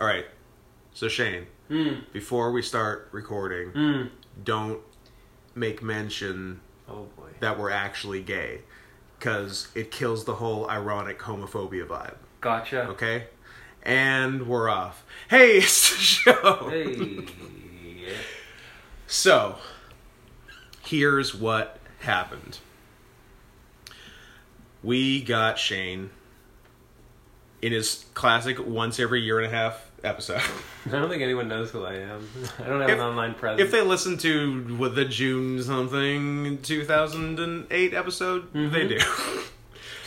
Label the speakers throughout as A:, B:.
A: All right. So Shane, before we start recording, don't make mention
B: Oh boy.
A: that we're actually gay, because it kills the whole ironic homophobia vibe.
B: Gotcha.
A: Okay. And we're off. Hey, it's the show.
B: Hey.
A: So, here's what happened. We got Shane in his classic once every year and a half episode.
B: I don't think anyone knows who I am. I don't have
A: If-
B: an online presence.
A: if they listen to what, the June something 2008 episode, they do.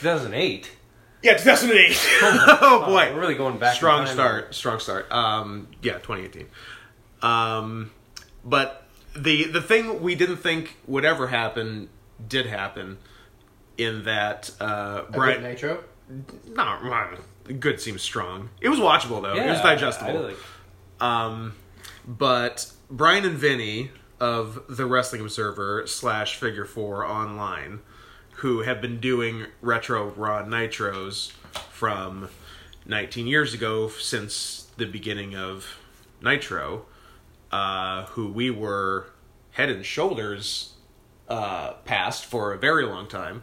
B: 2008.
A: yeah, 2008. oh boy.
B: We're really going back. in
A: strong
B: time.
A: start strong start um yeah 2018 um but the the thing we didn't think would ever happen did happen in that uh
C: Right.
A: brian
C: Nitro.
A: not good seems strong it was watchable though
B: Yeah,
A: it was digestible
B: I really-
A: um but brian and vinny of the wrestling observer slash figure four online who have been doing retro raw nitros from 19 years ago since the beginning of nitro uh, who we were head and shoulders uh, past for a very long time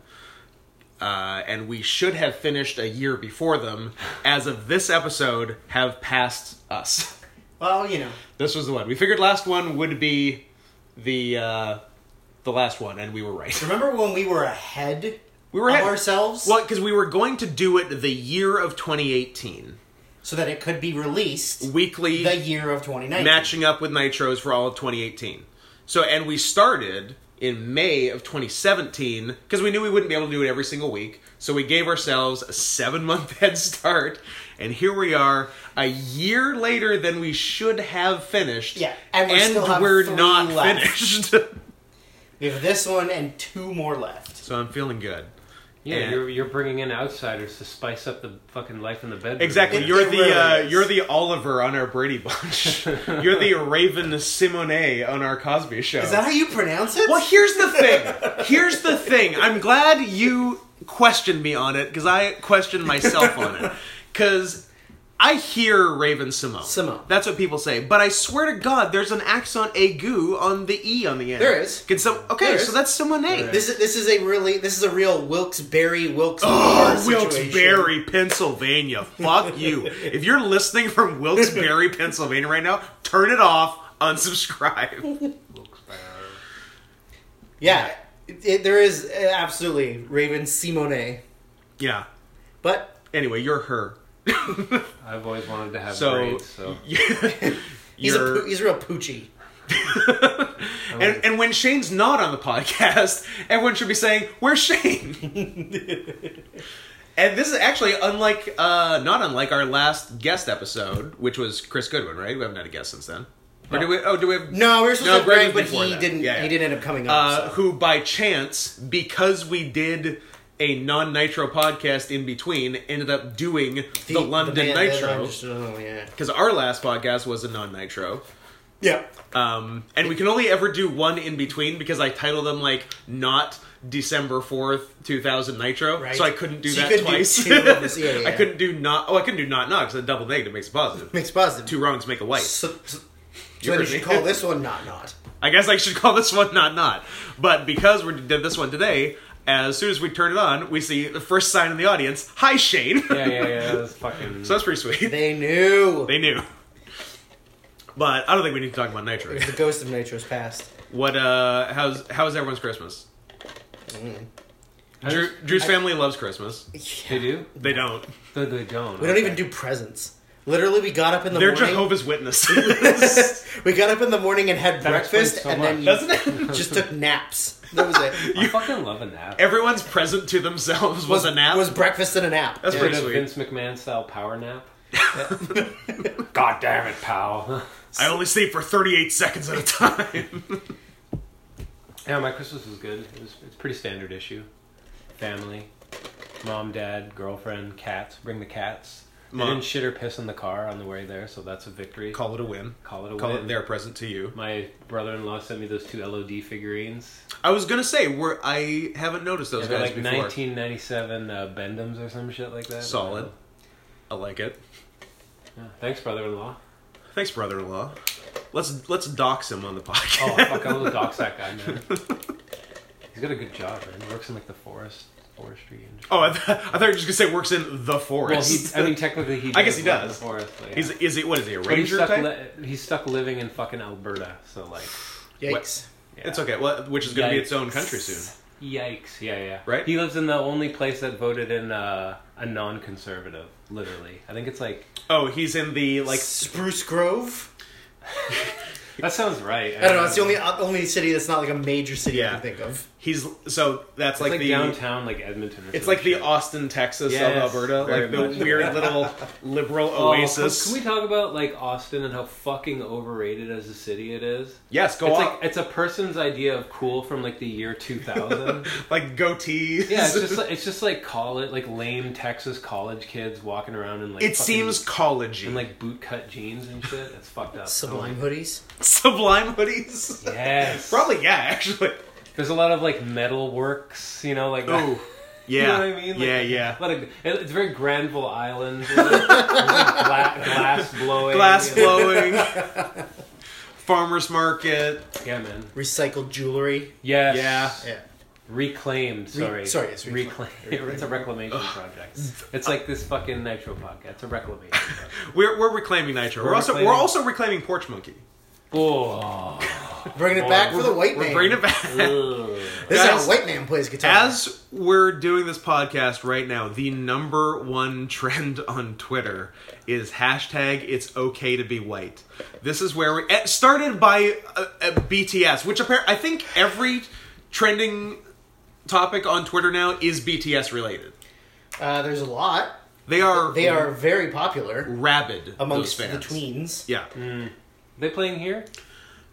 A: uh, and we should have finished a year before them as of this episode have passed us
C: Well, you know,
A: this was the one we figured last one would be the uh, the last one and we were right
C: remember when we were ahead?
A: We were
C: of
A: ahead.
C: ourselves,
A: Well, because we were going to do it the year of 2018,
C: so that it could be released
A: weekly,
C: the year of 2019.
A: matching up with Nitros for all of 2018. So, and we started in May of 2017 because we knew we wouldn't be able to do it every single week. So we gave ourselves a seven month head start, and here we are, a year later than we should have finished.
C: Yeah, and we still have
A: we're
C: three
A: not
C: left.
A: finished.
C: We have this one and two more left.
A: so I'm feeling good.
B: Yeah,
A: Yeah.
B: You're, you're bringing in outsiders to spice up the fucking life in the bedroom.
A: Exactly.
C: It-
A: You're
C: it
A: the
C: really
A: uh,
C: is.
A: you're the Oliver on our Brady Bunch. you're the Raven Simone on our Cosby Show.
C: Is that how you pronounce it?
A: well, here's the thing. Here's the thing. I'm glad you questioned me on it because I questioned myself on it because. I hear Raven Simone.
C: Simone.
A: That's what people say. But I swear to God, there's an accent aigu on the e on the end.
C: There is.
A: Can some? Okay,
C: There
A: so
C: is.
A: that's Simone.
C: This is this is a really this is a real Wilkes Barre Wilkes Barre situation.
A: Oh, Wilkes-Barre, Pennsylvania. Fuck you. If you're listening from Wilkes-Barre, Pennsylvania right now, turn it off, unsubscribe.
C: Yeah, it, it- there is uh, absolutely Raven Simone,
A: Yeah.
C: but
A: Anyway, you're her.
B: I've always wanted to have
A: So-
B: braids, so
C: he's a
A: You're-
C: poo- he's a real poochie.
A: And, and when Shane's not on the podcast, everyone should be saying, Where's Shane? and this is actually unlike, uh, not unlike our last guest episode, which was Chris Goodwin, right? We haven't had a guest since then. Or do we? Oh, do we have?
C: No, we were supposed
A: No,
C: to have Greg,
A: Greg was
C: but
A: before
C: he
A: that.
C: didn't.
A: Yeah, yeah.
C: He didn't end up coming up.
A: uh,
C: so.
A: who by chance, because we did a non Nitro podcast in between, ended up doing the, London
C: man-
A: Nitro.
C: Oh, yeah.
A: Because our last podcast was a non Nitro.
C: Yeah.
A: Um, and we can only ever do one in between because I title them like not December 4th, 2000 Nitro.
C: Right.
A: So I couldn't do
C: So you
A: that
C: couldn't do
A: twice.
C: two of those. Yeah, yeah,
A: I
C: yeah.
A: couldn't do not, oh, I couldn't do not not because a double negative makes a positive.
C: Makes positive.
A: Two wrongs make a white.
C: So, so,
A: You
C: so then
A: heard
C: you should
A: me.
C: call this one not not.
A: I guess I should call this one not not. But because we did this one today, as soon as we turn it on, we see the first sign in the audience. Hi, Shane.
B: yeah, yeah, yeah. That's fucking.
A: so that's pretty sweet.
C: They knew.
A: They knew. But I don't think we need to talk about Nitro.
C: the ghost of Nitro's past.
A: What? Uh, how's how's everyone's Christmas?
B: I
A: Drew,
B: just-
A: Drew's family loves Christmas.
B: They do?
A: They don't.
B: They, they don't.
C: We don't even do presents. Literally, we got up in the
A: They're
C: morning.
A: Jehovah's Witnesses.
C: we got up in the morning and had
B: That
C: breakfast,
B: explains so
C: and
B: much.
A: Doesn't
C: then
A: it?
C: you just took naps. That was it.
B: I fucking love a nap.
A: Everyone's present to themselves was, a nap.
C: Was breakfast and a nap.
A: That's
C: Yeah.
A: pretty
B: Did a
A: sweet.
B: Vince McMahon style power nap. God damn it, pal.
A: I only sleep for 38 seconds at a time.
B: Yeah, my Christmas was good. It was, it's pretty standard issue. Family, mom, dad, girlfriend, cats. Bring the cats. They
A: Mom.
B: didn't shit or piss in the car on the way there, so that's a victory.
A: Call it a win.
B: Call it a
A: Call
B: win.
A: it their present to you.
B: My brother-in-law sent me those two LOD figurines.
A: I was gonna say we're I haven't noticed those
B: Yeah, they're
A: guys
B: like
A: before.
B: 1997 uh, Bendhams or some shit like that.
A: Solid. I like it.
B: Yeah. Thanks, brother-in-law.
A: Thanks, brother-in-law. Let's let's dox him on the
B: Oh,
A: podcast.
B: fuck, I will dox that guy, man. He's got a good job, man. He works in like the forest, forestry industry.
A: Oh, I, th- I thought you were just gonna say works in the
B: Well, he,
A: forest.
B: I mean, technically, he. Does
A: I guess he
B: live in
A: does.
B: The forest, but yeah.
A: he's is he what is he a
B: But he's
A: ranger
B: stuck,
A: type?
B: li- he's stuck living in fucking Alberta, so like.
C: Yikes.
B: yeah.
A: It's okay. Well, which is gonna be its own
B: Yikes.
A: country soon.
B: Yikes! Yeah, yeah.
A: Right?
B: He lives in the only place that voted in uh, a non-conservative. Literally, I think it's like
A: Oh, he's in the like.
C: Like Spruce Grove.
B: that sounds right.
C: I don't know. It's the only uh, only city that's not like a major city I
A: Yeah.
C: can think of.
A: He's so that's
B: It's
A: like,
B: like,
A: the.
B: downtown, like Edmonton. Or
A: It's
B: some
A: like the
B: shit.
A: Austin, Texas
B: Yes,
A: of Alberta,
B: very
A: like the
B: much.
A: weird little liberal
B: Oh, can-
A: oasis.
B: Can we talk about like Austin and how fucking overrated as a city it is?
A: yes, go
B: It's
A: on.
B: like it's a person's idea of cool from like the year 2000.
A: like goatees.
B: yeah, it's just like, it's just like college, like lame Texas college kids walking around in like
A: it
B: fucking-
A: seems collegey.
B: in like bootcut jeans and shit. That's fucked up.
C: Sublime hoodies.
A: sublime hoodies.
B: Yes,
A: Probably yeah, actually.
B: There's a lot of like metal works, you know, like
A: Oh, yeah,
B: You know what I mean? Like,
A: yeah, yeah.
B: a lot of- it- it's very Granville Island. you know? There's, like, gla- glass blowing.
A: Glass
B: you know?
A: blowing. Farmers market.
B: Yeah, man.
C: Recycled jewelry.
B: Yes.
A: Yeah.
C: Yeah.
B: Reclaimed. Sorry.
C: sorry, it's
B: reclaimed.
C: reclaimed.
B: it's a reclamation project. It's like this fucking nitro podcast. It's a reclamation. Project.
A: We're, we're reclaiming Nitro. We're,
B: We're
A: also
B: reclaiming-
A: we're also reclaiming Porch Monkey.
B: Oh.
C: Bringing it back for the white man.
A: We're bringing it back.
B: Ugh.
C: This is
A: Guys,
C: how white man plays guitar.
A: As we're doing this podcast right now, the number one trend on Twitter is hashtag It's Okay to Be White. This is where we it started by uh, uh, BTS, which apparently I think every trending topic on Twitter now is BTS related.
C: uh, there's a lot.
A: They are
C: They are very popular
A: rabid
C: amongst
A: those
C: the
A: fans.
C: tweens.
A: Yeah,
B: Mm. they playing here,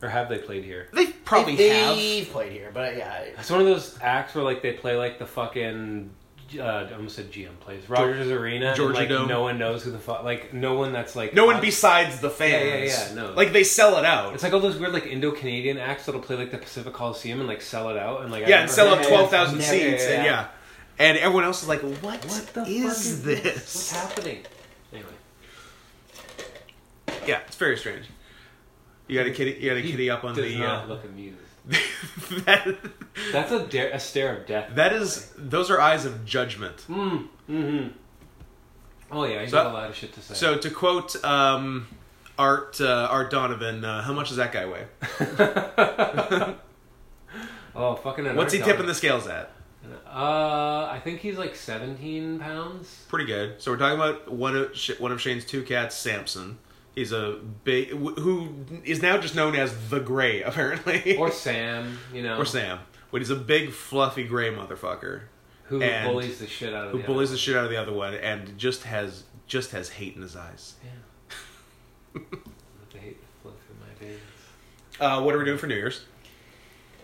B: or have they played here?
A: they probably have.
C: They've played here, but yeah,
B: It's one of those acts where like they play like the fucking. Uh, I almost said GM plays Rogers Arena.
A: Georgia
B: and, like,
A: Dome.
B: No one knows who the fuck. Like no one that's like
A: No one
B: on-
A: besides the fans.
B: Yeah, yeah, yeah, no.
A: Like they sell it out.
B: It's like all those weird like Indo Canadian acts that'll play like the Pacific Coliseum and like sell it out and like I
A: Yeah, and
B: remember-
A: sell
C: Yeah,
A: out
C: yeah,
A: twelve thousand
C: yeah,
A: seats,
B: yeah, yeah.
A: and yeah, and everyone else is like, "What,
B: What the fuck
A: is
B: What's
A: this?"
B: happening? Anyway,
A: Yeah, it's very strange. You got a kitty, you got a kitty up on
B: does
A: the.
B: not
A: Uh,
B: look amused.
A: that,
B: That's a, dare, a stare of death.
A: that is, those are eyes of judgment.
B: Mm, mm-hmm. Oh yeah, he's
A: So-
B: got a lot of shit to say.
A: So to quote um, Art uh, Art Donovan, uh, how much does that guy weigh?
B: oh fucking.
A: What's he
B: Anarchdog.
A: tipping the scales at?
B: Uh, I think he's like seventeen pounds.
A: Pretty good. So we're talking about one of Sh- one of Shane's two cats, Samson. He's a big wh- who is now just known as the Gray, apparently,
B: Or Sam, you know,
A: or Sam. But he's a big, fluffy gray motherfucker.
B: who
A: and-
B: bullies the shit out of
A: who
B: the
A: bullies the shit out of the other one and just has just has hate in his eyes.
B: Other. Yeah. Let the hate flow through my veins.
A: Uh, what are we doing for New Year's?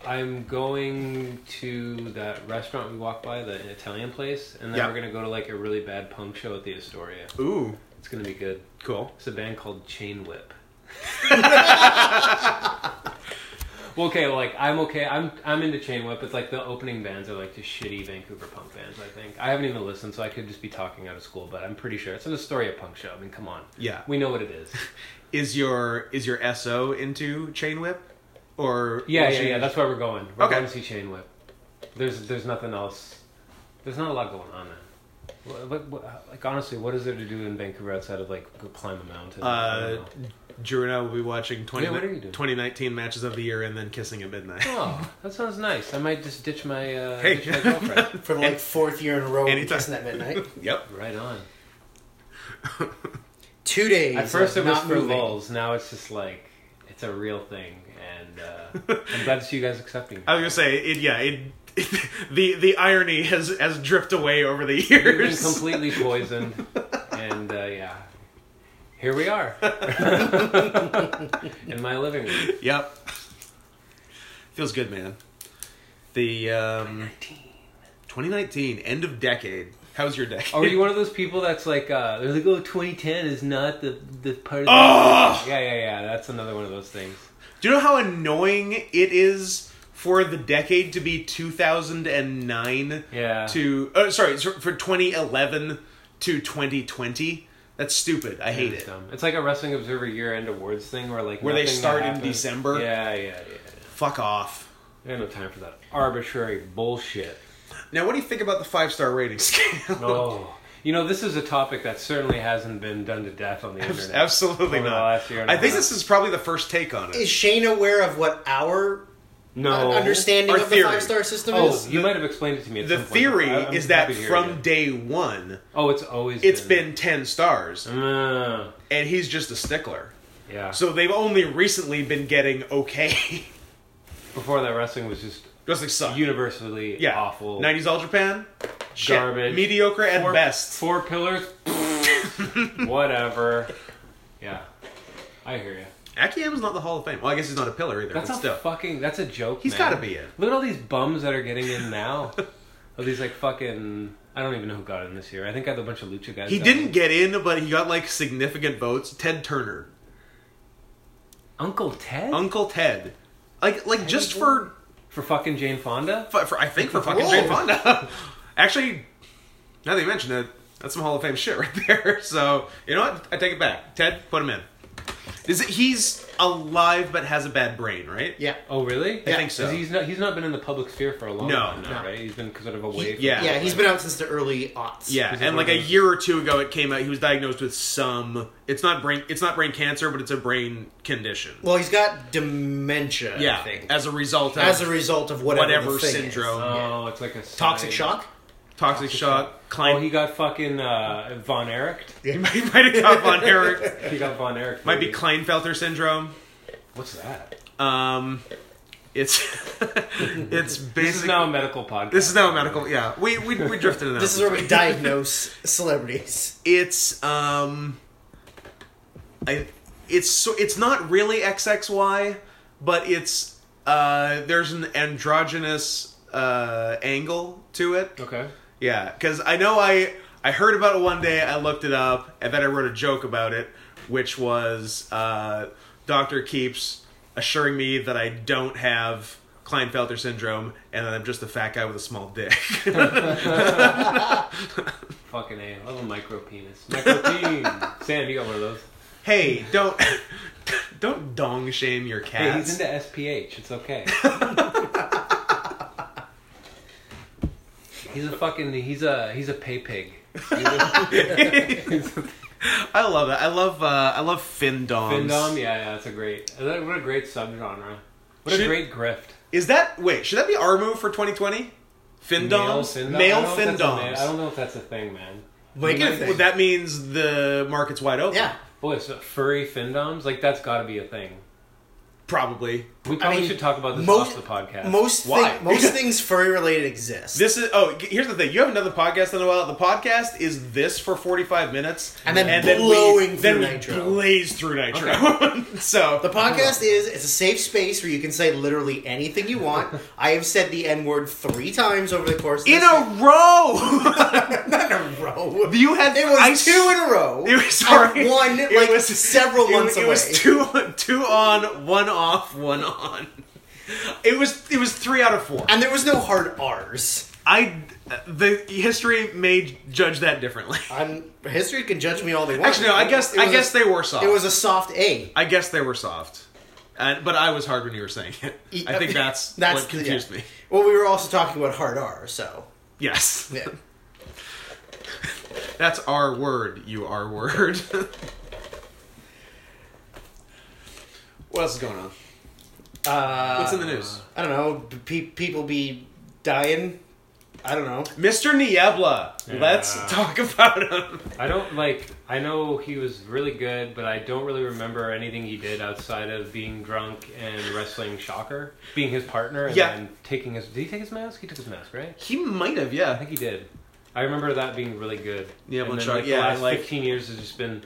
B: I'm going to that restaurant we walked by, the Italian place, and then
A: Yeah.
B: we're gonna go to like a really bad punk show at the Astoria.
A: Ooh,
B: It's gonna be good.
A: cool.
B: It's a band called Chain Whip. well, okay, like I'm okay. I'm I'm into Chain Whip. It's like the opening bands are like the shitty Vancouver punk bands. I think I haven't even listened, so I could just be talking out of school. But I'm pretty sure it's an Astoria punk show. I mean, come on,
A: Yeah.
B: we know what it is.
A: Is your is your SO into Chain Whip? Or
B: Yeah,
A: or
B: yeah,
A: she-
B: yeah. That's where we're going. We're
A: Okay.
B: going to see Chain Whip. There's, there's nothing else. There's not a lot going on there. What, what, what, like honestly, what is there to do in Vancouver outside of like go climb a mountain? I
A: Uh,
B: don't know.
A: Drew and I will be watching 20,
B: Yeah, what are you doing?
A: 2019 matches of the year and then kissing at midnight.
B: oh, that sounds nice. I might just ditch my uh,
A: Hey.
B: ditch my girlfriend.
C: for the like fourth year in a row, we're
A: anytime.
C: kissing at midnight.
A: yep.
B: right on.
C: Two days.
B: At first it
C: of
B: was
C: not
B: for
C: moving.
B: lulz. Now it's just like it's a real thing, and uh, I'm glad to see you guys accepting.
A: I was gonna say it. Yeah. It, the the irony has has drift away over the
B: We've been
A: years.
B: completely poisoned, and uh, yeah, here we are in my living room.
A: Yep. Feels good, man. The um, 2019 end of decade. How's your decade?
B: Are you one of those people that's like, uh, they're like, oh, 2010 is not the, the part of the.
A: Ugh!
B: Yeah, yeah, yeah. That's another one of those things.
A: Do you know how annoying it is for the decade to be 2009
B: Yeah.
A: to uh, sorry, so- for 2011 to 2020? That's stupid. I hate
B: It's
A: it.
B: dumb. It's like a Wrestling Observer year-end awards thing where like
A: Where they
B: nothing that
A: start in
B: happened-
A: December?
B: Yeah, yeah, yeah.
A: Fuck off.
B: I have no time for that arbitrary bullshit.
A: Now, what do you think about the five star rating scale?
B: Oh, you know this is a topic that certainly hasn't been done to death on the internet.
A: Absolutely
B: Over the
A: not.
B: last year and
A: I
B: a
A: think
B: half.
A: this is probably the first take on
C: Is
A: it.
C: Shane aware of what our
B: No
C: understanding
A: Our
C: of
A: theory.
C: the five star system
B: Oh,
C: is?
B: you might have explained it to me. At
A: The
B: some point.
A: theory
B: I- I'm
A: is that
B: happy to hear
A: from
B: it.
A: day one,
B: oh, it's always
A: it's been 10 stars,
B: Mm,
A: and he's just a stickler.
B: yeah.
A: So they've only recently been getting okay.
B: Before that, wrestling was just
A: Wrestling sucks.
B: universally
A: yeah.
B: awful.
A: 90s All Japan? Shit.
B: Garbage.
A: Mediocre at
B: four,
A: best.
B: Four pillars. Whatever. Yeah, I hear you.
A: Akiyama's not the Hall of Fame. Well, I guess he's not a pillar either,
B: That's
A: but
B: a
A: still.
B: fucking. That's a joke.
A: He's
B: man.
A: gotta be it.
B: Look at all these bums that are getting in now. All these like fucking. I don't even know who got in this year. I think I had a bunch of lucha guys.
A: he
B: out.
A: didn't get in, but he got like significant votes. Ted Turner.
B: Uncle Ted
A: Uncle Ted. Like, like just for,
B: for fucking Jane Fonda.
A: for, for- I think for fucking
C: Whoa.
A: Jane Fonda. Actually, now that you mention it, that's some Hall of Fame shit right there. So you know what? I take it back. Ted, put him in. Is it, he's alive but has a bad brain, right?
C: yeah.
B: Oh really?
A: I think so.
B: 'Cause He's not. He's not been in the public sphere for a long
A: No,
B: time now,
A: no.
B: right? He's been sort of away. from
A: yeah.
C: Yeah, he's been out since the early aughts.
A: Yeah,
B: He's
A: and
B: one
A: like a
B: of those-
A: year or two ago, it came out he was diagnosed with some. It's not brain. It's not brain cancer, but it's a brain condition.
C: Well, he's got dementia, I
A: yeah,
C: think. As,
A: as a result of
C: a result of whatever,
A: whatever
C: the thing is.
A: syndrome,
B: Oh, it's like a
C: Toxic
B: side-
C: shock?
A: toxic shock, Klein.
B: Oh, he got fucking uh, Von Erich.
A: he might, he might have got von Erich.
B: He got Von Erich.
A: Might be
B: baby.
A: Kleinfelter syndrome.
B: What's that?
A: Um, it's it's basically
B: This is now a medical podcast.
A: this is now a medical. Yeah, we we we drifted into that.
C: This is where we diagnose celebrities.
A: it's um I it's so it's not really XXY, but it's uh there's an androgynous uh angle to it.
B: Okay.
A: Yeah, cuz I know I I heard about it one day, I looked it up, and then I wrote a joke about it, which was uh Dr. Keeps assuring me that I don't have Klinefelter syndrome and that I'm just a fat guy with a small dick.
B: Fucking A. I love a micro penis. Micro penis. Sam, you got one of those.
A: hey, don't don't dong shame your
B: Hey,
A: cats.
B: he's into SPH. It's okay. he's a fucking. He's a. He's a pay pig. He's a-
A: I love it. I love uh, I love fin doms.
B: Findom. Yeah, yeah. That's a great. that- What a great subgenre. What a
A: Should-
B: great grift.
A: Is that wait? Should that be our move for 2020? Fin doms,
B: fin-
A: male
B: I don't know if
A: fin
B: that's a ma- I
A: doms.
B: don't know if that's a thing, man.
C: Make it a
A: Well,
C: thing.
A: that means the market's wide open.
C: yeah.
B: Boy, so furry findoms? Like that's got to be a thing.
A: probably.
B: We probably
C: mean,
B: should talk about this off
C: most-
B: the podcast.
C: Most
A: Why?
C: thing, most things furry related exist.
A: This is oh. g- Here's the thing. You haven't done the podcast in a while. The podcast is this for 45 minutes,
C: And then
A: we-
C: blowing
A: then
C: through
A: we
C: nitro.
A: blaze through nitro. so
C: The podcast is it's a safe space where you can say literally anything you want. I have said the N word three times over the course of
A: in
C: this
A: a row,
C: not in a row.
A: you had
C: It was
A: I
C: two in a row.
A: It was sorry.
C: Or one
A: It
C: like several
A: it-
C: months
A: it,
C: away.
A: was two two on, one off, one on. It was it was three out of four.
C: and there was no hard R's.
A: I the history may judge that differently.
C: I'm, history can judge me all they want.
A: Actually, no. I guess
C: It
A: I
C: was
A: guess
C: a-
A: they were soft.
C: it was a soft A.
A: I guess they were soft, and, but I was hard when you were saying it. I think that's,
C: E- That's
A: what
C: the-
A: confused
C: yeah.
A: me.
C: Well, we were also talking about hard R, so
A: Yes,
C: yeah.
A: that's our word. You are word. what else is going on?
C: Uh,
A: What's in the news?
C: I don't know. do Pe- people be dying. I don't know.
A: Mr. Niebla. Let's
B: Yeah.
A: talk about him.
B: I don't like. I know he was really good, but I don't really remember anything he did outside of being drunk and wrestling Shocker, being his partner, and
A: Yeah.
B: then taking his. Did he take his mask? He took his mask, right?
A: He might have,
B: I
A: yeah.
B: think he did. I remember that being really good.
A: Yeah,
B: and
A: well,
B: then,
A: Shock-
B: like, the
A: yeah,
B: last
A: like-
B: fifteen years has just been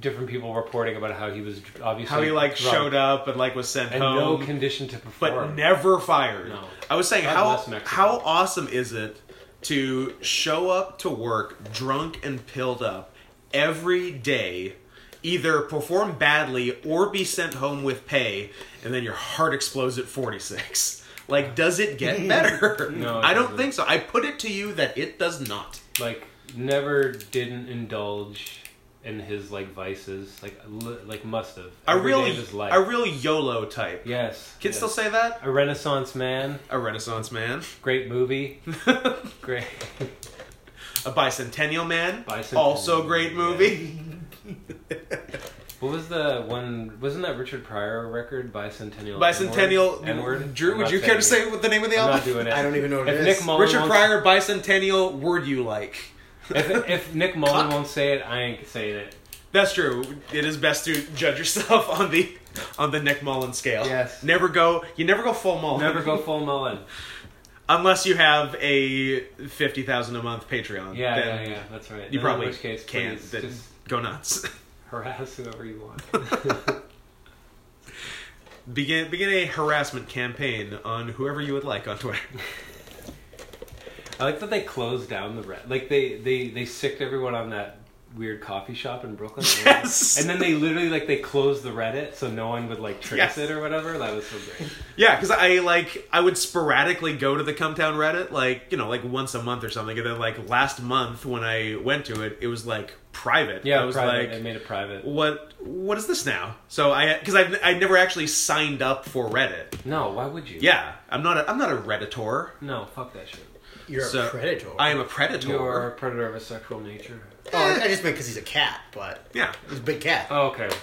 B: different people reporting about how he was dr- obviously
A: How he like
B: drunk
A: showed up and like was sent
B: and
A: home,
B: no condition to
A: but
B: perform.
A: never fired.
B: No.
A: I was saying
B: God
A: how
B: bless Mexico.
A: how awesome is it to show up to work drunk and pilled up every day, either perform badly or be sent home with pay, and then your heart explodes at forty six. Like, does it get better?
B: No, it
A: I don't
B: doesn't.
A: think so. I put it to you that it does not.
B: like never didn't indulge and his like vices, like li- like must have
A: A
B: Every
A: real,
B: day of his life.
A: a real YOLO type.
B: yes,
A: Kids
B: yes.
A: still say that?
B: a Renaissance man.
A: A Renaissance man.
B: Great movie.
A: a
B: Great.
A: Bicentennial man.
B: Bicentennial
A: also
B: Man,
A: great
B: yeah.
A: movie.
B: What was the one? Wasn't that Richard Pryor record? Bicentennial.
A: Bicentennial.
B: N word.
A: Drew, would you care to say what the name of the
B: I'm
A: album?
B: not doing it.
C: I don't even know what
B: if
C: it
B: Nick
C: is.
B: Mullen
A: Richard
B: won't-
A: Pryor, Bicentennial, word you like.
B: If, if Nick Mullen
C: Cuck.
B: won't say it, I ain't saying it.
A: That's true. It is best to judge yourself on the on the Nick Mullen scale.
B: Yes.
A: Never go. You never go full Mullen.
B: Never go full Mullen.
A: unless you have a fifty thousand a month Patreon.
B: Yeah,
A: then
B: yeah, yeah. That's right.
A: You
B: In
A: probably
B: which case,
A: can.
B: please,
A: then
B: just
A: Go nuts.
B: harass whoever you want.
A: begin begin a harassment campaign on whoever you would like on Twitter.
B: I like that they closed down the re- like they they they sicked everyone on that weird coffee shop in Brooklyn.
A: Yes.
B: And then they literally like they closed the Reddit so no one would like trace
A: Yes.
B: it or whatever. That was so great.
A: Yeah, because I like I would sporadically go to the Cumtown Reddit, like you know, like once a month or something. And then like last month when I went to it, it was like private.
B: Yeah,
A: I was like,
B: private. they made it private.
A: what what is this now? So I because I've I never actually signed up for Reddit.
B: No, why would you?
A: Yeah, I'm not a, I'm not a redditor.
B: No, fuck that shit.
C: You're
A: So-
C: a predator.
A: I am a predator.
B: You're a predator of a sexual nature.
C: Oh, I I just meant because he's a cat, but
A: Yeah.
C: he's a big cat.
A: Uh,
B: Oh, okay, okay.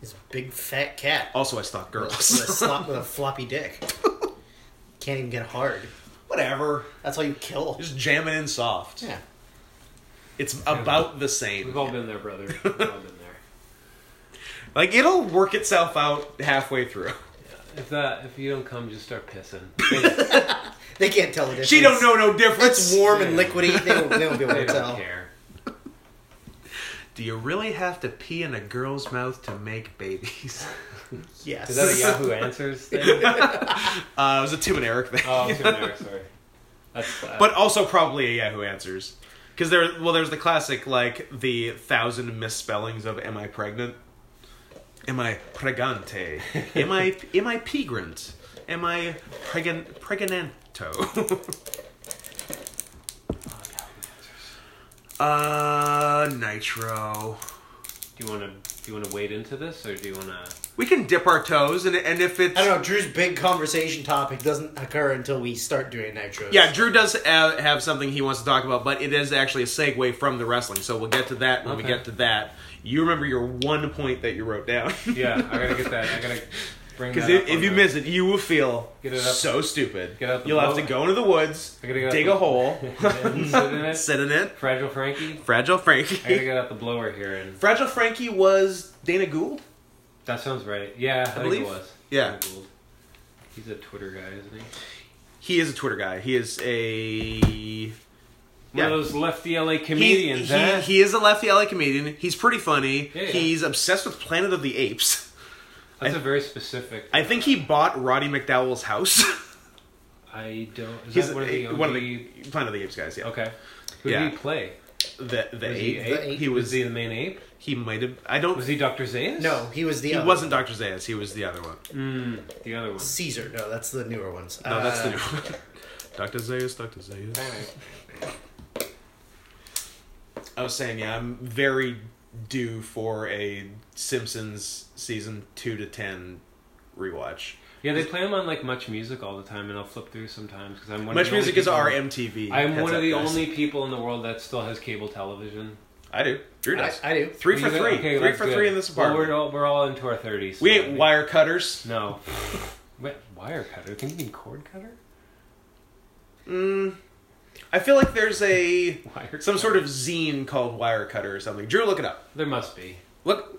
C: He's a big fat cat
A: Also, I stalk
C: with a,
A: girls.
C: slop, with a floppy dick. Can't even get hard.
A: Whatever.
C: That's how you kill.
A: Just jamming in soft.
C: Yeah.
A: It's about the same.
B: We've all been there, brother. We've all been there.
A: Like it'll work itself out halfway through.
B: If that if you don't come, just start pissing. They,
C: They can't tell the difference.
A: She don't know no difference.
C: It's warm and liquidy. They don't, they don't be able
B: they
C: to
B: don't
C: tell.
B: care.
A: Do you really have to pee in a girl's mouth to make babies?
C: Yes.
B: Is that a Yahoo Answers thing?
A: Uh, it was a Tim and Eric thing.
B: Oh, Tim and Eric, sorry. That's uh,
A: but also probably a Yahoo Answers. Because there, well, there's the classic like the thousand misspellings of "Am I pregnant? Am I pregante? Am I am I pigrant? Am I pregan pregnanto?
B: Yahoo Answers.
A: uh, nitro.
B: Do you want to do you want to wade into this, or do you want to?
A: We can dip our toes, and and if it's
C: I don't know. Drew's big conversation topic doesn't occur until we start doing nitros.
A: yeah, Drew does have, have something he wants to talk about, but it is actually a segue from the wrestling. So we'll get to that when we
B: Okay.
A: get to that. You remember your one point that you wrote down.
B: Yeah, I gotta get that. I gotta bring
A: Because
B: that
A: if,
B: up
A: if
B: on
A: you
B: the-
A: miss it, you will feel
B: Get it up.
A: so stupid.
B: Get out the
A: You'll have to
B: boat.
A: go into the woods,
B: I gotta get out
A: dig
B: the-
A: a hole,
B: And sit in it.
A: sit in it.
B: Fragile Frankie.
A: Fragile
B: I gotta
A: Frankie.
B: get out the blower here, and
A: Fragile Frankie was Dana Gould.
B: that sounds right. Yeah, I, think
A: believe-
B: it was.
A: yeah.
B: Gould. He's a Twitter guy, isn't he?
A: He is a Twitter guy. He is a
B: One
A: Yeah.
B: of those lefty LA
A: he,
B: comedians. eh?
A: he,
B: huh?
A: he is a lefty LA comedian. He's pretty funny.
B: Yeah, yeah.
A: He's obsessed with Planet of the Apes.
B: That's a very specific.
A: I think he bought Roddy McDowell's house.
B: I don't. Is
A: He's
B: that one of the
A: a-
B: OG?
A: one of the Planet of the Apes guys. Yeah,
B: Okay. Who
A: Yeah.
B: did he play?
A: the the
B: Was
A: ape.
B: he ape?
A: He
B: was,
A: was
B: he the main ape?
A: he might have. I don't.
B: Was he Dr. Zayas?
C: No, he was the.
A: he
C: other.
A: wasn't Doctor Zayas. He was the other one.
B: Mm, the other one.
C: Caesar. No, that's the newer ones.
A: No, that's the
C: Uh,
A: new one. Dr. Zeus, Dr. Zeus. I was saying, yeah, I'm very due for a Simpsons season 2 to 10 rewatch.
B: Yeah, they play them on like Much Music all the time, and I'll flip through sometimes because I'm one. of
A: Much
B: the
A: Music
B: only
A: is our
B: people-
A: MTV.
B: I'm
A: heads
B: one
A: up
B: of the
A: guys.
B: only people in the world that still has cable television.
A: I do. Drew does.
C: I, I do.
A: three
B: You
A: for
B: guys-
A: three.
B: okay,
A: three
B: that's
A: for
B: good.
A: three in this
B: Well,
A: apartment.
B: we're all we're all into our thirties.
A: we ain't wire cutters.
B: No. Wait, wire cutter? Think you mean cord cutter?
A: I feel like there's a
B: Wire.
A: some sort of zine called Wire Cutter or something. Drew, look it up.
B: There must be.
A: Look.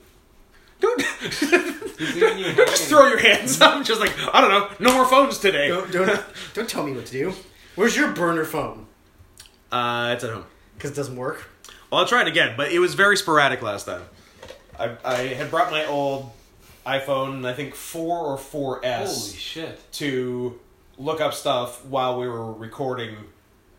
A: Don't,
B: He's leaving you
A: don't just
B: hanging.
A: throw your hands up. Just like, I don't know, no more phones today.
C: Don't, don't don't tell me what to do. Where's your burner phone?
A: Uh, it's at home.
C: Because it doesn't work.
A: Well, I'll try it again, but it was very sporadic last time. I, I had brought my old iPhone, I think 4 or 4S,
B: Holy shit!
A: to look up stuff while we were recording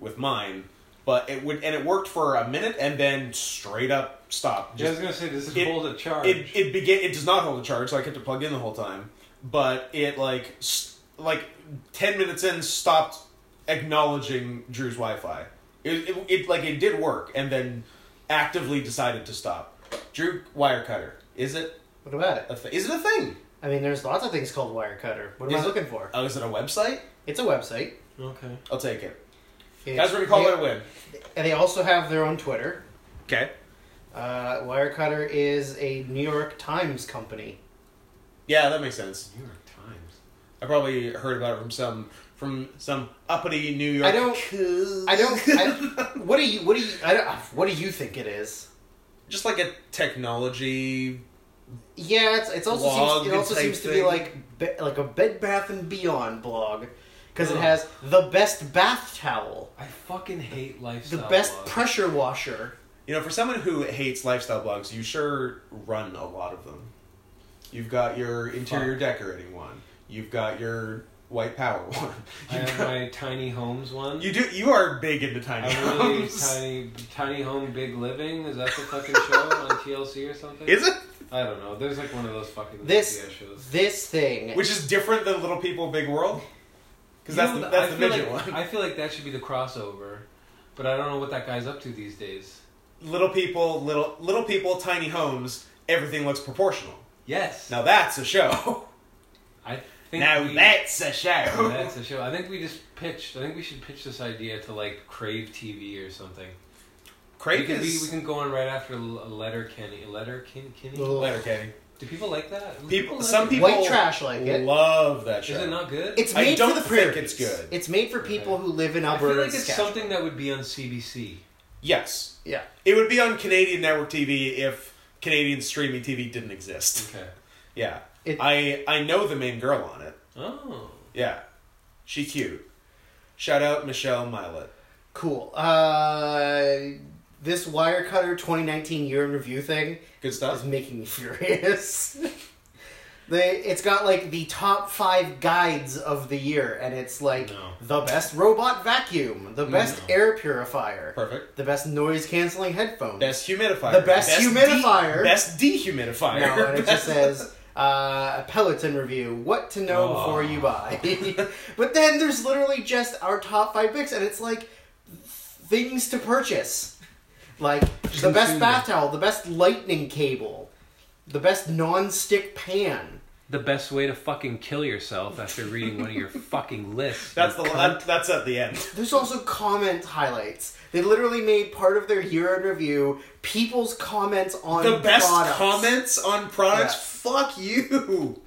A: with mine. But it would, and it worked for a minute, and then straight up stopped.
B: I
A: Just-
B: was gonna say, does it,
A: it-
B: hold a charge?
A: it it began. It does not hold a charge, so I kept it plugged in the whole time. But it like st- like ten minutes in stopped acknowledging Drew's Wi-Fi. It, it, it like it did work, and then actively decided to stop. Drew Wirecutter. Is it
C: What about it?
A: a thing? Is it a thing?
C: I mean, there's lots of things called Wirecutter. What am
A: Is
C: I
A: it-
C: looking for?
A: Oh, is it a website?
C: It's a website.
B: Okay.
A: I'll take it.
C: It-
A: Guys, we're gonna call
C: they,
A: it a win.
C: And they also have their own Twitter.
D: Okay.
C: Uh, Wirecutter is a New York Times company.
A: Yeah, that makes sense.
B: New York Times.
A: I probably heard about it from some from some uppity New York.
C: I don't. I don't. I, what do you? What do you? I don't, what do you think it is?
A: just like a technology.
C: Yeah, it's, it's also
A: Blog
C: seems, it also
A: type
C: seems to be
A: thing?
C: like be, like a Bed Bath and Beyond blog because
A: Oh.
C: it has the best bath towel,
B: I fucking hate
C: the
B: lifestyle.
C: best
B: blogs.
C: pressure washer.
A: You know, for someone who hates lifestyle blogs, you sure run a lot of them. You've got your interior decorating one. You've got your white power one.
B: I
A: You've
B: have
A: got-
B: my tiny homes one.
A: you do. You are big into tiny
B: I really
A: homes.
B: tiny, tiny home, big living. Is that the fucking show on TLC or something?
A: Is it?
B: I don't know. There's like one of those fucking
C: This
B: CBS shows.
C: this thing.
A: Which is different than Little People Big World. Because that's
B: You
A: the,
B: know,
A: that's the
B: I feel
A: midget
B: like-
A: one.
B: I feel like that should be the crossover, but I don't know what that guy's up to these days.
A: Little people, little little people, tiny homes. Everything looks proportional.
B: Yes.
A: Now that's a show.
B: I think
A: Now
B: we,
A: that's a show.
B: that's a show. I think we just pitched. I think we should pitch this idea to like Crave TV or something.
A: Craig
B: we can
A: is
B: be, we can go on right after Letter Kenny. Letter Kin, Kenny.
C: Ugh.
A: letter Kenny.
B: Do people like that? Do
A: People-
B: like
A: some
B: it?
A: people-
C: White trash like it.
A: Love that show.
B: Is it not good?
C: It's
A: I
C: made
A: don't
C: for the
A: think
C: prairies.
A: it's good.
C: It's made for people
B: Okay.
C: who live in
B: I
C: Alberta.
B: feel like
C: and
B: it's
C: Saskatchewan.
B: something that would be on CBC.
A: Yes,
C: Yeah.
A: it would be on Canadian network TV if Canadian streaming TV didn't exist.
B: Okay.
A: Yeah,
C: It-
A: I I know the main girl on it.
B: Oh.
A: Yeah, she cute. Shout out Michelle Milet.
C: Cool. Uh, this Wirecutter 2019 year in review thing
A: Good
C: is
A: stuff.
C: making me furious. they, it's got like the top five guides of the year, and it's like
B: No.
C: the best robot vacuum, the best
B: No.
C: air purifier,
A: Perfect.
C: the best noise canceling headphones.
A: Best humidifier.
C: The best humidifier.
A: de- best dehumidifier.
C: No, and it
A: Best-
C: just says uh, a Peloton review: What to know
B: Oh.
C: before you buy. but then there's literally just our top five picks, and it's like things to purchase, like the best
B: Consume.
C: bath towel, the best lightning cable, the best non-stick pan.
B: The best way to fucking kill yourself after reading one of your fucking lists.
A: That's the
B: you
A: that, that's at the end.
C: There's also comment highlights. They literally made part of their year in review people's comments on
A: The best
C: products.
A: comments on products.
C: Yes.
A: Fuck you.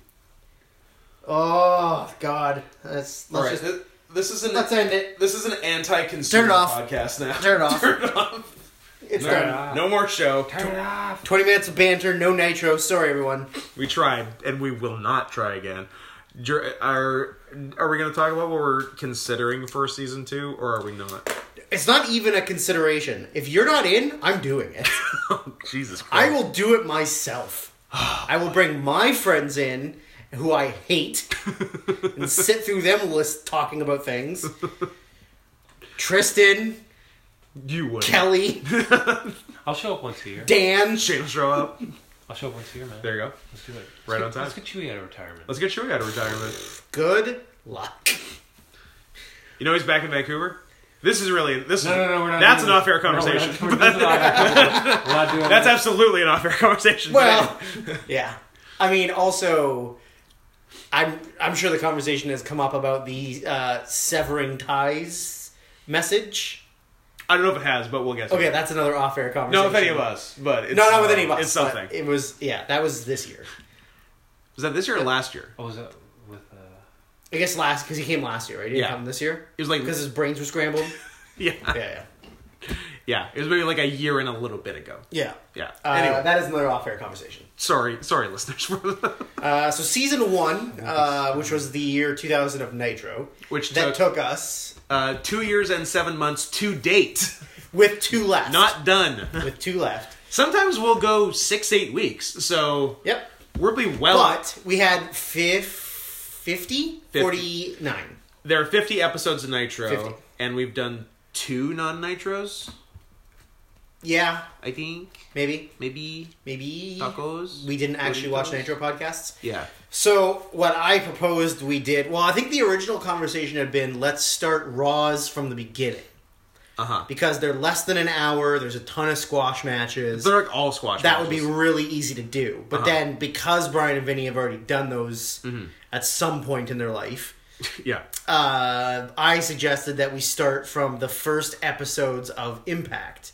C: Oh God, that's
A: All
C: let's
A: right,
C: just
A: th- this is an
C: let's end it.
A: this is an anti-consumer
C: Turn it off.
A: podcast now.
C: Turn it off.
A: Turn it off.
C: It's
B: Turn it
C: done.
B: off.
A: No more show.
B: Turn it off.
C: 20 minutes of banter, no nitro. Sorry, everyone.
D: We tried, and we will not try again. Jer- Are are we going to talk about what we're considering for season two, or are we not?
C: It's not even a consideration. If you're not in, I'm doing it.
D: Jesus Christ!
C: I will do it myself. I will bring my friends in who I hate and sit through them list talking about things. Tristan,
D: You would.
C: Kelly,
B: I'll show up once a year.
C: Dan.
D: Shane will show up.
B: I'll show up once a year, man.
D: There you go.
B: Let's do it.
D: Right
B: Let's
D: on
B: get-
D: time.
B: Let's get Chewy out of retirement.
D: Let's get Chewie out of retirement.
C: Good luck.
D: You know he's back in Vancouver. This is really this.
B: no, no, no, we're not.
D: That's an
B: doing this.
D: off-air conversation.
B: No, we're not, we're not- we're not doing
D: That's
B: that.
D: absolutely an off-air conversation.
C: Well, yeah. I mean, also, I'm I'm sure the conversation has come up about the uh, severing ties message.
D: I don't know if it has, but we'll get. To
C: Okay,
D: it.
C: that's another off-air conversation.
D: no, if any of us, but it's, uh,
C: No, not with any of us.
D: It's something.
C: but It was yeah. That was this year.
D: Was that this year or last year?
B: Oh, was that with? Uh,
C: I guess last because he came last year, right? He didn't
D: Yeah.
C: come this year
D: It was like
C: because his brains were scrambled.
D: yeah,
C: yeah, yeah,
D: yeah. It was maybe like a year and a little bit ago.
C: yeah.
D: Yeah.
C: Uh,
D: anyway,
C: that is another off-air conversation.
D: sorry, sorry, listeners, for the-
C: Uh, so season one, uh, which was the year 2000 of Nitro,
D: which
C: that
D: took,
C: took us
D: uh, two years and seven months to date.
C: with two left.
D: Not done.
C: with two left.
D: Sometimes we'll go six, eight weeks. So
C: Yep.
D: we'll be well.
C: But we had fif- 50? 49.
D: there are fifty episodes of Nitro,
C: 50.
D: and we've done two non-nitros.
C: Yeah,
D: I think
C: maybe,
D: maybe
C: maybe
D: tacos.
C: we didn't actually watch
D: Doritos?
C: Nitro podcasts.
D: Yeah.
C: So what I proposed we did, well, I think the original conversation had been let's start Raws from the beginning.
D: Uh-huh.
C: because they're less than an hour. There's a ton of squash matches.
D: They're like all squash.
C: that would be
D: matches.
C: really easy to do. But
D: Uh-huh.
C: then because Brian and Vinny have already done those at some point in their life,
D: yeah.
C: uh, I suggested that we start from the first episodes of Impact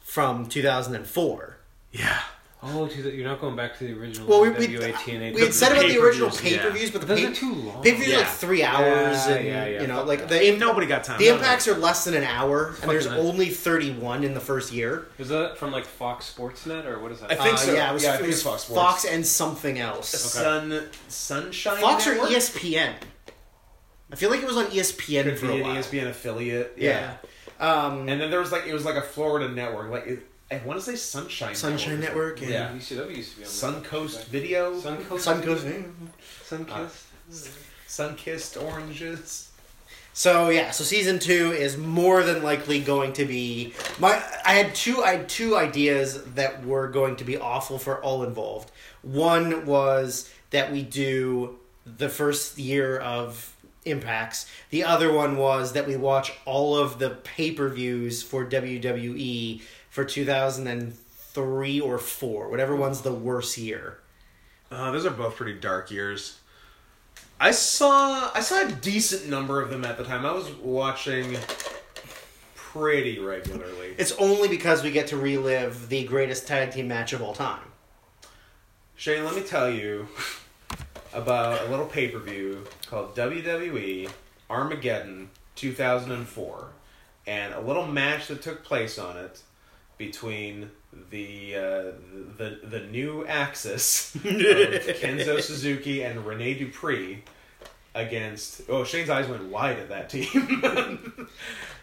C: from 2004.
D: Yeah.
B: Oh, to the, you're not going back to the original
C: Well, we, we,
B: WATNA.
C: we had said about the original
D: pay-per-views, yeah.
C: pay-per-views, but the
B: Those are
C: pay-
B: too long.
C: Pay-per-views are like
D: Yeah.
C: three hours,
B: Yeah,
C: and
B: yeah, yeah.
C: you know,
B: Fuck
C: like
B: that.
C: the im-
D: Nobody got time.
C: the
D: No,
C: impacts are less than an hour, and there's
B: Fucking-
C: only 31 in the first year.
B: Was that from like Fox Sports Net or what is that?
A: I think
C: Uh,
A: so.
C: Yeah, it was,
A: Yeah, I
C: it
A: think
C: was
A: it's Fox
C: Fox,
A: Sports.
C: and something else.
A: Sun Sunshine.
C: Fox or E
A: Network?
D: E
C: ESPN. I feel like it was on E ESPN
A: Could be
C: for a
A: an E
C: while.
A: ESPN affiliate.
C: Yeah. Um,
A: And then there was like it was like a Florida network. Like it, I want to say Sunshine.
C: Sunshine Network. and
A: Yeah.
B: UCW used to be on that.
A: Suncoast Video.
B: Suncoast.
C: Suncoast. Uh,
B: Sunkissed.
A: Sunkissed Oranges.
C: So yeah, so season two is more than likely going to be my. I had two. I had two ideas that were going to be awful for all involved. One was that we do the first year of impacts. The other one was that we watch all of the pay per views for WWE for two thousand and three or four, whatever one's the worst year.
D: Uh, those are both pretty dark years.
A: I saw I saw a decent number of them at the time. I was watching pretty regularly.
C: It's only because we get to relive the greatest tag team match of all time.
A: Shane, let me tell you about a little pay per view called WWE Armageddon 2004, and a little match that took place on it between the uh, the the new axis of Kenzo Suzuki and Rene Dupree against oh Shane's eyes went wide at that team.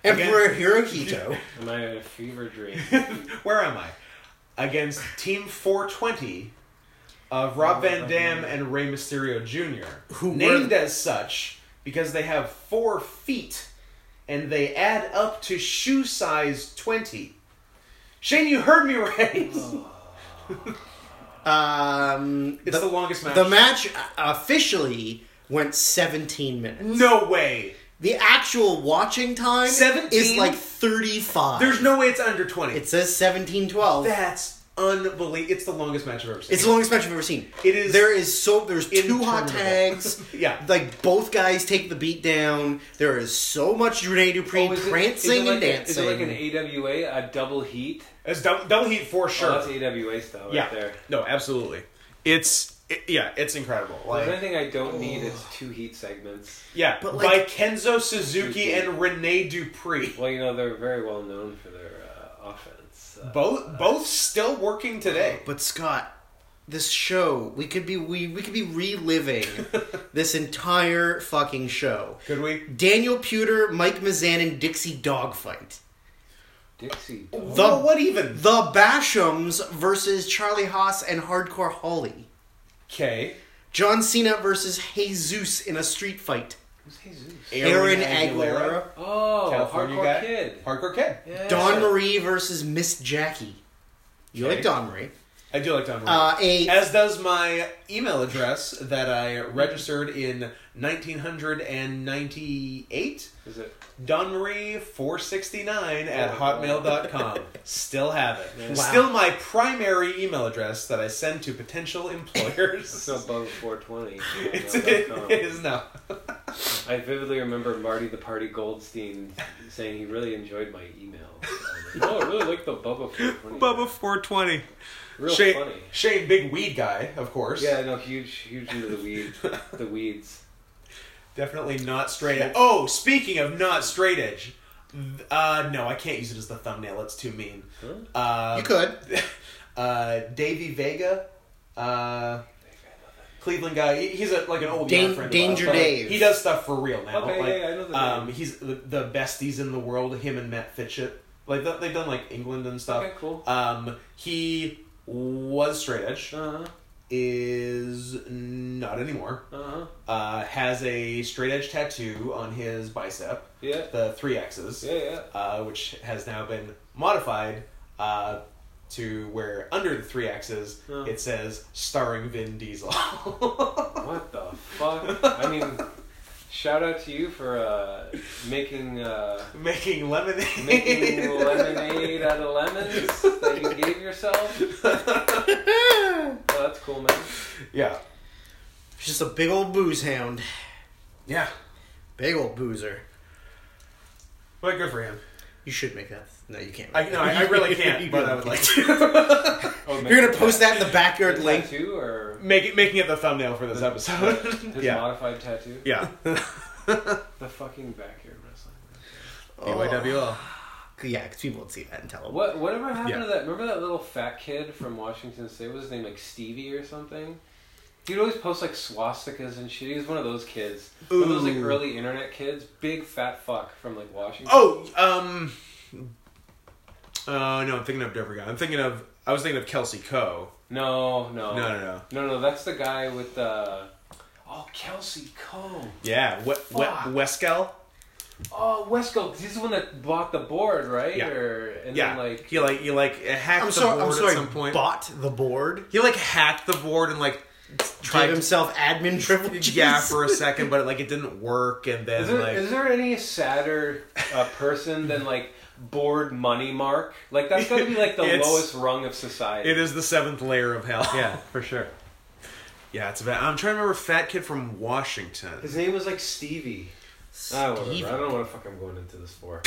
C: Emperor Hirohito.
B: Am I in a fever dream?
A: Where am I? Against Team 420 of Rob Van Dam and Rey Mysterio Jr.
C: Oh, Who
A: named
C: were-
A: as such because they have four feet and they add up to shoe size 20. Shane, you heard me right.
C: Um,
A: It's the,
C: Oh. the,
A: longest match.
C: the match officially went 17 minutes.
A: No way.
C: The actual watching time
A: 17?
C: is like 35.
A: There's no way it's under 20.
C: It says 1712.
A: That's unbelievable. It's the longest match I've ever seen.
C: it's the longest match I've ever seen.
A: It is
C: There is so there's two hot
A: interminable.
C: tags.
A: Yeah.
C: like both guys take the beat down. There is so much Rene Dupree
B: Oh, is it-
C: prancing
B: is it like
C: and
B: a-
C: dancing.
B: Is it like an AWA, a double heat?
A: It's double, double heat for sure.
B: Oh, that's AWA style right
A: yeah.
B: there.
A: No, absolutely. It's it- yeah, it's incredible.
B: If
A: Like,
B: there's anything I don't need, it's two heat segments.
A: Yeah,
C: But,
A: by
C: like-
A: Kenzo Suzuki and Rene Dupree.
B: Well, you know, they're very well known for their uh, offense. Uh,
A: Both both still working today.
C: But Scott, this show, we could be we, we could be reliving this entire fucking show.
A: Could we?
C: Daniel Pewter, Mike Mazan, and Dixie Dogfight.
B: Dixie.
A: well, what even?
C: The Bashams versus Charlie Haas and Hardcore Holly.
A: Okay.
C: John Cena versus Jesus in a street fight.
B: Who's Jesus?
C: Aaron, Aguilera.
B: Oh,
A: California
B: hardcore
A: guy.
B: kid.
A: Hardcore kid.
B: Yeah.
C: Don Marie versus Miss Jackie. You
A: Okay.
C: like Don Marie?
A: I do like Don
C: Uh,
A: Marie.
C: a
A: As does my email address that I registered in 1998.
B: Is it?
A: Donmarie469 at
B: Oh,
A: hotmail.com. Still have it.
C: Wow.
A: Still my primary email address that I send to potential employers.
B: It's not above 420.
A: It's,
B: No,
A: it,
B: that's not.
A: it is now.
B: I vividly remember Marty the Party Goldstein saying he really enjoyed my email. oh, I really like the Bubba 420.
D: Bubba 420.
B: Real
A: Shane,
B: funny.
A: Shane, big weed guy, of course.
B: Yeah, no, huge, huge into the weed, the weeds.
A: Definitely not straight edge. Oh, speaking of not straight edge, th- uh, no, I can't use it as the thumbnail. It's too mean. Uh,
C: you could.
A: Uh, Davey Vega, uh, Cleveland guy. He- He's a, like an old
C: Dan-
A: guy friend. of
C: Danger
A: ours, but
C: Dave.
A: He does stuff for real now.
B: Okay,
A: like,
B: yeah, yeah, I know the
A: um,
B: name.
A: He's the, the besties in the world. Him and Matt Fitchett. Like th- they've done like England and stuff.
B: Okay, cool.
A: Um, he was straight edge.
B: Uh huh.
A: Is not anymore.
B: Uh huh.
A: uh, has a straight edge tattoo on his bicep,
B: Yeah.
A: the three X's,
B: Yeah, yeah.
A: uh, which has now been modified uh, to where under the three X's
B: Yeah.
A: it says starring Vin Diesel.
B: What the fuck? I mean, Shout out to you for uh, making uh,
A: Making lemonade.
B: making lemonade out of lemons that you gave yourself. Oh, that's cool, man.
A: yeah.
C: Just a big old booze hound.
A: Yeah.
C: Big old boozer.
A: But good for him.
C: You should make that. No, you can't.
A: I,
C: make
A: no,
C: that.
A: I, I really can't,
C: You
A: but I
C: really
A: would
C: can't.
A: like to.
B: Oh,
C: You're gonna post that in the backyard link.
B: tattoo or
A: Make it, making it the thumbnail for this episode.
B: his
A: yeah.
B: modified tattoo.
A: Yeah.
B: The fucking backyard wrestling.
D: BYWL.
C: Oh, Yeah, because people would see that and tell them.
B: What whatever happened
D: Yeah.
B: to that? Remember that little fat kid from Washington State? What was his name like Stevie or something? He'd always post like swastikas and shit. He was one of those kids, one of those like
D: Ooh.
B: early internet kids, big fat fuck from like Washington.
D: Oh,
A: Um. Uh, no, I'm thinking of different guy. I'm thinking of. I was thinking of Kelsey Coe.
B: no,
A: No,
B: no,
A: no, no.
B: no, no. That's the guy with uh, oh Kelsey Cole.
A: Yeah. What? We-
B: Fuck.
A: Weskel.
B: Oh Wesco. He's the one that bought the board, right?
A: Yeah.
B: Or, and
A: Yeah.
B: then like
A: he like he like hacked
C: I'm
A: the
C: sorry.
A: board
C: I'm sorry.
A: at some point.
C: Bought the board.
A: He like hacked the board and like
C: Tried
A: tried
C: himself admin privileges.
A: yeah for a second, but like it didn't work, and then
B: Is there,
A: like
B: is there any sadder uh, person than like bored money mark? Like that's got to be like the
A: It's-
B: lowest rung of society.
A: it is the seventh layer of hell.
B: Yeah, for sure.
A: yeah. It's about. I'm trying to remember fat kid from Washington.
B: His name was like Stevie. I don't,
C: Stevie.
B: Ah, whatever. I don't know what the fuck I'm going into this for.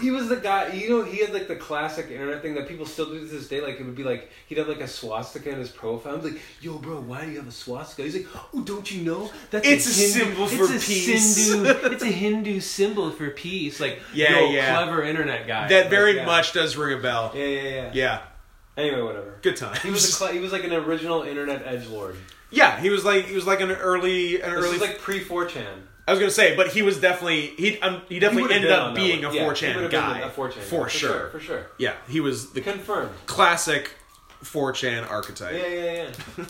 B: he was the guy, you know, he had like the classic internet thing that people still do to this day. Like, it would be like, he'd have like a swastika in his profile. I'm like, yo, bro, why do you have a swastika? He's like, oh, don't you know? That's
A: It's a symbol for peace."
B: Hindu, it's a Hindu symbol for peace. Like,
A: Yeah,
B: yo,
A: yeah.
B: clever internet guy.
A: That
B: Like,
A: very
B: yeah.
A: much does ring a bell.
B: Yeah, yeah, yeah.
A: Yeah,
B: Anyway, whatever.
A: good times.
B: He was a cla he was like an original internet edge lord.
A: yeah, he was like he was like an early an
B: This
A: early.
B: is like pre 4chan.
A: I was gonna say, but he was definitely he um, he definitely
B: would've
A: ended
B: been
A: up
B: on that
A: being a
B: one.
A: 4chan
B: he would've been
A: guy
B: a 4chan guy.
A: for sure.
B: For sure.
A: Yeah, he was the
B: Confirmed.
A: classic 4chan archetype.
B: Yeah, yeah, yeah.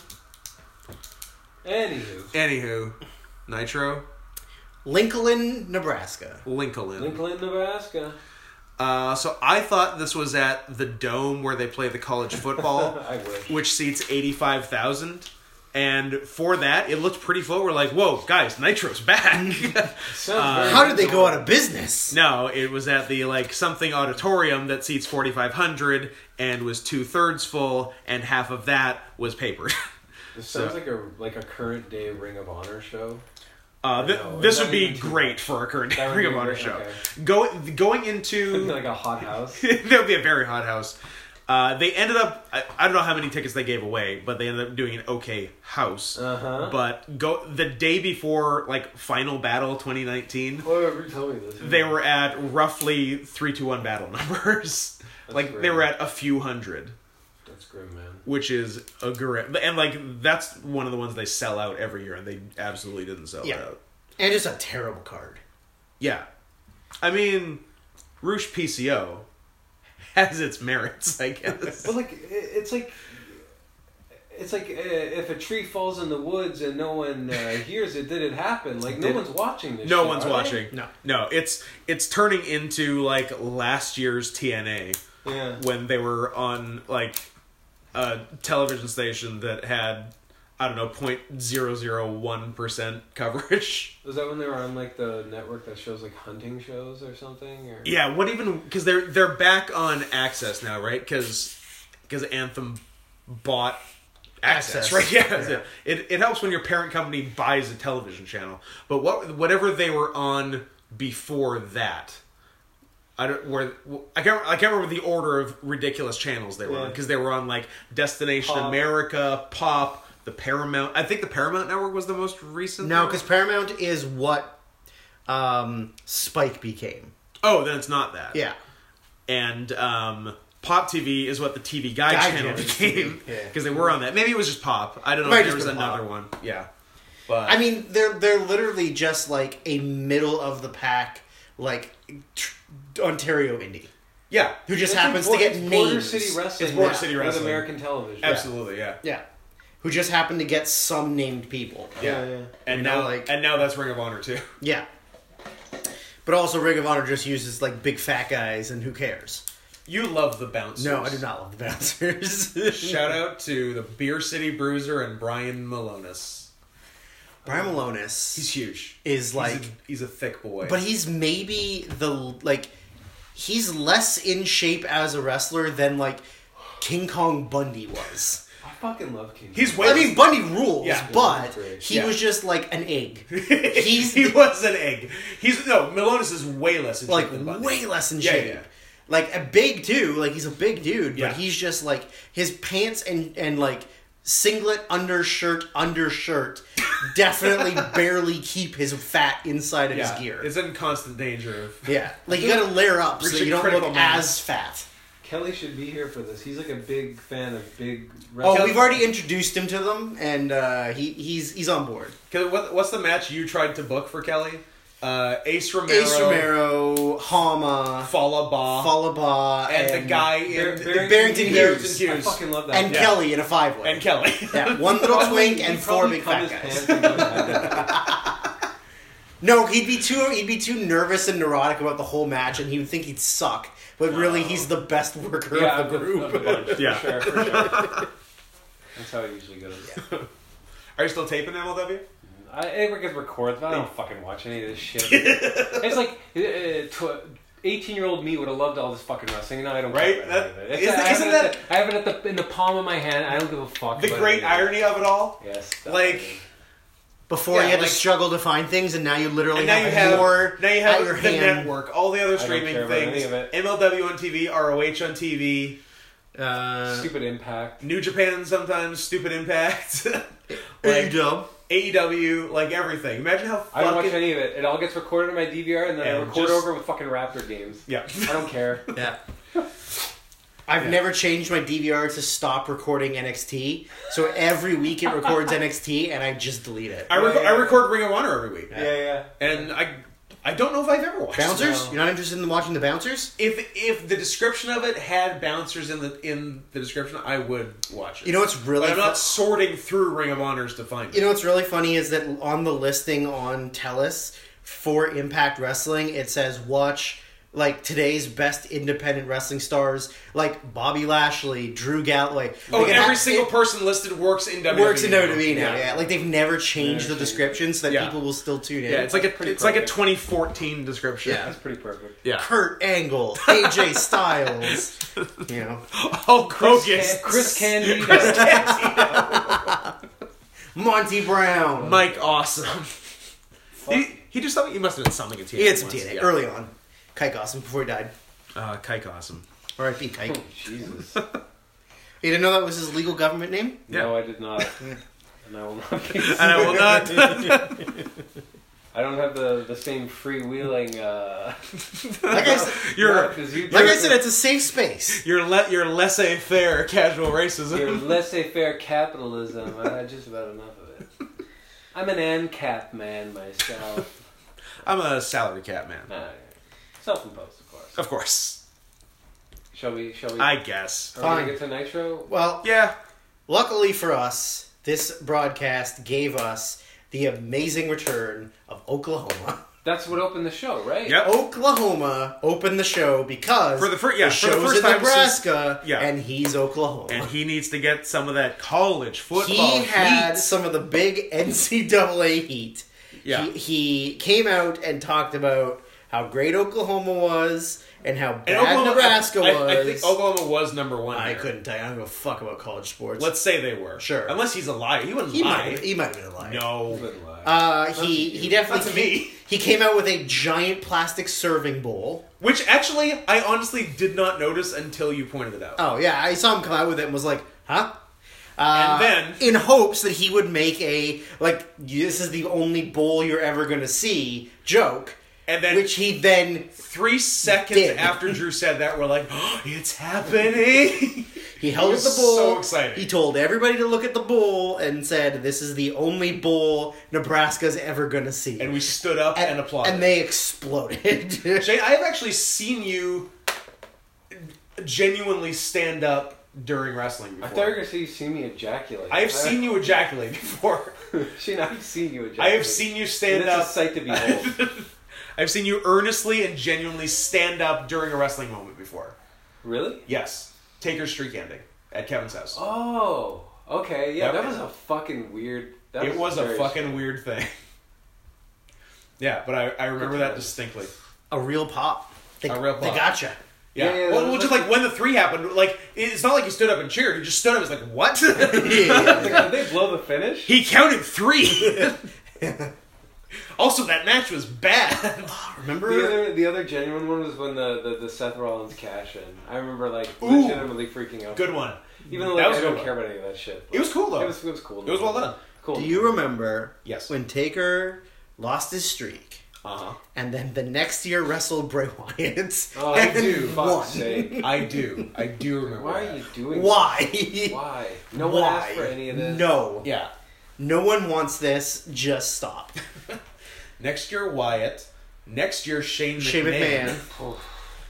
B: Anywho,
A: Anywho, Nitro,
C: Lincoln, Nebraska.
A: Lincoln.
B: Lincoln, Nebraska.
A: Uh, so I thought this was at the dome where they play the college football,
B: I wish.
A: which seats eighty five thousand. And for that, it looked pretty full. We're like, whoa, guys, Nitro's back. Uh,
B: Sounds very
C: How did they go out of business?
A: no, it was at the like something auditorium that seats forty five hundred and was two thirds full, and half of that was papered.
B: This sounds like a like a current day Ring of Honor show.
A: Uh, th-
B: No,
A: this
B: that
A: would be
B: would be-
A: great for a current
B: That would
A: Ring
B: be
A: of Honor
B: great,
A: show.
B: okay.
A: Go going into
B: like a hot house.
A: that would be a very hot house. Uh, they ended up. I, I don't know how many tickets they gave away, but they ended up doing an okay house.
B: Uh-huh.
A: But go the day before, like Final Battle 2019,
B: Whatever, tell me this.
A: they were at roughly three to one battle numbers. like they
B: great.
A: were at a few hundred,
B: That's grim, man.
A: which is a great. And like that's one of the ones they sell out every year, and they absolutely didn't sell
C: Yeah.
A: it out.
C: And it's a terrible card.
A: Yeah. I mean, Roosh PCO has its merits, I guess.
B: But like, i- it's like. It's like uh, if a tree falls in the woods and no one uh, hears it, did it happen? Like no
A: Did-
B: one's watching this.
A: no
B: shit,
A: one's
B: are they?
A: watching.
C: No.
A: No, it's it's turning into like last year's TNA
B: Yeah.
A: when they were on like a television station that had I don't know 0.001% coverage.
B: Was that when they were on like the network that shows like hunting shows or something? Or
A: Yeah, what even cuz they're they're back on Access now, right? Cuz cuz Anthem bought Access,
C: Access.
A: right? Yeah, that's it. it it helps when your parent company buys a television channel. But what whatever they were on before that, I don't where I can't I can't remember the order of ridiculous channels they were on
B: Yeah.
A: because they were on like Destination
B: Pop.
A: America, Pop, the Paramount. I think the Paramount Network was the most recent.
C: No,
A: one.
C: because Paramount is what um, Spike became.
A: oh, then it's not that.
C: Yeah.
A: and um, Pop TV is what the TV Guide,
C: Guide
A: channel
C: channel is
A: became
C: TV, yeah.
A: because they were on that. Maybe it was just Pop. I don't know
C: Might
A: if
C: just
A: there was
C: been
A: another
C: Pop.
A: one. Yeah, but
C: I mean, they're they're literally just like a middle of the pack, like tr- Ontario indie,
A: yeah,
C: who just
B: It's
C: happens
B: like
C: to get
B: Border- Border
C: names.
B: City Wrestling.
A: It's Border
B: with-
A: City
B: with
A: Wrestling.
B: American television.
A: absolutely, yeah.
C: Yeah, who just happen to get some named people.
B: Yeah, yeah.
A: And
C: You know,
A: now,
C: like-
A: and now that's Ring of Honor too.
C: Yeah. But also, Ring of Honor just uses like big fat guys, and who cares?
A: You love the bouncers.
C: No, I do not love the bouncers.
A: Shout out to the Beer City Bruiser and Brian Malonis.
C: Brian Malonis
A: He's huge.
C: is like,
A: he's a, he's a thick boy.
C: but he's maybe the like, he's less in shape as a wrestler than like King Kong Bundy was.
B: I fucking love King.
A: he's way.
C: I mean, Bundy rules,
A: Yeah.
C: but
B: Yeah, he's
C: he
A: great.
C: was just like an egg. He's
A: he was an egg. He's no Melonis is way less in shape
C: like
A: than Bundy.
C: way less in
A: Yeah,
C: shape.
A: yeah.
C: Like a big dude, like he's a big dude,
A: Yeah.
C: but he's just like his pants and and like singlet, undershirt, undershirt definitely barely keep his fat inside of
A: yeah.
C: his gear.
A: It's in constant danger of.
C: yeah, like you gotta layer up so
A: Reaching
C: you don't
A: critical
C: look
A: mass.
C: as fat.
B: Kelly should be here for this. He's like a big fan of big.
C: Oh,
A: Kelly-
C: we've already introduced him to them, and uh, he he's he's on board.
A: 'Cause What, what's the match you tried to book for Kelly? Uh, Ace Romero,
C: Ace Romero, Hama,
A: Falaba,
C: Falaba,
A: and, the guy in
B: Bar-
C: Barrington Barrington Hughes.
B: I fucking love that.
C: and
B: guy.
A: Yeah.
C: Kelly in a five way.
A: and Kelly.
C: yeah, one little
B: Probably-
C: twink and
B: he
C: four
B: probably
C: big
B: cut
C: fat
B: his
C: guys.
B: pants and goes,
C: No, he'd be too he'd be too nervous and neurotic about the whole match, and he would think he'd suck. But really, he's the best worker
B: Yeah,
C: of the group.
B: Of the bunch, for
D: Yeah.
B: sure, for sure. That's how it usually goes.
A: Are you still taping MLW?
B: I, it gets records, but I don't fucking watch any of this shit. it's like uh, tw- 18 year old me would have loved all this fucking wrestling. and Now I don't
A: Right?
B: Care
A: That-
B: about any of it.
A: is-
B: It's- I have
A: isn't
B: it at
A: that-
B: the- I have it at the in the palm of my hand. I don't give a fuck.
A: The
B: about
A: great
B: anything.
A: irony of it all.
B: Yes.
A: Like,
C: Before
A: Yeah,
C: you had
A: like-
C: to struggle to find things, and now you literally
A: and now you
C: have,
A: have
C: more
A: now you have
C: at your
A: the
C: hand.
A: network, all the other
B: don't
A: streaming
B: care about
A: things,
B: any of it.
A: MLW on TV, ROH on TV,
C: Uh,
B: stupid impact.
A: New Japan sometimes, Stupid Impact,
C: there you
A: like
C: go.
A: AEW, like everything. Imagine how
B: I don't watch
A: fucking
B: any of it. It all gets recorded on my DVR, and then I
A: And
B: record
A: just-
B: over with fucking Raptor games.
A: yeah.
B: I don't care.
C: Yeah. I've never changed my DVR to stop recording NXT, so every week it records NXT, and I just delete it.
A: I, rec-
B: Yeah, yeah.
A: I record Ring of Honor every week,
B: yeah.
A: and I I don't know if I've ever watched it.
C: Bouncers?
B: No.
C: You're not interested in watching the bouncers?
A: If if the description of it had bouncers in the in the description, I would watch it.
C: You know what's really
A: but I'm
C: fu-
A: not sorting through Ring of Honors to find it.
C: You know what's really funny is that on the listing on Telus for Impact Wrestling, it says watch like today's best independent wrestling stars like Bobby Lashley, Drew Galloway.
A: Oh,
C: Like, it
A: every
C: ha-
A: single
C: it
A: person listed works in E WWE.
C: works in E
A: now.
C: WWE now. Yeah. like they've never changed
B: Never changed.
C: the description so that
A: Yeah.
C: people will still tune in.
A: Yeah, it's like a
B: Pretty
A: it's like a
B: perfect.
A: 2014 description.
C: Yeah.
B: That's pretty perfect.
A: yeah.
C: Kurt Angle, AJ Styles, you know,
A: Hulk Hogan,
B: Chris, Can- Chris Candy.
C: Monty Brown.
A: Mike Awesome. he, he did something. He must have done something at TNA.
C: he had some
A: once,
C: DNA
A: yeah.
C: early on. Kike Awesome before he died.
A: Uh, Kike Awesome.
C: R.I.P. Kike.
A: Hmm.
B: Jesus.
C: You didn't know that was his legal government name?
B: No, I did not. And I will not. Be
A: And I will not.
B: I don't have the, the same freewheeling. Uh,
C: Like I, s-
A: You're
B: luck as you do.
C: like I said, it's a safe space.
A: you're le- you're laissez faire casual
B: your
A: racism.
B: laissez-faire capitalism. I had just about enough of it. I'm an ANCAP man myself.
A: I'm a salary cap man.
B: Nah, self-imposed, of course.
A: Of course.
B: Shall we? Shall we?
A: I guess.
B: are we
C: Fine.
B: gonna get to Nitro?
C: Well,
A: Yeah.
C: luckily for us, this broadcast gave us the amazing return of Oklahoma.
B: That's what opened the show, right?
A: Yep.
C: Oklahoma opened the show because
A: For the fir- yeah, for the
C: show's
A: first
C: in
A: time since-
C: Nebraska,
A: yeah.
C: and he's Oklahoma.
A: And he needs to get some of that college football.
C: he had
A: heat.
C: some of the big NCAA heat.
A: Yeah.
C: He, he came out and talked about how great Oklahoma was and how bad
A: And Oklahoma,
C: Nebraska
A: I-
C: was.
A: I, I think Oklahoma was number one.
C: I
A: there.
C: couldn't tell you. I don't give a fuck about college sports.
A: Let's say they were.
C: Sure.
A: Unless he's a liar. He wouldn't
C: he
A: lie.
C: might he might have been a liar.
A: No.
B: Good lord.
C: Uh, he he definitely
A: Not to me.
C: came, he came out with a giant plastic serving bowl.
A: Which actually, I honestly did not notice until you pointed it out.
C: Oh yeah, I saw him come out with it and was like, huh? Uh,
A: And then-
C: in hopes that he would make a like this is the only bowl you're ever gonna see joke,
A: And then-
C: which he then
A: Three seconds
C: Did.
A: after Drew said that, we're like, it's happening.
C: he held
A: was
C: the bowl.
A: so excited.
C: He told everybody to look at the bowl and said, "This is the only bowl Nebraska's ever gonna see."
A: and we stood up and, applauded.
C: and they exploded.
A: Jay, I have actually seen you genuinely stand up during wrestling before.
B: I thought you were gonna say you seen me ejaculate.
A: I have seen you ejaculate before.
B: Sheena, I've seen you ejaculate.
A: I have seen you
B: And
A: stand
B: It's a
A: up.
B: sight to behold.
A: I've seen you earnestly and genuinely stand up during a wrestling moment before.
B: really?
A: Yes. Taker's streak ending at Kevin's house.
B: Oh, okay. Yeah,
A: That
B: that,
A: was-
B: was a fucking weird That
A: it was a
B: very
A: fucking weird thing. yeah, but I, I remember that
B: times.
A: distinctly.
C: A real pop. They,
A: A real
C: they
A: pop.
C: gotcha.
A: Yeah.
B: Yeah, yeah, that
A: well,
B: was
A: well, just
B: like-
A: like when the three happened, like it's not like he stood up and cheered. He just stood up. and was like, "What?"
B: strange. Like, did they blow the finish?
A: he counted three. also, that match was bad.
C: Remember?
B: The other, the other genuine one was when the, the, the Seth Rollins cash in. I remember like
A: Ooh.
B: legitimately freaking out.
A: Good one.
B: Even though
A: That was
B: like, I
A: a good
B: don't
A: one.
B: care about any of that shit.
A: It was cool though.
B: It was, it was cool.
A: It was well done.
B: Cool.
C: Do you remember
A: Yes.
C: when Taker lost his streak
A: Uh huh.
C: and then the next year wrestled Bray Wyatt?
B: Oh,
C: and
B: I do.
C: won?
B: Fuck's sake.
A: I do. I do remember.
B: Why are
A: that.
B: you doing?
C: Why?
B: This? Why? No one
C: Why?
B: asked for any of this.
C: No.
A: Yeah.
C: No one wants this. Just stop.
A: Next year Wyatt. Next year Shane McMahon.
C: Shane McMahon.
B: Oh,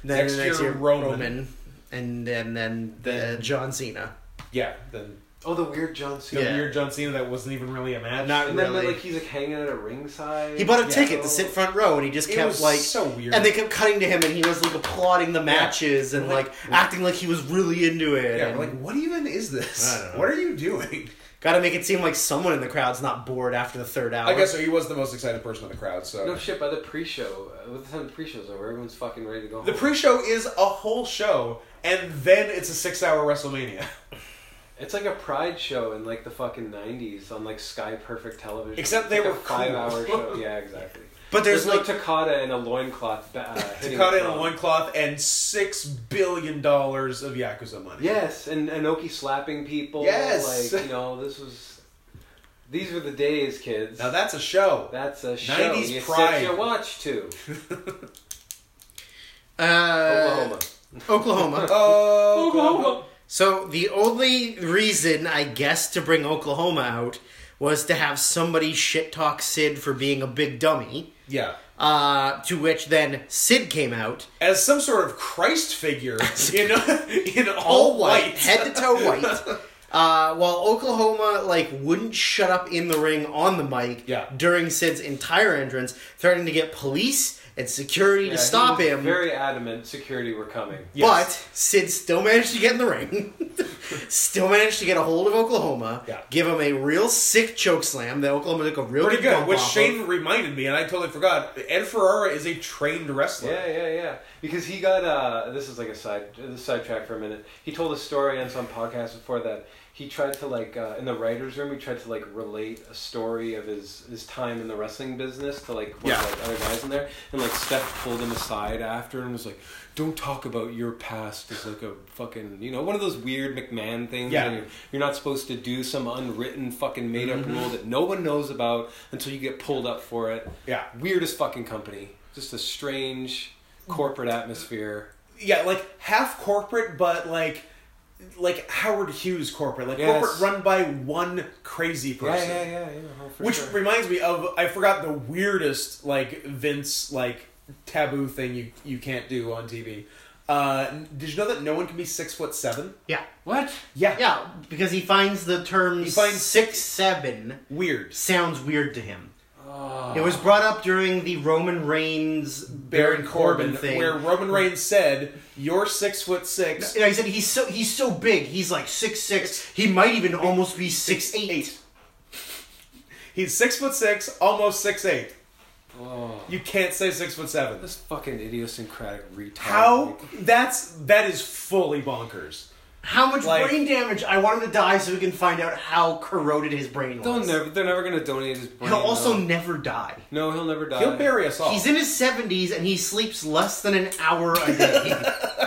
C: Then
A: Next
C: the
A: year, Roman.
C: And, and then the
A: Then-
C: John Cena.
A: Yeah. Then
B: Oh, the weird John
A: the
B: Cena.
C: Yeah.
A: weird John Cena that wasn't even really a match.
C: Not
B: And then
C: really.
B: like he's like hanging out at a ringside.
C: He bought a
A: Yeah.
C: ticket to sit front row, and he just
A: It
C: kept
A: was
C: like
A: so weird.
C: And they kept cutting to him, and he was like applauding the matches and like acting like he was really into it.
A: Yeah,
C: and
A: we're like, what even is this?
C: I don't know.
A: What are you doing?
C: gotta make it seem like someone in the crowd's not bored after the third hour.
A: I guess so. He was the most excited person in the crowd. So
B: No shit. By the pre-show, uh, by the time the pre-show's over, everyone's fucking ready to go.
A: the
B: home.
A: pre-show is a whole show, and then it's a six-hour WrestleMania.
B: It's like a pride show in like the fucking nineties on like Sky Perfect television.
A: Except
B: It's
A: they
B: like
A: were
B: a five-hour
A: cool.
B: show. Yeah, exactly.
C: But there's, like
B: no Takata and a loincloth. Ba- uh, hitting
A: Takata
B: the
A: in a
B: drum.
A: loincloth and six billion dollars of yakuza money.
B: Yes, and Anoki slapping people.
A: Yes.
B: like you know, this was. These were the days, kids.
A: Now that's a show.
B: That's a show
A: 90s
B: you
A: pride.
B: set your watch to.
C: uh,
A: Uh,
B: Oklahoma.
C: Oklahoma.
A: oh,
C: So the only reason I guess to bring Oklahoma out was to have somebody shit talk Sid for being a big dummy.
A: Yeah,
C: Uh, to which then Sid came out,
A: as some sort of Christ figure in in all,
C: all white,
A: white.
C: head to toe white. Uh, while Oklahoma like wouldn't shut up in the ring on the mic
A: Yeah.
C: during Sid's entire entrance, threatening to get police and security
B: Yeah,
C: to
B: he
C: stop
B: was
C: him.
B: Very adamant. Security were coming.
A: Yes.
C: But Sid still managed to get in the ring. still managed to get a hold of Oklahoma.
A: Yeah.
C: Give him a real sick choke slam that Oklahoma took a real
A: Pretty
C: big
A: good,
C: bump
A: which
C: off
A: Shane
C: of.
A: reminded me, and I totally forgot. Ed Ferrara is a trained wrestler.
B: Yeah, yeah, yeah. Because he got uh, this is like a side uh, sidetrack for a minute. He told a story on some podcast before that he tried to like uh, in the writers' room. He tried to like relate a story of his his time in the wrestling business to like, one of,
E: Yeah.
B: like other guys in there, and like Steph pulled him aside after and was like, "Don't talk about your past as like a fucking you know one of those weird McMahon things.
A: Yeah.
B: when you're, you're not supposed to do some unwritten fucking made up rule that no one knows about until you get pulled up for it."
A: Yeah.
B: weirdest fucking company. Just a strange corporate atmosphere.
A: yeah, like half corporate, but like like Howard Hughes corporate, like
B: Yes.
A: corporate run by one crazy person.
B: yeah, yeah.
A: Which reminds me of I forgot the weirdest like Vince like taboo thing you you can't do on TV. Uh, did you know that no one can be six foot seven?
C: Yeah.
B: what?
A: Yeah,
C: Yeah, because he finds the term
A: He finds-
C: six seven
A: weird.
C: sounds weird to him.
A: Ah.
C: It was brought up during the Roman Reigns Baron Corbin, thing.
A: where Roman Reigns said, "You're six foot six.
C: You know, he said he's so he's so big. He's like six six. He might even almost be six eight.
A: He's six foot six, almost six eight.
B: Oh,
A: You can't say six foot seven.
B: this fucking idiosyncratic retard.
A: How? That's that is fully bonkers.
C: How much
A: Like-
C: brain damage? I want him to die so we can find out how corroded his brain was.
B: They'll never. They're never gonna donate his brain.
C: He'll also
B: though.
C: never die.
B: No, he'll never die.
A: He'll bury us all.
C: He's in his 70s and he sleeps less than an hour a day.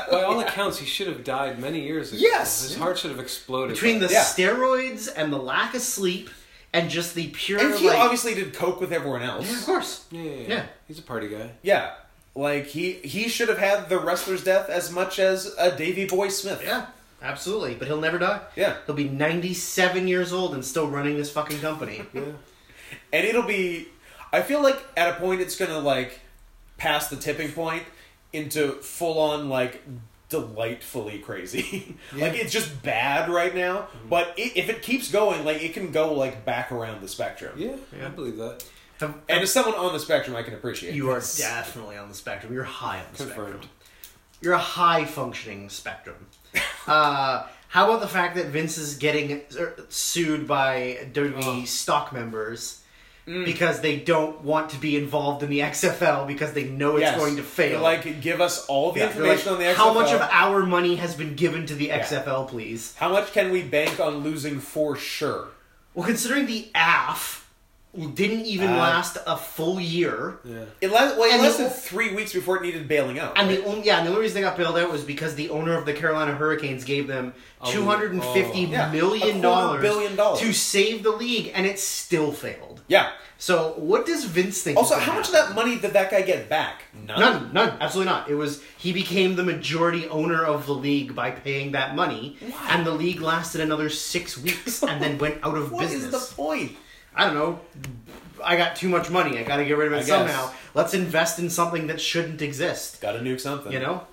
B: By all accounts, he should have died many years ago.
A: Yes.
B: His heart should have exploded.
C: Between the
A: Yeah.
C: steroids and the lack of sleep and just the pure.
A: And he
C: like-
A: obviously did coke with everyone
C: Yeah, of
A: else.
C: course.
B: Yeah, yeah, yeah.
C: Yeah.
B: He's a party guy.
A: Yeah. Like he he should have had the wrestler's death as much as a Davy Boy Smith.
C: Yeah, absolutely. But he'll never die.
A: Yeah.
C: He'll be 97 years old and still running this fucking company.
A: And it'll be I feel like at a point it's gonna like pass the tipping point into full on like delightfully crazy. like it's just bad right now,
C: Mm-hmm.
A: but it, if it keeps going like it can go like back around the spectrum.
B: Yeah, I believe that.
C: Have-
A: And as someone on the spectrum I can appreciate.
C: you are
A: this.
C: definitely on the spectrum. You're high on the
B: Confirmed.
C: spectrum. You're a high functioning spectrum. uh, How about the fact that Vince is getting er, sued by
A: Oh.
C: WWE stock members
A: Mm.
C: because they don't want to be involved in the XFL because they know it's
A: Yes.
C: going to
A: They're
C: fail?
A: Like, give us all the
C: Yeah, they're like,
A: information on the XFL.
C: how much of our money has been given to the XFL, please?
A: How much can we bank on losing for sure?
C: Well, considering the AF didn't even
A: Uh,
C: last a full year.
F: Yeah.
A: It la- well, it
C: And the-
A: lasted three weeks before it needed bailing out.
C: And the only yeah, and the only reason they got bailed out was because the owner of the Carolina Hurricanes gave them two hundred and fifty
B: oh.
A: Yeah, a quarter
C: million dollars
A: billion dollars.
C: to save the league, and it still failed.
A: yeah.
C: So what does Vince think?
A: Also,
C: is gonna
A: how much of
C: happen?
A: that money did that guy get back?
C: None, none, absolutely not. It was he became the majority owner of the league by paying that money, and the league lasted another six weeks and then went out of
A: What is
C: business.
A: the point?
C: I don't know. I got too much money. I got to get rid of it
A: I guess.
C: somehow. Let's invest in something that shouldn't exist.
A: Got to nuke something.
C: You know,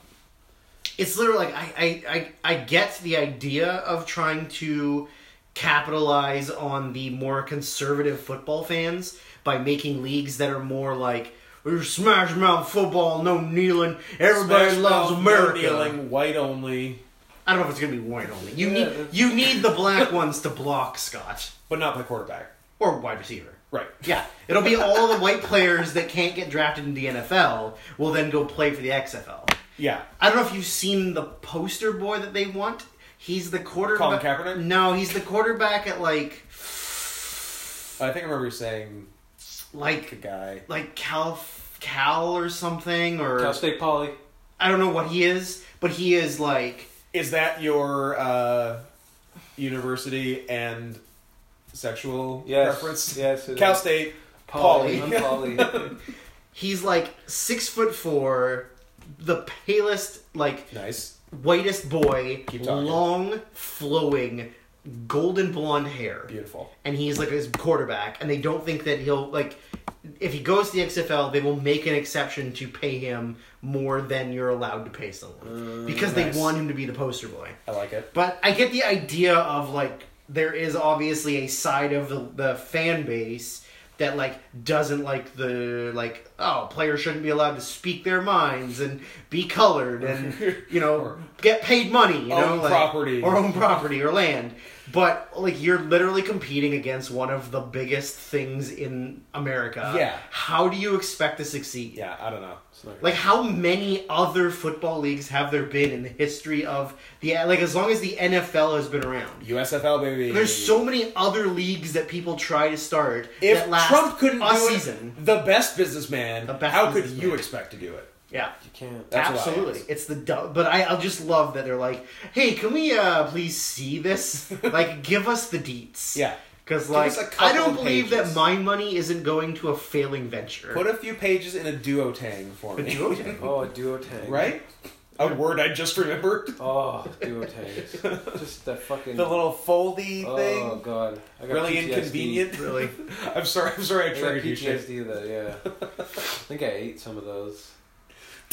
C: it's literally like I, I I I get the idea of trying to capitalize on the more conservative football fans by making leagues that are more like "We're smash mouth football, no kneeling. Everybody
A: Smash
C: loves
A: mouth, no
C: America.
A: Kneeling, white only,
C: I don't know if it's gonna be white only. You
F: Yeah,
C: need
F: that's-
C: you need the black ones to block Scott
A: but not the quarterback.
C: or wide receiver.
A: Right.
C: Yeah, it'll be all the white players that can't get drafted in the NFL will then go play for the XFL.
A: Yeah.
C: I don't know if you've seen the poster boy that they want. He's the quarterback.
A: Colin Kaepernick?
C: No, he's the quarterback at like
A: I think I remember you saying the
C: like
A: guy.
C: like Cal Cal or something or
F: Cal State Poly.
C: I don't know what he is, but he is like
A: Is that your uh, university and sexual
F: Yes.
A: preference?
F: Yes. it
A: Cal
F: is.
A: State.
F: Poly.
A: Poly.
F: I'm Poly.
C: he's like six foot four, the palest like
A: Nice.
C: whitest boy,
A: Keep talking.
C: long flowing golden blonde hair.
A: Beautiful.
C: and he's like his quarterback, and they don't think that he'll like if he goes to the XFL, they will make an exception to pay him more than you're allowed to pay someone because
A: nice.
C: they want him to be the poster boy.
A: I like it.
C: But I get the idea of like there is obviously a side of the, the fan base that like doesn't like the like oh players shouldn't be allowed to speak their minds and be colored and you know get paid money you know
A: Own
C: like,
A: property.
C: or own property or land but like you're literally competing against one of the biggest things in America
A: Yeah.
C: how do you expect to succeed
A: Yeah, I don't know.
C: like how many other football leagues have there been in the history of the like as long as the NFL has been around?
A: USFL baby.
C: There's so many other leagues that people try to start
A: If
C: that last
A: Trump couldn't
C: a
A: do
C: season.
A: it, the best businessman,
C: The best
A: how could
C: businessman.
A: you expect to do it?
C: Yeah.
F: you can't.
A: That's what I
C: Absolutely,
A: asked.
C: it's the dumb. But I, I just love that they're like, "Hey, can we uh please see this? like, give us the deets."
A: Yeah.
C: because
A: us
C: like
A: a
C: I
A: couple
C: don't believe
A: pages.
C: that my money isn't going to a failing venture.
A: Put a few pages in a duotang for me.
F: Oh, a duotang.
A: right? A word I just remembered.
F: Oh, duotangs. Just that fucking.
A: The little foldy
F: oh
A: thing.
F: god. I got
A: Really
F: PTSD.
A: inconvenient.
C: really,
A: I'm sorry. I'm sorry. I
F: I got
A: triggered you. Shane.
F: PTSD though. Yeah. I think I ate some of those.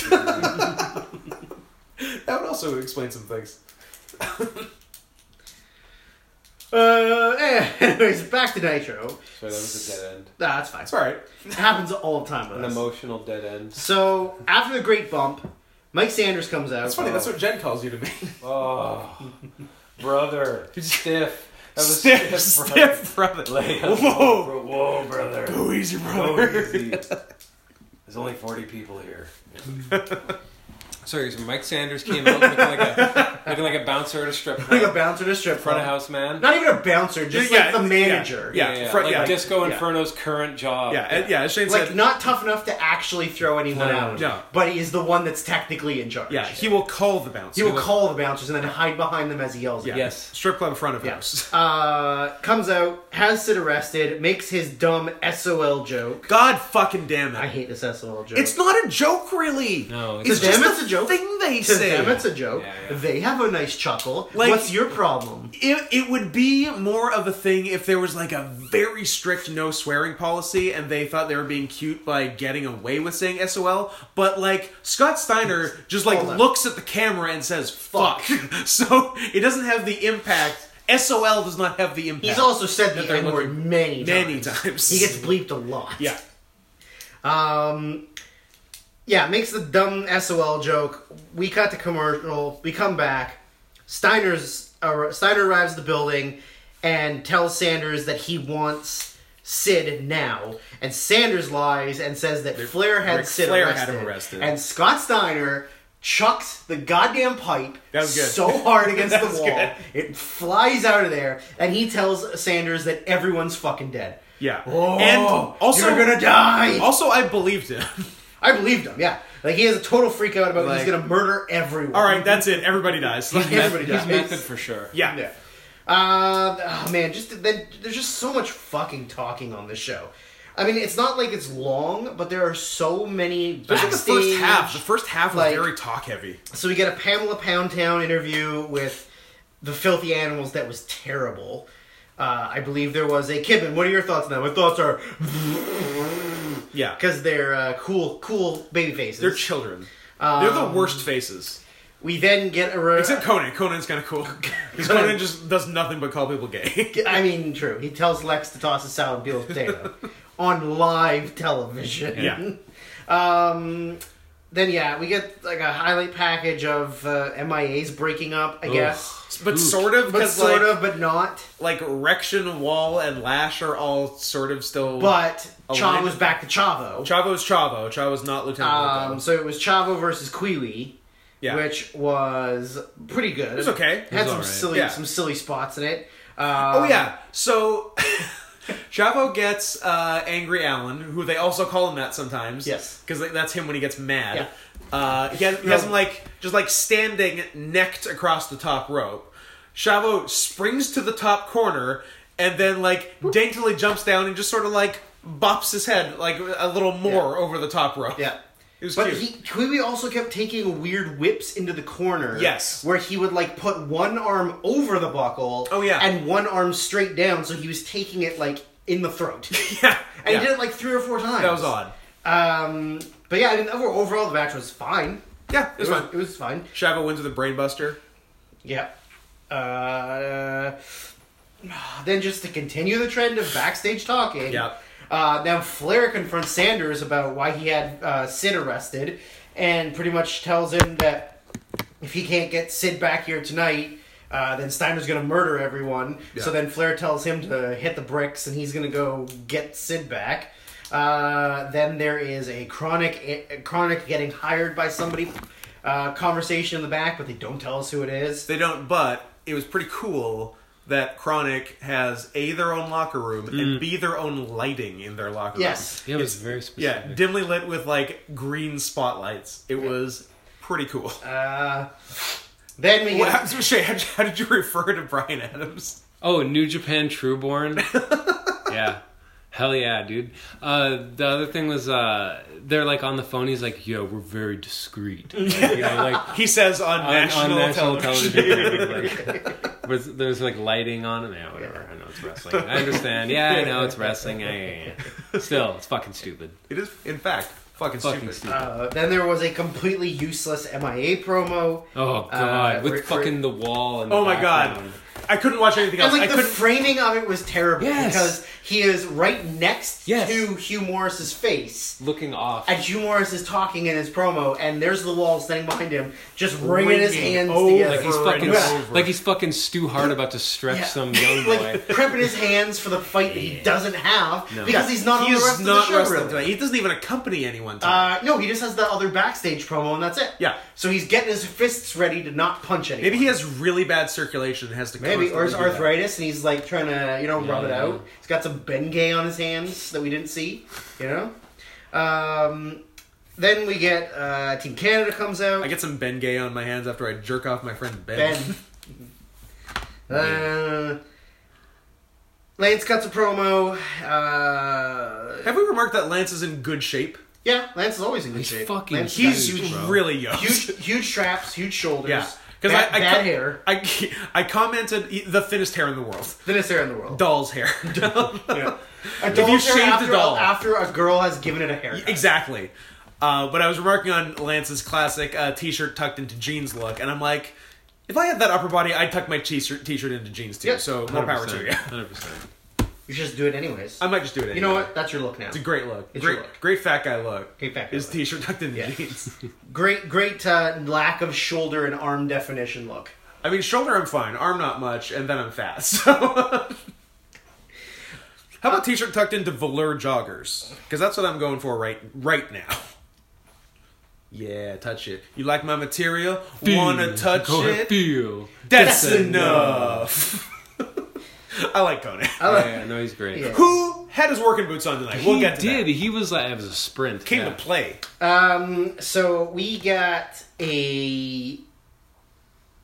A: That would also explain some things.
C: uh, eh, anyways, back to Nitro.
F: So that was a dead end.
C: Nah, that's fine.
A: That's all right.
C: It happens all the time. With
F: An
C: us.
F: emotional dead end.
C: So after the great bump, Mike Sanders comes out.
A: That's funny. That's what Jen calls you to me.
F: Oh, brother, stiff. That was
A: Stiff,
F: brother.
A: stiff, brother.
F: Lay up.
A: Whoa.
F: Bro- whoa, brother.
A: Go easy, brother.
F: Go easy. There's only 40 people here. Sorry, so Mike Sanders came out looking like a, looking like a bouncer at a strip club.
C: like a bouncer to strip
F: front of
C: club.
F: house man.
C: Not even a bouncer, just
A: Yeah,
C: like the
A: yeah,
C: manager.
A: yeah. front-
F: like
A: yeah, like-
F: Disco
A: yeah.
F: Inferno's current job.
A: Yeah, and, yeah. As Shane
C: Like
A: said,
C: not tough enough to actually throw anyone
F: No,
C: out,
A: no.
C: but he is the one that's technically in charge.
A: yeah, he will call the bouncer.
C: He will call the bouncers and then hide behind them as he yells.
A: Yeah.
C: at them.
F: Yes.
A: Strip club front of
C: Yeah.
A: house.
C: Uh, comes out, has Sid arrested, makes his dumb SOL joke.
A: God fucking damn
C: I
A: it!
C: hate this SOL joke.
A: It's not a joke, really.
F: No,
A: it's
C: To them,
A: just
C: it's a joke.
A: thing they
C: to
A: say.
C: them, it's a joke.
F: Yeah, yeah.
C: They have a nice chuckle.
A: Like-
C: What's your problem?
A: it, it would be more of a thing if there was like a very strict no swearing policy and they thought they were being cute by getting away with saying SOL. But like Scott Steiner just like
C: Hold on.
A: looks at the camera and says fuck. so it doesn't have the impact. SOL does not have the impact.
C: He's also said the
A: they're
C: N word
A: looking-
C: many
A: many
C: times.
A: times.
C: He gets bleeped a lot.
A: yeah.
C: Um, yeah, makes the dumb SOL joke. We cut the commercial. We come back. Steiner's ar- Steiner arrives at the building and tells Sanders that he wants Sid now, and Sanders lies and says that Flair had
A: Ric
C: Sid
A: Flair had
C: arrested,
A: him arrested.
C: and Scott Steiner chucks the goddamn pipe
A: That was good.
C: so hard against
A: was
C: the wall
A: good.
C: it flies out of there, and he tells Sanders that everyone's fucking dead.
A: Yeah.
C: Oh,
A: and also
C: you're gonna die.
A: Also, I believed it.
C: I believed him. Yeah, like he has a total freak out about
A: Like-
C: he's gonna murder everyone.
A: All right, that's it. Everybody dies.
C: Everybody
B: He's
C: dies.
B: method for sure.
A: yeah.
C: Yeah. Uh, oh man, just then there's just so much fucking talking on this show. I mean, it's not like it's long, but there are so many.
A: Especially the first
C: backstage-
A: half. The first half was
C: like-
A: very talk heavy.
C: So we get a Pamela Poundtown interview with the Filthy Animals that was terrible. Uh, I believe there was a Kidman. What are your thoughts on that? My thoughts are
A: Yeah.
C: because they're uh, cool, cool baby faces.
A: They're children. They're the worst faces.
C: we then get a. Re-
A: Except Um, Conan. Conan's kind of cool. Because Conan just does nothing but call people gay.
C: I mean, true. He tells Lex to toss a salad peel of potato on live television. Yeah. Um, then yeah, we get like a highlight package of uh, MIA's breaking up. I guess,
A: but sort of,
C: but
A: because like,
C: sort of, but not.
A: like Rection, Wall, and Lash are all sort of still.
C: But
A: Aligned.
C: Chavo's back to Chavo.
A: Chavo's Chavo. Chavo's not Lieutenant Lobo.
C: Um, so it was Chavo versus Kiwi,
A: Yeah.
C: which was pretty good. It
A: was okay. It
C: Had
A: was
C: some
B: alright.
C: silly
A: Yeah.
C: some silly spots in it.
A: Oh
C: Um,
A: yeah. So Chavo gets uh, angry Alan, who they also call him that sometimes.
C: Yes.
A: because that's him when he gets mad.
C: Yeah.
A: Uh, he has, he has him like just like standing necked across the top rope. Chavo springs to the top corner and then like daintily jumps down and just sort of like bops his head like a little more over the top rope.
C: Yeah.
A: it was
C: But
A: cute.
C: he, Kiwi also kept taking weird whips into the corner.
A: Yes.
C: Where he would like put one arm over the buckle.
A: Oh, yeah.
C: And one arm straight down, so he was taking it like in the throat. and
A: yeah, yeah.
C: he did it like three or four times.
A: that was odd.
C: Um, but yeah, I mean, overall, overall the match was fine.
A: Yeah, it was fun.
C: It was fine.
A: Chavo wins with a brainbuster.
C: Yeah. Uh, then just to continue the trend of backstage talking.
A: Yep.
C: Uh, now Flair confronts Sanders about why he had uh, Sid arrested, and pretty much tells him that if he can't get Sid back here tonight, uh, then Steiner's gonna murder everyone. So then Flair tells him to hit the bricks, and he's gonna go get Sid back. Uh, then there is a chronic, a chronic getting hired by somebody. Uh, conversation in the back, but they don't tell us who it is.
A: They don't, but it was pretty cool that Chronic has A, their own locker room, and B, their own lighting in their locker
C: Yes.
B: Yeah, it was very
A: room. Yeah,
B: specific.
A: dimly lit with like green spotlights. It was pretty cool.
C: Uh, then we
A: What
C: get
A: happens with Shay? How, how did you refer to Brian Adams?
B: Oh, New Japan Trueborn. yeah. Hell yeah, dude. Uh, the other thing was uh, they're like on the phone. He's like, "Yo, we're very discreet." you know, like
A: He says on,
B: on
A: national,
B: national, on national
A: television.
B: television. like, was, there was like lighting on it. Yeah, whatever. I know it's wrestling. I understand. Yeah, I know it's wrestling. Yeah, yeah, yeah. Still, it's fucking stupid.
A: It is, in fact, fucking,
B: Fucking
A: stupid.
B: stupid.
C: uh, then there was a completely useless MIA promo.
B: oh god,
C: uh,
B: with
C: Rick-
B: fucking the wall and
A: Oh
B: the
A: my god.
B: background.
A: I couldn't watch anything
C: And
A: else.
C: like
A: I
C: the
A: couldn't.
C: framing of it was terrible
B: Yes.
C: because he is right next
B: Yes.
C: to Hugh Morris's face.
B: looking off.
C: And Hugh Morris is talking in his promo, and there's the wall standing behind him, just wringing his
A: Wringing
C: hands
A: over
C: together.
B: like he's
A: over
B: fucking
A: and over.
B: like he's fucking Stu Hart about to stretch
C: Yeah.
B: some young boy.
C: like prepping his hands for the fight that he doesn't have because he's not on
A: He's
C: the rest
A: not
C: of the show.
A: wrestling
C: really.
A: tonight. He doesn't even accompany anyone tonight.
C: Uh, no, he just has the other backstage promo, and that's it.
A: Yeah.
C: So he's getting his fists ready to not punch anyone.
A: Maybe he has really bad circulation and has to
C: Maybe, or his
A: constantly do that.
C: arthritis, and he's like trying to, you know, rub it
B: Yeah.
C: out. He's got some Bengay on his hands that we didn't see, you know? Um, then we get uh, Team Canada comes out.
A: I get some Ben Gay on my hands after I jerk off my friend Ben.
C: Ben. uh, Lance cuts a promo. Uh,
A: Have we remarked that Lance is in good shape?
C: yeah, Lance is always in good
B: He's
C: shape.
B: fucking
C: Lance
A: He's
C: is
B: Huge, bro.
A: really young.
C: huge, huge traps, huge shoulders.
A: Yeah.
C: Because I,
A: I,
C: bad
A: com-
C: hair.
A: I, I commented he- the thinnest hair in the world.
C: Thinnest hair in the world.
A: Doll's hair.
C: A
A: you
C: doll's hair
A: shaved a
C: after,
A: doll.
C: after a girl has given it a haircut.
A: exactly. Uh, but I was remarking on Lance's classic uh, t-shirt tucked into jeans look, and I'm like, if I had that upper body, I'd tuck my t-shirt t-shirt into jeans too.
C: Yeah.
A: So more power to you.
B: 100%.
C: You should just do it anyways.
A: I might just do it. Anyway.
C: you know what? That's your look now.
A: It's a great look.
C: It's your
A: great,
C: look.
A: great fat guy look.
C: Great fat guy
A: His
C: look.
A: t-shirt tucked into
C: Yeah.
A: jeans.
C: Great, great uh, lack of shoulder and arm definition look.
A: I mean, shoulder I'm fine, arm not much, and then I'm fat. So, how about t-shirt tucked into velour joggers? Because that's what I'm going for right right now. Yeah, touch it. You like my material? Wanna touch it?
B: Deal.
A: That's enough. I like Conan.
B: Yeah, no, he's great.
C: Yeah.
A: Who had his working boots on tonight?
B: He
A: We'll get to
B: did.
A: that.
B: He was like, it was a sprint.
A: Came
B: yeah.
A: to play.
C: Um, so we got a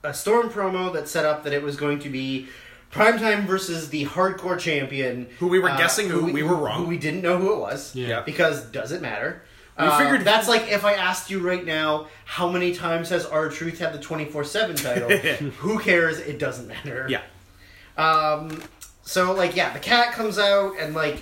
C: a storm promo that set up that it was going to be primetime versus the hardcore champion, Uh,
A: Who we were guessing who we were wrong.
C: who we didn't know who it was.
B: Yeah.
C: because does it matter?
A: We
C: Uh,
A: figured-
C: that's like if I asked you right now, how many times has our truth had the twenty four seven title? who cares? It doesn't matter.
A: Yeah.
C: Um, so like yeah, the cat comes out and like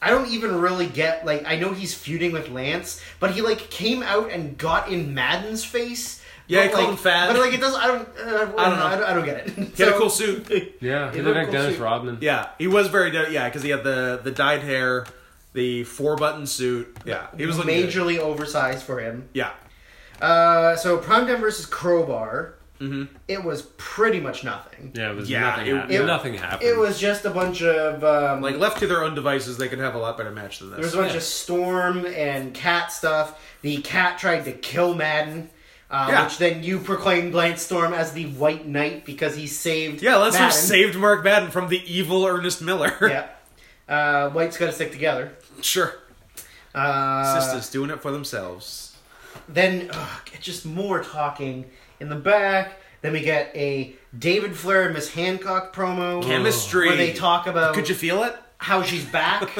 C: I don't even really get like I know he's feuding with Lance, but he like came out and got in Madden's face.
A: Yeah, he
C: but,
A: called
C: like,
A: him fat.
C: But like it doesn't. I don't. Uh, I, don't know. I don't, I don't get it.
A: He had a cool suit.
B: Yeah, he
C: It
B: looked
C: looked
B: like Dennis
C: cool.
B: Rodman.
A: Yeah, he was very de- yeah because he had the the dyed hair, the four button suit. Yeah, he was looking good.
C: majorly oversized for him.
A: Yeah,
C: Uh, so Prime Time versus Crowbar. It was pretty much nothing.
B: Yeah, it was
A: Mm-hmm. Yeah,
B: nothing.
A: it-
B: happened.
C: it-
B: nothing happened.
C: It was just a bunch of um,
A: like left to their own devices, they could have a lot better match than
C: There was
A: this.
C: a bunch
B: Yeah.
C: of storm and cat stuff. The cat tried to kill Madden, uh,
A: Yeah.
C: which then you proclaimed Lance Storm as the White Knight because he saved.
A: Yeah, let's have
C: Madden.
A: saved Mark Madden from the evil Ernest Miller.
C: Yeah, uh, White's got to stick together.
A: sure.
C: Uh,
A: Sisters doing it for themselves.
C: Then ugh, just more talking in the back. Then we get a David Flair and Miss Hancock promo
A: Chemistry.
C: where they talk about
A: Could you feel it?
C: how she's back,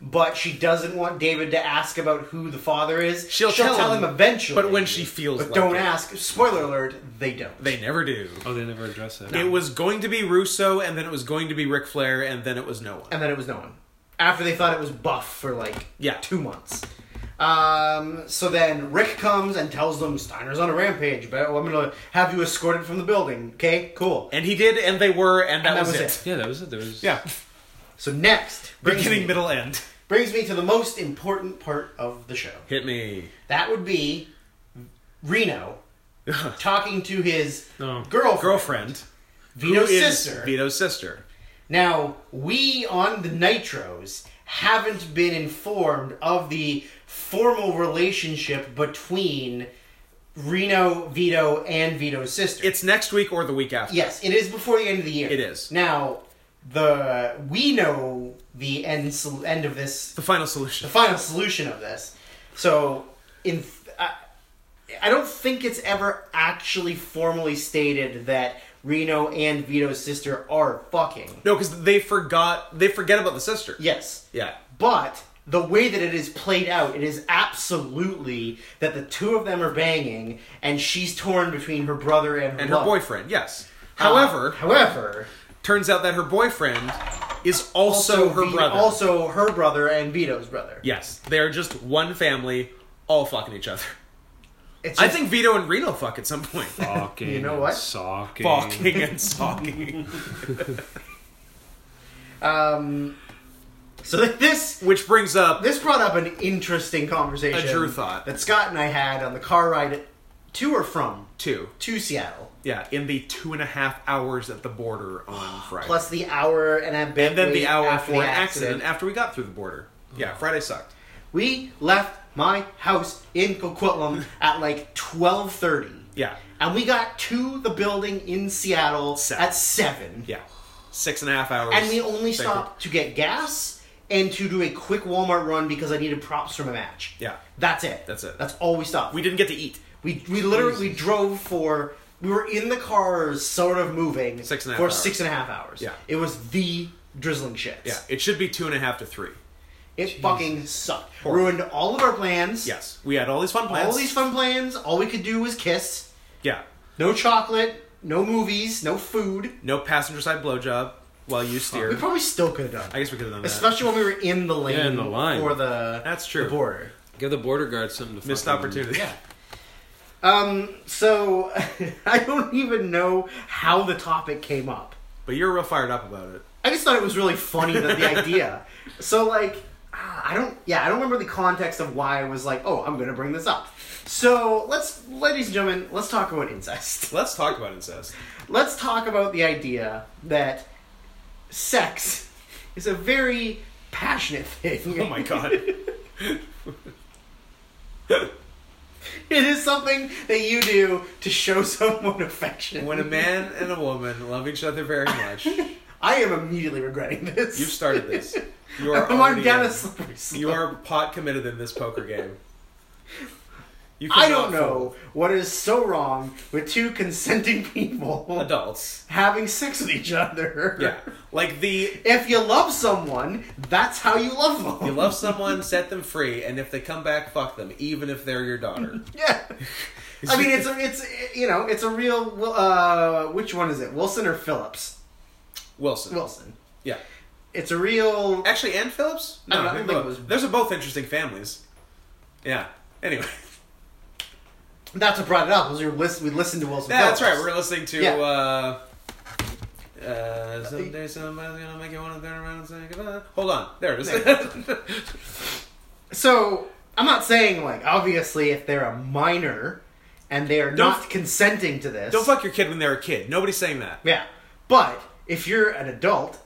C: but she doesn't want David to ask about who the father is.
A: She'll tell
C: tell
A: him,
C: him, eventually.
A: But when she feels
C: But
A: like
C: don't
A: it.
C: ask. Spoiler alert, they don't.
A: They never do.
B: oh, they never addressed that.
A: It was going to be Russo, and then it was going to be Ric Flair, and then it was no one.
C: and then it was no one. After they thought it was Buff for like
A: Yeah.
C: two months. Um, so then Rick comes and tells them Steiner's on a rampage, but I'm gonna have you escorted from the building. Okay, cool.
A: And he did, and they were, and that,
C: And
A: was, it.
B: yeah, that was it. There was
A: Yeah.
C: So next brings
A: Beginning,
C: me,
A: middle, end.
C: brings me to the most important part of the show.
A: Hit me.
C: That would be Reno talking to his
B: Oh.
C: girlfriend,
A: Girlfriend.
C: Vito's
A: who is
C: sister.
A: Vito's sister.
C: Now, we on the Nitros haven't been informed of the formal relationship between Reno, Vito, and Vito's sister.
A: It's next week or the week after.
C: yes, it is before the end of the year.
A: It is.
C: Now, the we know the end sol- end of this,
A: The final
C: the
A: solution.
C: final solution of this. So, in I, I don't think it's ever actually formally stated that Reno and Vito's sister are fucking.
A: No, because they forgot. They forget about the sister.
C: Yes.
A: Yeah.
C: But the way that it is played out, it is absolutely that the two of them are banging, and she's torn between her brother and her,
A: And her
C: love.
A: boyfriend. Yes.
C: Uh,
A: However,
C: however,
A: turns out that her boyfriend is also, her
C: Vi-
A: brother.
C: also her brother and Vito's brother.
A: yes, they are just one family, all fucking each other.
C: It's
A: I
C: just-
A: think Vito and Reno fuck at some point.
B: fucking.
C: You know what?
B: Socking.
A: Fucking and socking.
C: Um, so th- this
A: Which brings up
C: this brought up an interesting conversation.
A: A Drew thought.
C: that Scott and I had on the car ride to or from
A: two.
C: to Seattle,
A: Yeah, in the two and a half hours at the border on Friday.
C: plus the hour and a bit
A: and then the
C: wait
A: hour
C: after
A: for
C: the Oh.
A: an accident after we got through the border. Yeah, Friday sucked.
C: We left my house in Coquitlam at like twelve thirty.
A: Yeah.
C: And we got to the building in Seattle
A: Seven.
C: at seven.
A: Yeah. Six and a half hours.
C: And we only
A: Thank you.
C: stopped to get gas and to do a quick Walmart run because I needed props from a match.
A: Yeah.
C: That's it.
A: That's it.
C: That's all we stopped.
A: We didn't get to eat.
C: we, we literally drove for we were in the car sort of moving
A: Six and a half
C: for
A: hours.
C: six and a half hours.
A: Yeah.
C: It was the drizzling shits.
A: Yeah, it should be two and a half to three.
C: It fucking sucked.
A: Horrible.
C: Ruined all of our plans.
A: Yes, we had all these fun plans.
C: All these fun plans, all we could do was kiss.
A: Yeah,
C: No chocolate, no movies, no food.
A: no passenger side blowjob while you
C: We
A: steer.
C: probably still could have
A: I
C: done.
A: guess we could have done that.
C: Especially when we were in the lane
B: Yeah, in the line.
C: for the
A: That's true.
C: the border.
B: Give the border guard something to
A: Missed
B: fucking-
A: opportunity.
B: Yeah.
C: Um, so I don't even know how the topic came up.
A: But you're real fired up about it.
C: I just thought it was really funny that the idea. So like, ah, I don't. Yeah, I don't remember the context of why I was like, "Oh, I'm going to bring this up." So let's, ladies and gentlemen, let's talk about incest.
D: Let's talk about incest.
C: Let's talk about the idea that sex is a very passionate thing.
D: Oh my god.
C: It is something that you do to show someone affection.
A: When a man and a woman love each other very much, you've
C: I am immediately regretting this.
A: started this. You are
C: I'm on
A: already
C: down
A: in.
C: a slippery slope.
A: You are pot committed in this poker game. You
C: I don't
A: cannot fool
C: know what is so wrong with two consenting people
A: Adults.
C: having sex with each other.
A: Yeah. Like the
C: If you love someone, that's how you love them.
A: you love someone, set them free, and if they come back, fuck them, even if they're your daughter.
C: Yeah. I mean, it's a, it's you know, it's a real. Uh, which one is it? Wilson or Phillips?
A: Wilson.
C: Wilson.
A: Yeah.
C: It's a real.
A: Actually, and Phillips?
C: I
A: No,
C: don't know, I
A: they're
C: think it
A: both-
C: was-
A: those are both interesting families. Yeah. Anyway.
C: That's what brought it up. Was your list? We listened to Wilson.
A: Yeah, that's right.
C: Phillips.
A: We're listening to.
C: Yeah.
A: Uh, uh, someday somebody's gonna make you want to turn around and say goodbye. Hold on, there it is.
C: So I'm not saying like obviously if they're a minor and they are
A: Don't-
C: not consenting to this.
A: Don't fuck your kid when they're a kid. Nobody's saying that.
C: Yeah, but if you're an adult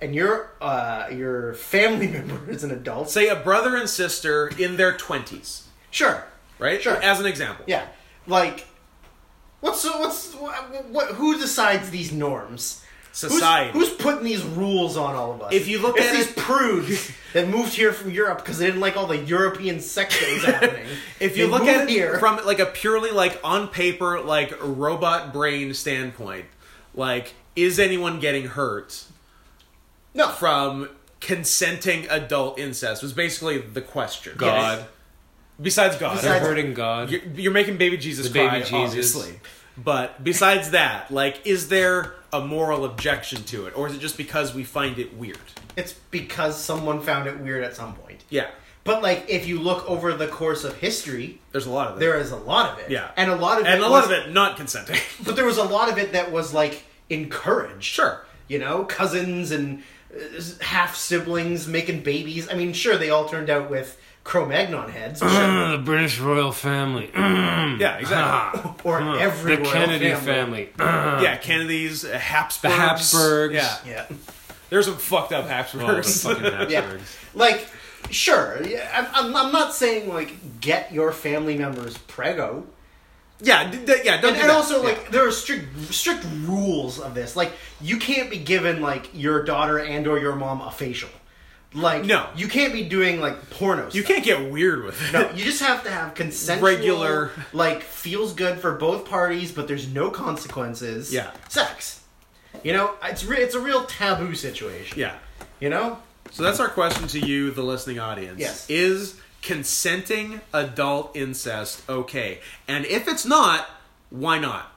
C: and your uh, your family member is an adult,
A: Say a brother and sister in their twenties,
C: sure,
A: right?
C: Sure.
A: As an example.
C: yeah, like what's so what's what, what who decides these norms? Who's-
A: Society.
C: Who's, putting these rules on all of us?
A: If you look
C: it's
A: at
C: these
A: it-
C: prudes that moved here from Europe because they didn't like all the European sex that was happening.
A: if you
C: They
A: look
C: moved
A: at it
C: here,
A: from like a purely like on paper like robot brain standpoint, like is anyone getting hurt
C: no,
A: from consenting adult incest? Was basically the question.
B: God.
A: Besides God.
B: They're
C: Besides-
B: hurting God.
A: You're, you're making baby Jesus
B: The
A: cry,
B: baby Jesus.
A: obviously. But besides that, like, is there a moral objection to it, or is it just because we find it weird?
C: it's because someone found it weird at some point.
A: Yeah,
C: But like, if you look over the course of history,
A: there's a lot of that,
C: there is a lot of it.
A: Yeah.
C: and a lot of
A: and
C: it
A: a lot
C: was-
A: of it not consenting.
C: But there was a lot of it that was like encouraged.
A: sure,
C: You know, cousins and uh, half siblings making babies. I mean, sure, they all turned out with Cro-Magnon heads, but sure,
A: Mm-hmm.
B: the British royal family. Hmm.
A: yeah, exactly.
C: or every
B: the
C: royal
B: Kennedy family.
C: family.
A: yeah, Kennedys, uh, Habsburgs,
B: Ah. Habsburgs.
A: Yeah,
C: Yeah,
A: there's some fucked up
B: Oh, the
A: Habsburgs.
B: fucking
C: yeah.
B: Habsburgs.
C: Like, sure. Yeah, I'm, I'm, I'm not saying like get your family members preggo.
A: yeah, d- d- yeah. Don't
C: and,
A: do that.
C: and also
A: Yeah.
C: like there are strict strict rules of this like you can't be given like your daughter and or your mom a facial like
A: No.
C: you can't be doing like porno
A: you can't get weird with it.
C: no you just have to have consensual
A: Regular-
C: like feels good for both parties but there's no consequences
A: Yeah.
C: sex you know it's re- it's a real taboo situation
A: Yeah.
C: you know
A: So that's our question to you, the listening audience.
C: Yes.
A: Is consenting adult incest okay? And if it's not, why not?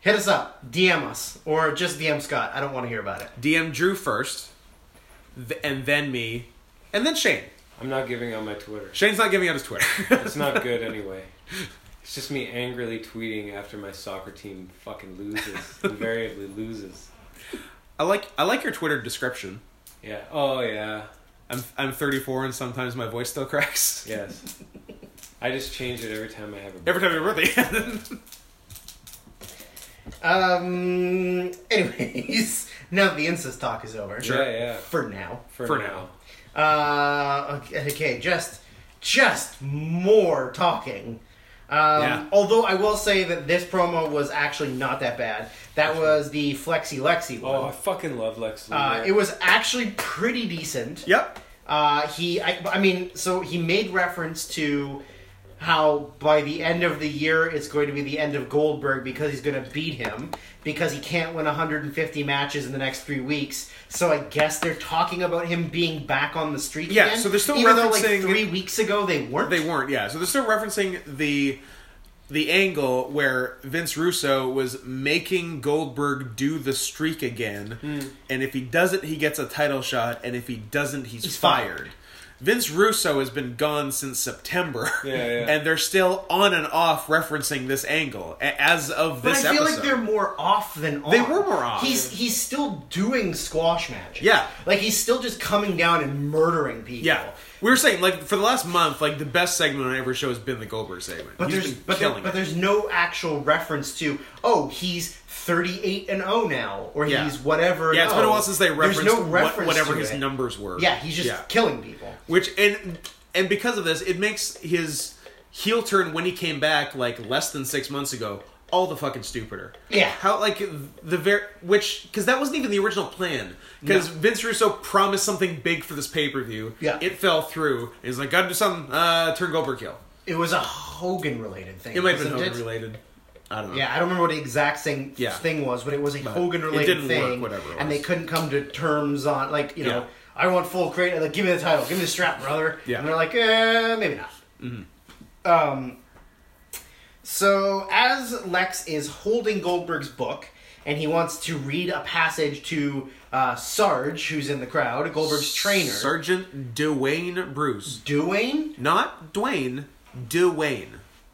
C: hit us up dm us or just dm scott i don't want to hear about it
A: DM Drew first, th- and then me, and then Shane.
B: I'm not giving out my Twitter.
A: Shane's not giving out his Twitter.
B: It's not good anyway. It's just me angrily tweeting after my soccer team fucking loses. invariably loses.
A: I like I like your Twitter description.
B: Yeah. Oh yeah.
A: I'm I'm 34 and sometimes my voice still cracks.
B: Yes. I just change it every time I have a.
A: Every time you're birthday.
C: um anyways now that the incest talk is over
B: Yeah, yeah.
C: for now
B: For,
A: For
B: now.
A: now.
C: Uh, okay, okay, just just more talking. Um,
A: Yeah.
C: Although I will say that this promo was actually not that bad. That was the Flexi Lexi
B: Oh, I
C: one.
B: fucking love Lex Luthor.
C: uh, it was actually pretty decent.
A: yep.
C: Uh, he, I, I mean, so he made reference to how by the end of the year it's going to be the end of Goldberg because he's going to beat him because he can't win 150 matches in the next three weeks. So I guess they're talking about him being back on the street.
A: Yeah,
C: again,
A: so they're still
C: even though like
A: referencing-
C: three weeks ago they weren't.
A: They weren't. Yeah. So they're still referencing the the angle where Vince Russo was making Goldberg do the streak
C: Hmm.
A: again, and if he does it, he gets a title shot, and if he doesn't, he's,
C: He's
A: fired.
C: fired.
A: Vince Russo has been gone since September.
B: Yeah, yeah.
A: And they're still on and off referencing this angle a- as of
C: But I
A: this
C: feel
A: episode.
C: like they're more off than on.
A: They were more off.
C: He's he's still doing squash matches.
A: Yeah.
C: like he's still just coming down and murdering people.
A: yeah. We were saying like for the last month, like the best segment on every show has been the Goldberg segment.
C: but
A: He's
C: there's
A: been
C: but, there-
A: killing
C: but
A: it.
C: there's no actual reference to oh he's 38 and 0 now or
A: Yeah.
C: he's whatever.
A: yeah,
C: and
A: it's been a
C: 0.
A: while since they
C: There's
A: referenced
C: no
A: what-
C: reference
A: whatever
C: to
A: his
C: it.
A: numbers were.
C: Yeah, he's just
A: Yeah.
C: killing people.
A: which and and because of this it makes his heel turn when he came back like less than six months ago all the fucking stupider
C: Yeah.
A: how like the very which because that wasn't even the original plan because vince russo promised something big for this pay-per-view
C: Yeah.
A: it fell through he's like gotta do something uh turn goldberg heel
C: It was a Hogan related thing.
A: it might have been
C: wasn't
A: Hogan
C: it?
A: related i don't know
C: Yeah, I don't remember what the exact same
A: Yeah.
C: thing was, but it was a
A: But
C: Hogan
A: it
C: related
A: didn't work,
C: thing,
A: whatever it
C: and they
A: was.
C: couldn't come to terms on like you know.
A: Yeah.
C: I want full credit. Like, give me the title. Give me the strap, brother.
A: Yeah. Mm-hmm.
C: And they're like, eh, maybe not. Um. So as Lex is holding Goldberg's book, and he wants to read a passage to uh, Sarge, who's in the crowd, Goldberg's trainer,
A: sergeant dwayne bruce
C: Dwayne
A: not dwayne dwayne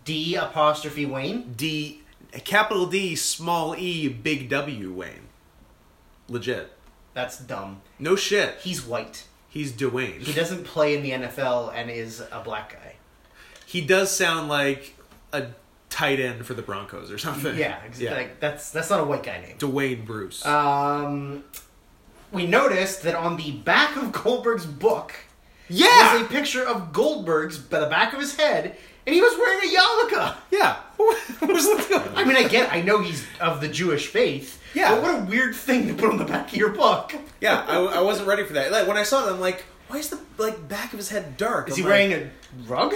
C: D apostrophe Wayne.
A: D capital D small E big W Wayne. Legit.
C: That's dumb.
A: No shit.
C: He's white.
A: He's
C: He
A: Dwayne.
C: doesn't play in the NFL and is a black guy.
A: He does sound like a tight end for the Broncos or something.
C: Yeah, ex- Like, that's that's not a white guy name.
A: Dwayne Bruce.
C: Um, we noticed that on the back of Goldberg's book was
A: yeah.
C: a picture of Goldberg's by the back of his head, and he was wearing a yarmulke.
A: yeah. What was the deal?
C: I mean, I get, I know he's of the Jewish faith.
A: Yeah.
C: but what a weird thing to put on the back of your book.
A: yeah, I, I wasn't ready for that. Like when I saw it, I'm like, why is the like back of his head dark?
C: Is
A: I'm
C: he wearing a rug?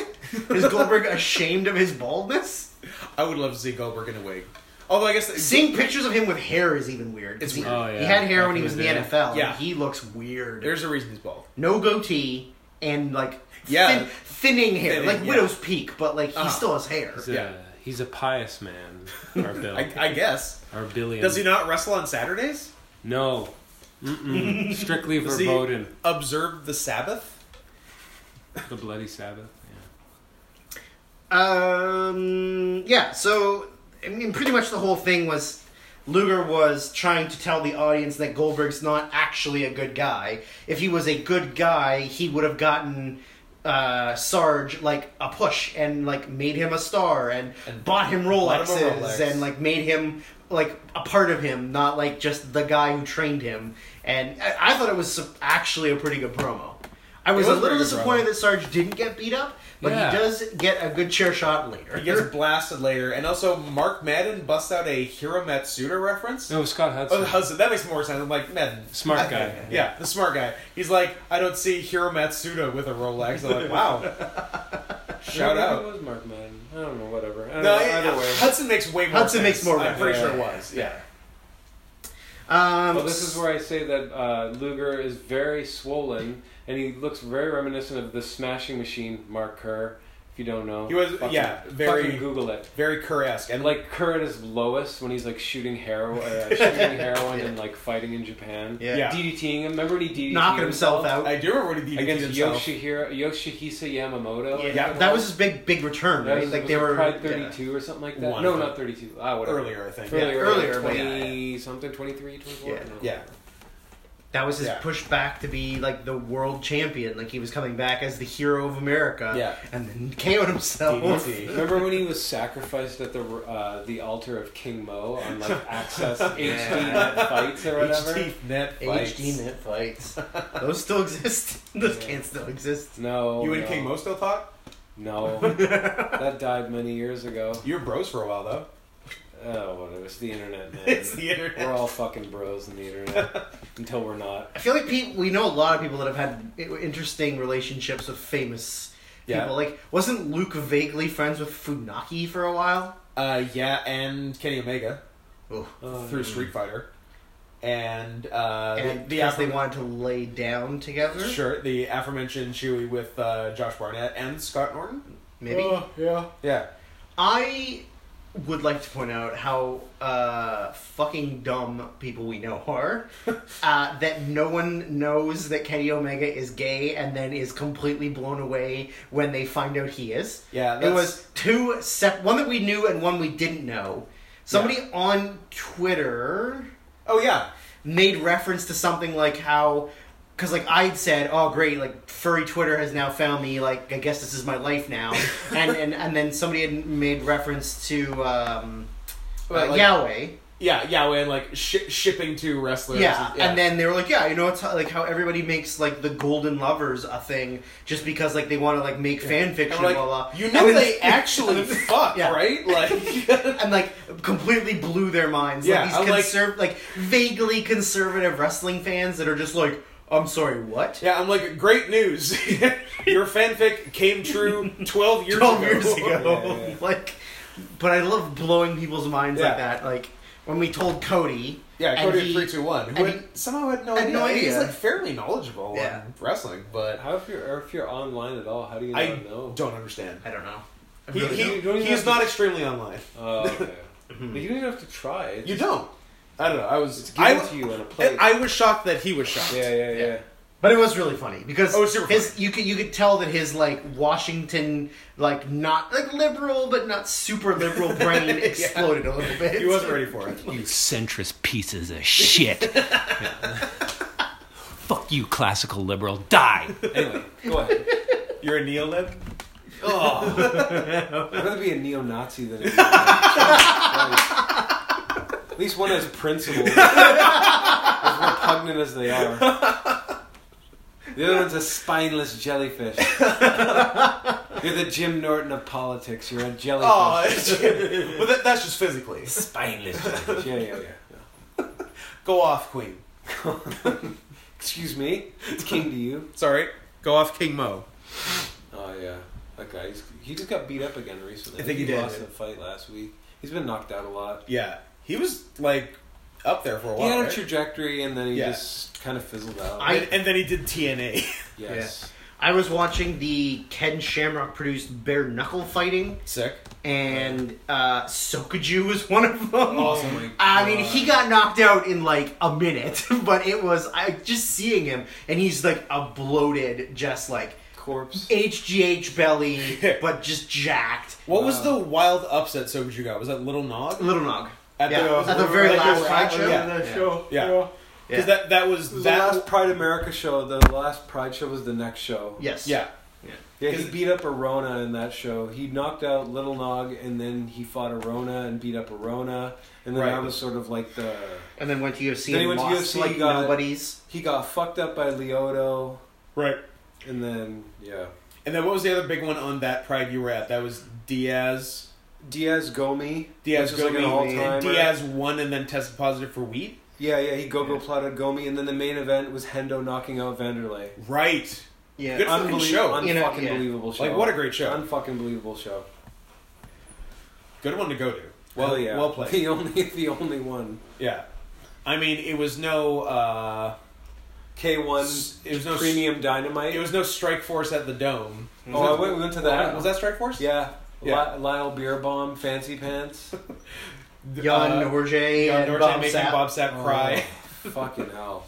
C: Is Goldberg ashamed of his baldness?
A: like, I would love to see Goldberg in a wig. Although I guess
C: Seeing pictures of him with hair is even weird.
A: It's
C: He-
A: weird.
G: Oh, yeah.
C: He had hair
G: Back
C: when he
G: in
C: was in
G: the
C: the
G: day.
C: NFL. and
A: Yeah.
C: he looks weird.
A: there's a reason he's bald.
C: no goatee and like
A: Yeah.
C: thin, thinning hair,
A: Thinning,
C: like
A: yeah.
C: widow's peak, but like he
A: Uh-huh.
C: still has hair.
G: He's a,
A: Yeah.
G: he's a pious man. Our Bill.
A: I, I guess.
G: our Billion.
A: Does he not wrestle on Saturdays?
G: No. Mm-mm. Strictly
A: Does he
G: verboten.
A: observe the Sabbath?
G: The bloody Sabbath.
C: Um, yeah. So I mean, pretty much the whole thing was Luger was trying to tell the audience that Goldberg's not actually a good guy. If he was a good guy, he would have gotten. Uh, Sarge like a push and like made him a star and,
A: And
C: bought him
A: bought
C: Rolexes
A: him a Rolex.
C: and like made him like a part of him, not like just the guy who trained him. And I, I thought it was su- actually a pretty good promo. I was,
A: was pretty
C: a little
A: good
C: disappointed
A: promo.
C: that Sarge didn't get beat up, but
G: Yeah.
C: he does get a good chair shot later.
A: He gets blasted later, and also Mark Madden busts out a Hiro Matsuda reference.
G: Yeah. No, Scott Hudson.
A: Oh, Hudson. That makes more sense. I'm like Madden,
G: Smart
A: I-
G: guy.
A: Yeah, the smart guy. He's like, I don't see Hiro Matsuda with a Rolex. I'm like, wow. Shout
B: Maybe It
A: out.
B: was Mark Madden. I don't know. Whatever. I don't
A: No,
B: know,
A: it-
B: either way.
A: Hudson makes way more.
C: Hudson
A: sense.
C: makes more
A: I'm pretty sure it was.
B: reference.
A: Yeah.
C: Um,
B: Well, this is where I say that uh, Luger is very swollen, and he looks very reminiscent of the Smashing Machine Mark Kerr. If you don't know,
A: He was- yeah, very-
B: fucking Google it.
A: Very Kerr-esque, and
B: And like Kerr at his lowest when he's like shooting heroin, uh, shooting heroin, and like fighting in Japan.
C: Yeah.
A: Yeah.
B: DDTing him. Remember when he DDT
C: knocking himself out.
A: I do remember what he did
B: against
A: himself.
B: Yoshihiro, Yoshihisa Yamamoto.
C: yeah,
A: yeah.
C: that was his big, big return,
B: That
C: right?
B: was,
C: like
B: was
C: they
B: it
C: were
B: Pride
C: yeah.
B: 32 or something like that.
A: One
B: no,
A: of
B: not 32. Ah, whatever.
A: Earlier, I think.
B: Earlier,
A: Yeah.
C: earlier, but
B: 20
C: yeah,
B: something, 23, 24.
C: Yeah.
B: No.
A: Yeah.
C: That was his
A: Yeah.
C: push back to be like the world champion. Like he was coming back as the hero of America.
A: Yeah.
C: and then KO'd himself.
A: DDT.
B: Remember when he was sacrificed at the uh, the altar of King Mo on like Access HD net fights or whatever?
A: HT net fights.
C: HD net fights. Those still exist. Those
B: Yeah.
C: can't still exist.
B: No,
A: You and
B: no,
A: King Mo still talk?
B: No, that died many years ago.
A: You were bros for a while though.
B: Oh, whatever. It's the internet, man.
A: It's the internet.
B: We're all fucking bros in the internet until we're not.
C: I feel like people, we know a lot of people that have had i- interesting relationships with famous
A: Yeah.
C: people. Like, wasn't Luke vaguely friends with Funaki for a while?
A: Uh, yeah, and Kenny Omega.
C: Oh.
B: Oh,
A: through Street Fighter, and uh,
C: And
A: the, the
C: because they
A: affirm-
C: wanted to lay down together,
A: sure the aforementioned Chewy with uh, Josh Barnett and Scott Norton.
C: maybe.
A: yeah, yeah.
C: I would like to point out how uh, fucking dumb people we know are. uh, that no one knows that Kenny Omega is gay and then is completely blown away when they find out he is.
A: Yeah,
C: it
A: that's-
C: was two sep- one that we knew and one we didn't know. Somebody on Twitter
A: Oh yeah,
C: made reference to something like how because like i'd said oh great like furry twitter has now found me like i guess this is my life now and and, and then somebody had made reference to um
A: Well,
C: uh,
A: like-
C: Yahweh,
H: Yeah, yeah, and like shi shipping to wrestlers.
C: yeah. and then they were like, yeah, you know, it's how, like how everybody makes like the golden lovers a thing just because like they want to like make fan
A: And
C: fiction,
A: we're like,
C: blah blah.
A: you
C: And
A: know
C: then-
A: they actually fuck,
C: Yeah.
A: right? Like,
C: and like completely blew their minds.
A: Yeah,
C: like
A: I'm like-
C: these conserv- like, vaguely conservative wrestling fans that are just like, I'm sorry, what?
A: yeah, I'm like, great news, your fanfic came true 12 years
C: 12
A: ago.
C: years ago.
B: Yeah, yeah.
C: like, but I love blowing people's minds
A: Yeah.
C: like that. Like, when we told Cody.
A: Yeah,
C: and
A: Cody
C: he-
A: three two one. Who
C: and
A: had, somehow had no
C: had
A: idea.
C: no
A: And He's
C: idea.
A: like fairly knowledgeable
C: Yeah.
A: on wrestling, but
B: How if you're or if you're online at all? How do you not
A: I
B: know?
A: don't understand.
C: I don't know. I
A: He,
C: really
A: he-
B: don't. You don't even
A: he's
B: have to-
A: not extremely online.
B: Oh, okay. But you don't even have to try. It's
A: You don't. I don't know. I was.
B: given
A: I,
B: to you on a plate.
A: I was shocked that he was shocked.
B: yeah, yeah, yeah.
C: But it was really funny because
A: Oh, it's super
C: his you could you could tell that his like Washington like not like liberal but not super liberal brain exploded a little bit.
A: He wasn't ready for it.
F: You centrist pieces of shit. Fuck you, classical liberal. Die.
B: Anyway, go ahead.
A: You're a neo-lib?
B: I'd rather be a neo-Nazi than a neo At least one has principles, as repugnant as they are. The other one's a spineless jellyfish. You're the Jim Norton of politics. You're a jellyfish.
A: Oh, well, that, that's just physically.
B: spineless
A: Oh,
B: jellyfish. Yeah, yeah, yeah.
A: Go off, queen.
B: Excuse me. It's king to you.
A: Sorry. Go off, King Mo.
B: Oh yeah, that guy. He's, he just got beat up again recently.
A: I think he did.
B: lost in a fight last week. He's been knocked out a lot.
A: Yeah, he was like up there for a
B: He
A: while.
B: had a
A: right?
B: trajectory, and then he
A: Yeah.
B: just kind of fizzled out.
C: I-
A: and, and then he did TNA.
B: yes.
C: I was watching the Ken Shamrock produced bare knuckle fighting
A: Sick.
C: and uh Sokaju was one of them.
B: Awesome. Oh my
C: I mean,
B: God.
C: he got knocked out in like a minute, but it was I just seeing him and he's like a bloated just like
B: Corpse.
C: HGH belly but just jacked.
A: What was the wild upset Soju got? Was that Little Nog?
C: Little Nog.
A: At
C: yeah.
A: the-
C: at the very
A: like,
C: last
A: the-
C: fight show.
A: yeah.
B: That show.
A: Yeah.
B: yeah.
C: Yeah.
A: Because that that was,
B: It was
A: that.
B: the last Pride America show. The last Pride show was the next show.
C: Yes.
A: yeah.
B: Yeah, he
A: 'Cause-
B: beat up Arona in that show. He knocked out Little Nog, and then he fought Arona and beat up Arona. And then
A: Right.
B: that was sort of like the
C: And then went to UFC
B: Then he
C: and
B: went to
C: lost
B: UFC,
C: like
B: got it.
C: nobody's.
B: he got fucked up by Leoto,
A: Right.
B: and then yeah,
A: And then what was the other big one on that Pride you were at? That was Diaz.
B: Diaz Gomi.
A: Diaz
B: which is like an
A: Gomi,
B: all time.
A: and Diaz won and then tested positive for weed.
B: Yeah, yeah, he go go plotted Gomi, and then the main event was Hendo knocking out Vanderlei.
A: Right.
C: Yeah.
A: Good fucking show.
B: Unfucking
C: You know, yeah.
B: believable show.
A: Like what a great show.
B: Unfucking believable show.
A: Good one to go to. Well,
B: Hell yeah.
A: well played.
B: The only, the only one.
A: Yeah. I mean, it was no. uh
B: K one
A: S- it was no s-
B: premium dynamite.
A: It was no Strike Force at the Dome.
B: oh, I went, we went to that.
A: Was that Strike Force?
B: Yeah.
A: Yeah.
B: Li- Lyle Beer Bomb, Fancy Pants.
C: Jan
A: uh,
C: Norje
A: Jan
C: and
A: Norton
C: Bob
A: making
C: Sapp.
A: Bob Sapp cry.
B: Oh, fucking hell.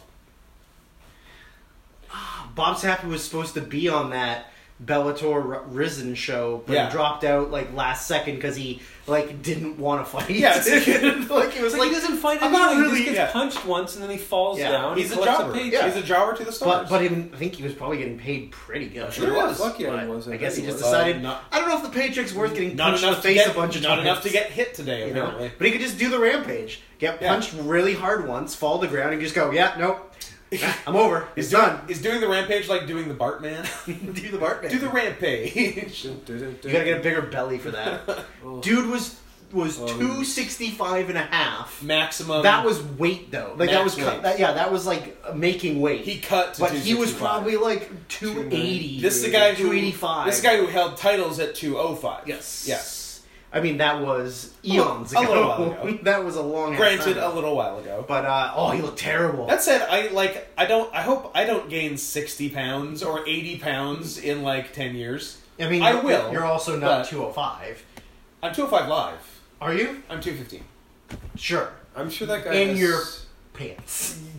C: Bob Sapp was supposed to be on that Bellator R- Risen show, but
A: Yeah.
C: he dropped out like last second because he like didn't want to fight.
A: Yeah, it's-
C: like it
B: It's
C: was
B: like,
C: like,
B: he doesn't find
C: I'm
B: anything.
C: not
B: he
C: really-
B: just gets
A: yeah.
B: punched once and then he falls
C: Yeah.
B: down.
A: He's
B: he
A: a
B: collects
A: jobber.
B: paycheck.
A: He's a jobber to the stars.
C: but but even, I think he was probably getting paid pretty good.
A: Sure
B: Yeah,
A: was.
B: Fuck yeah,
C: But
B: he was.
C: I guess he
B: bet
C: just
B: was.
C: decided.
A: Uh, not-
C: I don't know if the paycheck's worth getting
A: not
C: punched in
A: enough
C: the face
A: to get,
C: a bunch of
A: not
C: times.
A: enough to get hit today.
C: You know?
A: Apparently,
C: But he could just do the rampage, get
A: Yeah.
C: punched really hard once, fall to the ground, and just go, "Yeah, nope, I'm over. It's done."
A: is doing the rampage like doing the Bartman?
C: do the Bartman.
A: Do the rampage.
C: You gotta get a bigger belly for that. Dude was was
B: Oh.
C: 265 and a half.
A: Maximum.
C: That was weight though. Like that
A: Max
C: was cut,
A: weight.
C: that, yeah, that was like uh, making weight.
A: he cut. To
C: but he was
A: 265.
C: probably like 280.
A: This is the guy who
C: 285.
A: This is the guy who held titles at 205.
C: Yes.
A: Yeah.
C: I mean that was eons
A: A
C: ago.
A: little while ago.
C: that was a long ass
A: Granted, a
C: time.
A: little while ago.
C: but uh, oh, he looked terrible.
A: That said, I like. I don't. I hope I don't gain 60 pounds or 80 pounds in like 10 years.
C: I mean,
A: I
C: you're-
A: will,
C: You're also not
A: but-
C: 205.
A: I'm 205 live.
C: Are you?
A: I'm 215.
C: Sure.
F: I'm sure that guy.
C: In
F: has-
C: your- Pants.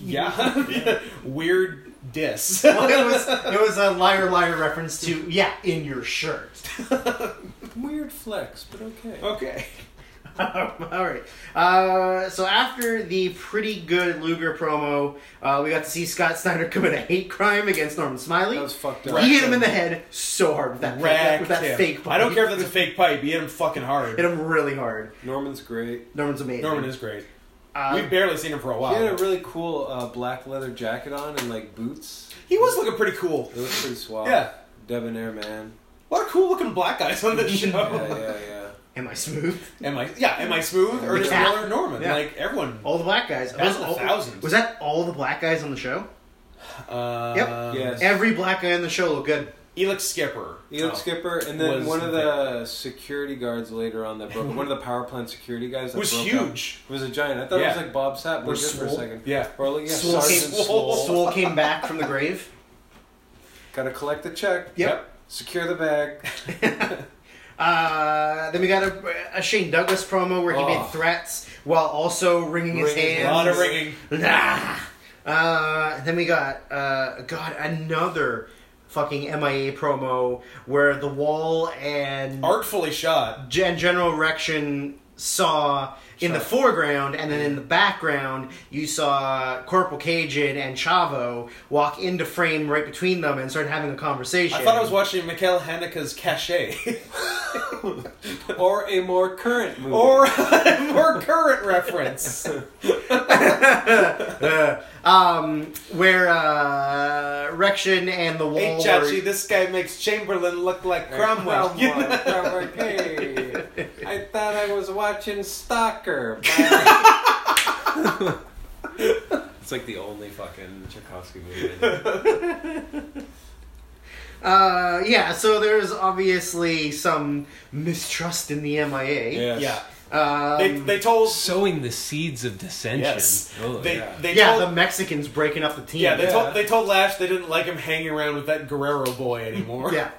A: Yeah. Weird diss.
C: Well, it was it was a liar liar reference to yeah in your shirt.
F: weird flex, but okay.
C: Oh.
A: okay.
C: Um, all right. Uh, so after the pretty good Luger promo, uh, we got to see Scott Snyder commit a hate crime against Norman Smiley.
F: That was fucked up.
A: Right.
C: he hit him in the head so hard with that, with that
A: him.
C: fake pipe.
A: I don't care if that's a fake pipe. You hit him fucking hard.
C: Hit him really hard.
F: Norman's great.
C: Norman's amazing.
A: Norman is great.
C: Uh,
A: We've barely seen him for a while.
F: He had a really cool uh, black leather jacket on and like boots.
A: He was looking pretty cool.
F: It looked pretty suave.
A: Yeah.
F: Debonair man.
A: A lot of cool looking black guys on this show.
C: Oh.
F: Yeah, yeah, yeah.
C: Am I smooth?
A: Am I? Yeah. Am I smooth or
C: The
A: just
C: cat.
A: Miller Norman?
C: Yeah.
A: Like everyone.
C: All the black guys.
A: That's
C: All-
A: the thousands.
C: Was that all the black guys on the show?
A: Uh,
C: Yep.
F: Yes.
C: Every black guy on the show looked good.
A: Elix Skipper.
F: Elon
A: Oh.
F: Skipper, and then
A: Was
F: one of the security guards later on that broke. One of the power plant security guys
A: Oh.
F: that
A: Was
F: broke
A: huge.
F: Up, was a giant. I thought it
A: Yeah.
F: was like Bob Sapp, but
A: Or
F: good for a
A: Swole.
F: second.
A: Yeah.
F: Or like, yeah,
C: Swole came-
F: Sergeant Swole.
C: Swole came back from the grave.
F: Gotta collect the check.
C: Yep.
F: Secure the bag.
C: Uh, then we got a, a Shane Douglas promo where he
F: Oh.
C: made threats while also wringing his
F: Wringing-
C: hands.
A: A lot of ringing.
C: Nah. Uh, then we got uh, God another fucking MIA promo where the wall and
A: Artfully shot.
C: Gen- General Rection saw in the foreground, and then
A: Mm-hmm.
C: in the background you saw Corporal Cajun and Chavo walk into frame right between them and start having a conversation.
A: I thought I was watching Mikhail Haneke's Cachet.
F: or a more current movie.
A: or a more current reference.
C: um, where uh, Rection and the wall.
A: Hey,
C: were-
A: Chachi, this guy makes Chamberlain look like Cromwell.
F: Cromwell.
A: You know?
F: Cromwell. Hey, I thought I was watching Stalker. but- it's like the only fucking Tchaikovsky movie. I know.
C: Uh, yeah, so there's obviously some mistrust in the MIA.
F: Yes.
A: Yeah.
C: Um,
A: They, they told.
B: Sowing the seeds of dissension.
A: Yes.
B: Oh,
A: They,
F: yeah.
A: they
C: yeah,
A: told.
C: the Mexicans breaking up the team.
A: yeah, they
F: Yeah.
A: told they told Lash they didn't like him hanging around with that Guerrero boy anymore.
C: Yeah.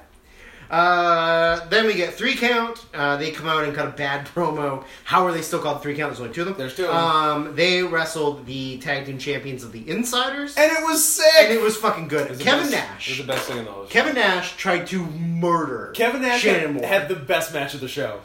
C: Uh, then we get three count. Uh, they come out and cut a bad promo. How are they still called three count? There's only two of them.
A: There's two of them.
C: Um, they wrestled the tag team champions of the Insiders, and,
A: and it was sick.
C: it was fucking good.
F: It was the
C: Kevin
F: best- It was
C: Nash.
F: the best thing in the whole show.
C: Kevin Nash tried to murder
A: Kevin Nash
C: Shannon
A: had,
C: Moore,
A: had the best match of the show.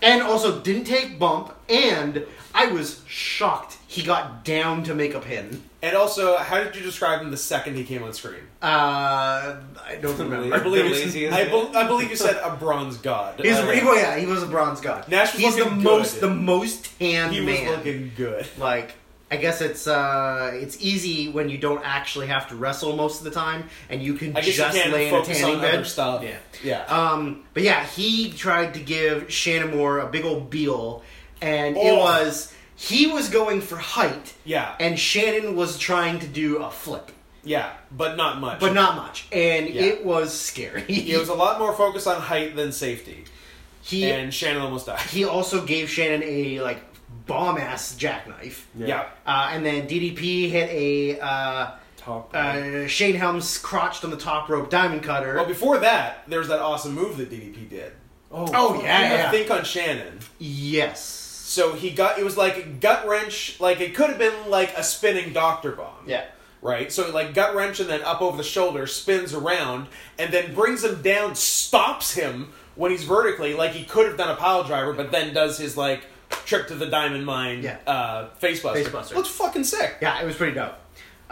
C: and also didn't take bump. And I was shocked he got down to make a pin.
A: And also, how did you describe him the second he came on screen?
C: Uh, I don't
A: I
C: remember.
A: believe
F: The
A: you,
F: laziest
A: I,
F: man.
A: bel I believe you said a bronze god.
C: He's
A: Uh,
C: a, he, well, yeah, he was a bronze god.
A: Nash was
C: He's the
A: looking good.
C: most the most tanned
A: he was
C: man.
A: looking good.
C: Like I guess it's uh it's easy when you don't actually have to wrestle most of the time and you can
A: I guess
C: just
A: you can't
C: lay in a
A: focus
C: tanning
A: on other
C: bed.
A: stuff.
C: Yeah.
A: yeah.
C: Um, but yeah, he tried to give Shannon Moore a big old beal, and it
A: Oh.
C: was he was going for height,
A: Yeah,
C: and Shannon was trying to do a flip,
A: yeah, but not much.
C: but not much, and
A: Yeah.
C: it was scary.
A: It was a lot more focused on height than safety,
C: he
A: and Shannon almost died.
C: he also gave Shannon a like bomb ass jackknife.
A: Yeah,
C: Uh, and then DDP hit a uh,
F: Top.
C: uh, Shane Helms crotched on the top rope diamond cutter.
A: Well, before that, there was that awesome move that DDP did.
C: oh
A: I
C: yeah, yeah.
A: think on Shannon.
C: yes,
A: So he got it was like a gut wrench, like it could have been like a spinning doctor bomb.
C: yeah.
A: Right, so like gut wrench and then up over the shoulder, spins around, and then brings him down, stops him when he's vertically, like he could have done a pile driver, but then does his like trip to the diamond mine,
C: Yeah.
A: uh, face buster.
C: Face buster.
A: Looks fucking sick.
C: Yeah, it was pretty dope.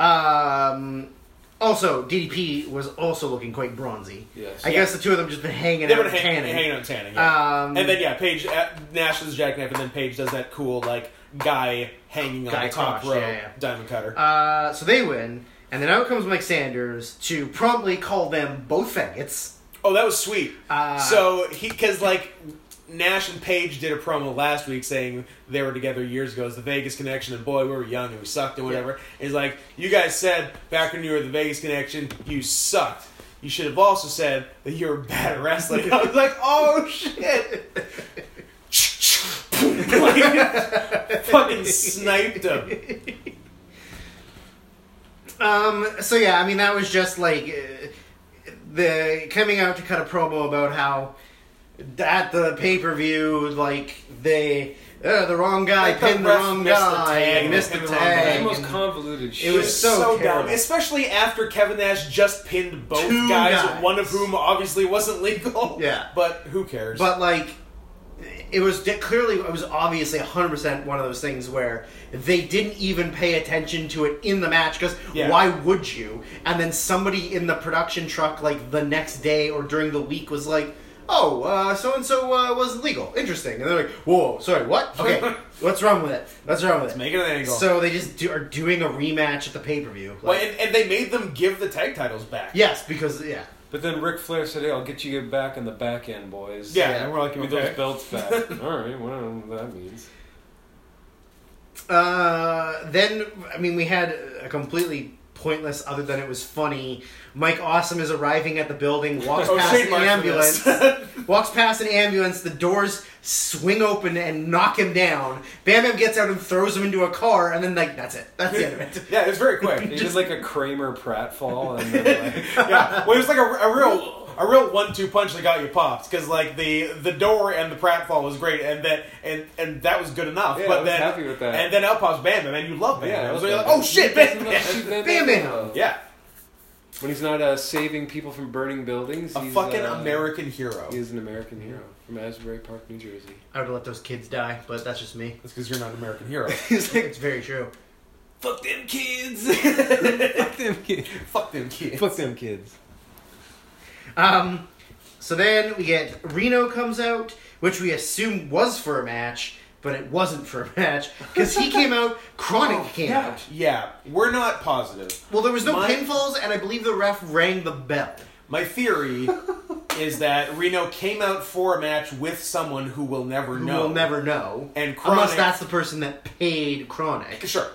C: Um, also, DDP was also looking quite bronzy.
F: Yes.
C: I guess the two of them just been hanging
A: They
C: out
A: were
C: and
A: hang,
C: tanning.
A: hanging on tanning. Yeah.
C: Um,
A: and then yeah, Paige uh, Nash does jackknife, and then Paige does that cool like guy hanging on
C: Guy
A: the top
C: crush,
A: row
C: yeah, yeah.
A: diamond cutter.
C: Uh, so they win, and then out comes Mike Sanders to promptly call them both faggots.
A: oh, that was sweet.
C: Uh,
A: so he because like. Nash and Paige did a promo last week saying they were together years ago as the Vegas Connection, and boy, we were young and we sucked and whatever. It's like, you guys said back when you were the Vegas Connection, you sucked. You should have also said that you were bad at wrestling. I was like, oh shit. Like, fucking sniped him.
C: Um, so yeah, I mean that was just like uh, the coming out to cut a promo about how at the pay per view, like they uh, the wrong guy
A: Like the
C: pinned the,
A: ref
C: wrong
A: missed the
C: guy,
A: tag,
C: and missed the
A: pinned the wrong
B: It's
C: tag.
B: the most
C: and
B: convoluted shit.
C: It was so terrible.
A: especially after Kevin Nash just pinned both
C: Two
A: guys,
C: guys.
A: one of whom obviously wasn't legal.
C: Yeah.
A: but who cares?
C: But like, it was de- clearly it was obviously hundred percent one of those things where they didn't even pay attention to it in the match because
A: Yeah.
C: why would you? And then somebody in the production truck like the next day or during the week was like. Oh, so and so was legal. Interesting. And they're like, "Whoa, sorry, what? Okay, what's wrong with it? What's wrong with it?"
A: make it an angle.
C: So they just do, are doing a rematch at the pay per view.
A: well, and, and they made them give the tag titles back.
C: yes, because yeah,
F: But then Ric Flair said, "Hey, I'll get you back in the back end, boys."
A: yeah,
C: Yeah.
A: And we're like,
F: Give me
A: okay.
F: those belts back. All right, whatever that means.
C: Uh, then I mean, we had a completely pointless, other than it was funny. Mike Awesome is arriving at the building, walks
A: Oh,
C: past an
A: trademark for
C: ambulance,
A: this.
C: walks past an ambulance. The doors swing open and knock him down. Bam Bam gets out and throws him into a car, and then like that's it. That's the end of it.
A: yeah, it was very
F: He
A: quick.
F: did like a Kramer pratfall, and then like,
A: yeah, well, it was like a, a real. A real one-two punch that got you popped because like the the door and the pratfall was great and that and and that was good enough.
F: Yeah,
A: but
F: I was
A: then
F: happy with that.
A: and then out pops Bam Bam and you love Bam.
F: yeah,
A: Yeah,
F: that
A: was
F: was
A: like,
F: bad.
A: oh shit, Bam
F: He doesn't
A: Bam.
F: know- shoot,
C: Bam Bam.
A: Yeah,
F: When he's not uh, saving people from burning buildings,
A: a
F: he's,
A: fucking
F: uh,
A: American hero.
F: He is an American hero from Asbury Park, New Jersey.
C: I would have let those kids die, but that's just me.
A: That's because you're not an American hero.
F: he's
C: It's very true.
A: Fuck them kids.
F: "Fuck them kids!
A: Fuck them kids.
F: Fuck them kids!"
C: Um, so then we get Reno comes out, which we assume was for a match, but it wasn't for a match because he came out. Chronic came out.
A: Oh, Yeah, we're not positive.
C: Well, there was no
A: My-
C: pinfalls, and I believe the ref rang the bell.
A: My theory is that Reno came out for a match with someone who will never
C: Who
A: know.
C: We'll never know,
A: And
C: unless
A: Chronic-
C: that's the person that paid Chronic.
A: Sure.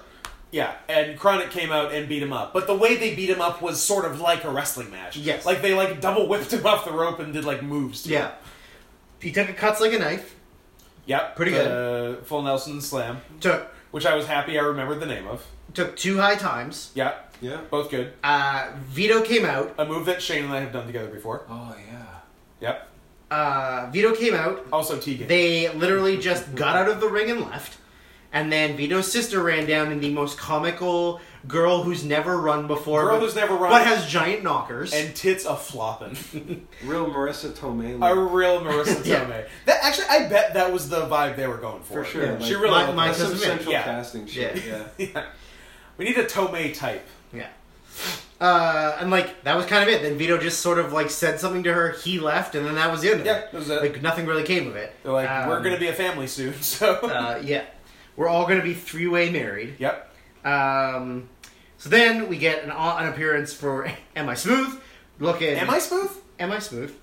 A: Yeah, and Chronic came out and beat him up. But the way they beat him up was sort of like a wrestling match.
C: Yes.
A: Like they like double whipped him off the rope and did like moves. to him.
C: Yeah, he took a cuts like a knife.
A: Yep.
C: Pretty
A: good. Full Nelson Slam,
C: Took
A: which I was happy I remembered the name of.
C: took two high times.
A: Yeah.
F: Yeah.
A: Both good.
C: Uh, Vito came out.
A: A move that Shane and I have done together before.
F: Oh yeah.
A: Yep.
C: Uh, Vito came out.
A: Also Tegan.
C: They literally just got out of the ring and left. And then Vito's sister ran down in the most comical girl who's never run before.
A: Girl
C: but,
A: who's never run.
C: But has giant knockers.
A: and tits a flopping.
F: Real Marissa Tomei.
A: A real Marissa Tomei.
C: Yeah.
A: That actually, I bet that was the vibe they were going for.
F: for sure.
C: Yeah.
F: Like,
A: She really
C: My-
A: looked
C: my
A: like-
F: that's some
C: cousin Mick,
F: central
A: yeah.
F: casting shit.
C: Yeah.
F: Yeah.
A: Yeah. We need a Tomei type.
C: yeah. Uh, and like that was kind of it. Then Vito just sort of like said something to her. He left, and then that was the end of
A: Yeah,
C: it.
A: that was it.
C: Like nothing really came of it.
A: They're like,
C: Um,
A: we're gonna be a family soon, so.
C: uh, yeah, we're all gonna be three way married.
A: yep.
C: Um, so then we get an, an appearance for Am I Smooth? Looking
A: Am I smooth?
C: Am I smooth?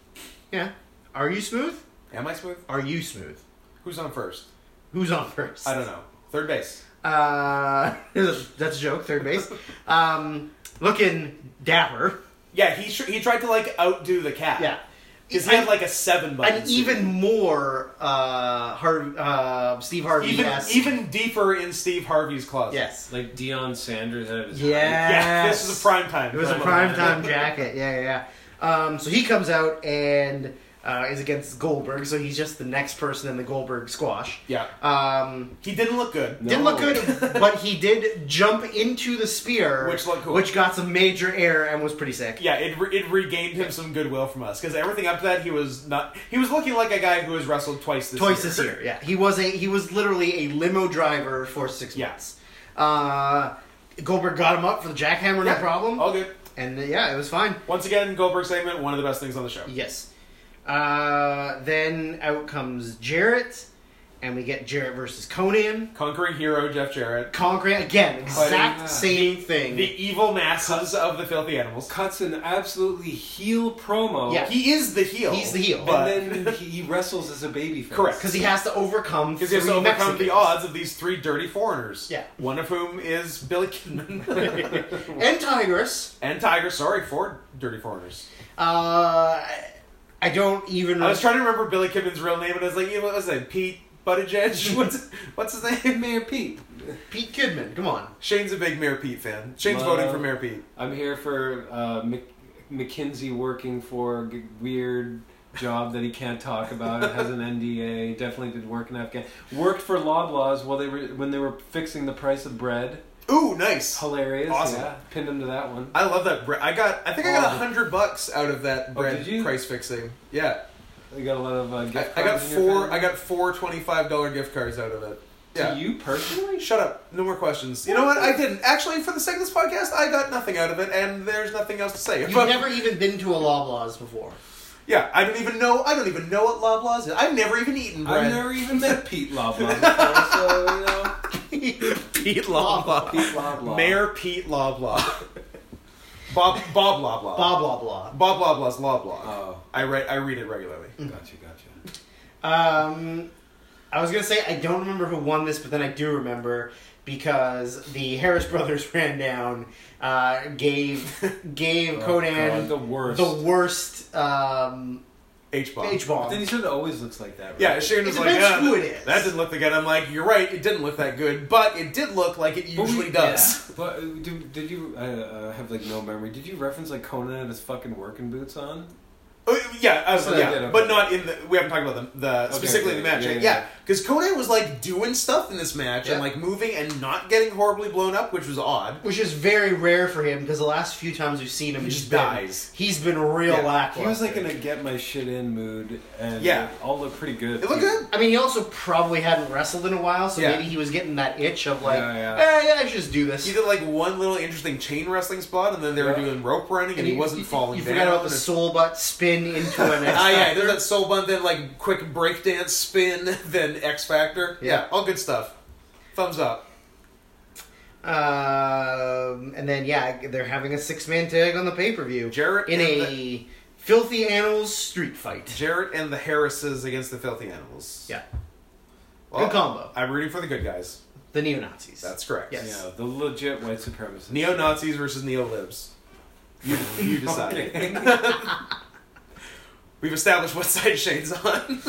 C: Yeah. Are you smooth?
A: Am I smooth?
C: Are you smooth?
A: Who's on first?
C: Who's on first?
A: I don't know. Third base.
C: Uh, that's a joke. Third base. Um, looking dapper.
A: Yeah, he tr- he tried to like outdo the cat.
C: Yeah.
A: Because he had like a seven button.
C: An
A: suit.
C: even more uh, Har- uh, Steve Harvey.
A: even
C: esque-
A: even deeper in Steve Harvey's closet.
C: yes.
F: Like Dion Sanders out of his
C: Yes.
A: Yeah, this is a prime time.
C: It was a prime time jacket. Yeah, yeah. yeah. Um, so he comes out and uh, is against Goldberg. So he's just the next person in the Goldberg squash.
A: Yeah.
C: Um,
A: He didn't look good.
C: Didn't look good, but he did jump into the spear,
A: Which looked cool.
C: which got some major air and was pretty sick.
A: Yeah, it, re- it regained him some goodwill from us because everything up to that he was not. He was looking like a guy who has wrestled twice this
C: Twice
A: year.
C: this year, yeah. He was a he was literally a limo driver for six
A: Yeah.
C: months. Uh, Goldberg got him up for the jackhammer,
A: Yeah. Oh,
C: no problem,
A: All good.
C: and uh, yeah, it was fine.
A: Once again, Goldberg segment, one of the best things on the show.
C: Yes. Uh, then out comes Jarrett, and we get Jarrett versus Conan.
A: Conquering hero Jeff Jarrett,
C: Conquering again, exact
F: yeah.
C: same thing.
A: the evil masses of the filthy animals.
F: Cuts an absolutely heel promo.
C: Yeah.
A: He is the heel.
C: He's the heel.
A: But-
F: And then he, he wrestles as a babyface.
A: Correct.
C: because he has to overcome
A: Because he has to
C: three
A: overcome
C: Mexicans.
A: the odds of these three dirty foreigners.
C: Yeah.
A: One of whom is Billy Kidman
C: and Tigress.
A: and Tiger. Sorry, four dirty foreigners.
C: Uh, I don't even.
A: I was trying to remember Billy Kidman's real name, and I was like, you know, what was it? Pete Buttigieg? What's what's his name?
F: Mayor Pete.
C: Pete Kidman. Come on.
A: Shane's a big Mayor Pete fan. Shane's
F: Love-
A: voting for Mayor Pete.
F: I'm here for uh, Mc- McKinsey working for g- weird
B: job that he can't talk about. It has an NDA. Definitely did work in Afghanistan. Worked for Loblaws while they were when they were fixing the price of bread.
A: Ooh, nice.
B: Hilarious.
A: Awesome.
B: Yeah. Pinned him to that one.
A: I love that bread. I got. I think I got
B: Oh.
A: a hundred bucks out of that
B: Oh,
A: bread
B: did you?
A: price fixing. Yeah,
B: You got a lot of uh,
A: I,
B: gift cards.
A: I got
B: in your
A: four.
B: family?
A: I got four twenty-five dollar gift cards out of it. Yeah.
B: To you personally?
A: Shut up. No more questions. You know what? I didn't actually. For the sake of this podcast, I got nothing out of it, and there's nothing else to say.
C: You've
A: But-
C: never even been to a Loblaws before.
A: yeah, I don't even know. I don't even know what Loblaws is. I've never even eaten bread.
B: I've never even met Pete Loblaw before, so you know.
A: Pete Loblaw.
B: Pete Loblaw.
A: Mayor Pete Loblaw. Bob Bob Loblaw.
C: Blah blah blah.
A: Bob Loblaw's Loblaw.
B: Oh,
A: I read I read it regularly.
B: gotcha, gotcha.
C: Um, I was gonna say I don't remember who won this, but then I do remember because the Harris brothers ran down, uh, gave gave
A: Oh,
B: Oh, God,
C: Conan
B: the worst.
C: the worst um,
A: H bomb.
C: H
B: Then
C: bomb.
B: he said it always looks like that, right?
A: Yeah, Sharon
C: It
A: was like,
C: depends
A: "Yeah,
C: who
A: that-
C: it is."
A: That didn't look that good. I'm like, you're right. It didn't look that good, but it did look like it
B: But we-
A: usually does.
B: yeah. But uh, do, did you? I uh, have like no memory. Did you reference like Conan had his fucking working boots on?
A: Oh, Yeah, uh, yeah,
B: So, yeah, okay.
A: but not in the. We haven't talked about the, the specifically
B: okay.
A: the match.
B: Yeah,
A: Yeah,
B: yeah,
A: because Conan was like doing stuff in this match
C: Yeah.
A: and like moving and not getting horribly blown up, which was odd.
C: Which is very rare for him because the last few times we've seen him,
A: He
C: he's
A: just
C: been-
A: dies.
C: He's been real
A: Yeah.
C: lackluster.
B: He was like in a get my shit in mood, and
A: Yeah.
B: it all looked pretty good.
A: It looked good.
C: I mean, he also probably hadn't wrestled in a while, so
A: Yeah.
C: maybe he was getting that itch of like,
B: Yeah, yeah.
C: eh, yeah, I should just do this.
A: He did like one little interesting chain wrestling spot, and then they were
B: Yeah.
A: doing rope running, and, he
C: you-
A: wasn't
C: you-
A: falling.
C: You
A: down.
C: forgot about the
A: and-
C: soul butt spin into an X.
A: Ah, yeah, he
C: Factor.
A: does that soul bun, then like quick breakdance spin, then X Factor. Yeah.
C: Yeah.
A: all good stuff. Thumbs up.
C: Um, and then yeah, they're having a six man tag on the pay per view
A: Jarrett
C: in
A: and
C: a filthy animals street fight.
A: Jarrett and the Harrises against the Filthy Animals.
C: Yeah,
A: Well,
C: good combo.
A: I'm rooting for the good guys.
C: The neo Nazis.
A: That's correct.
C: Yes.
B: Yeah, the legit white supremacists.
A: Neo Nazis versus neo libs. You, you decide.
B: Okay.
A: We've established what side Shane's on.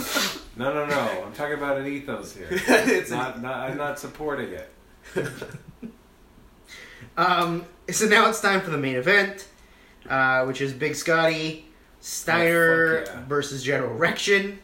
B: No, no, no. I'm talking about an ethos here.
A: it's
B: not, not, I'm not supporting it.
C: Um, so now it's time for the main event, uh, which is Big Scotty Steiner
B: Oh, fuck yeah.
C: versus General Rection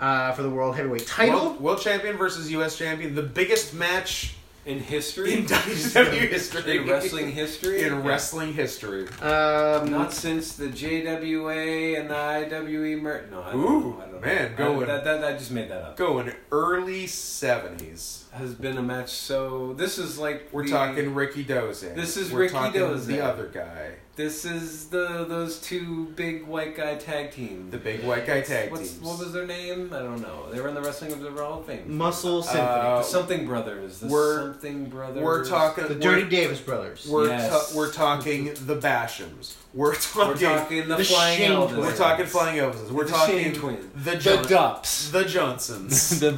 C: uh, for the world heavyweight title.
A: world, world champion versus U.S. champion. The biggest match
B: In history,
A: in WWE history.
B: in wrestling history,
A: In
B: Yeah.
A: wrestling history.
C: Um,
B: Not since the JWA and the IWE mer- No, I don't
A: Ooh,
B: know. I don't
A: man,
B: know.
A: go
B: I-
A: with-
B: that, that, I just made that up.
A: Going early 70s.
B: Has been a match so. This is like.
A: We're
B: the-
A: talking Ricky Dozan.
B: This is
A: We're
B: Ricky
A: talking
B: Dozan.
A: The other guy.
B: This is the those two big white guy tag team.
A: The big white guy tag
B: What's,
A: teams.
B: What was their name? I don't know. They were in the Wrestling of the Hall of Fame.
C: Muscle Symphony.
B: the
A: Uh,
B: Something Brothers. The
A: we're-
B: Something Brothers.
A: we're talking.
C: the
A: we're-
C: Dirty Davis Brothers.
A: We're,
B: Yes.
A: ta- we're talking the Bashams. We're
B: We're
A: talking.
B: talking the,
C: The
B: Flying
C: Shane
B: Elvis.
C: Twins.
A: we're talking flying Elvises. We're
B: The
A: talking
B: Shane Twins.
A: the
C: the
A: John-
C: Dups.
A: the Johnsons.
B: the,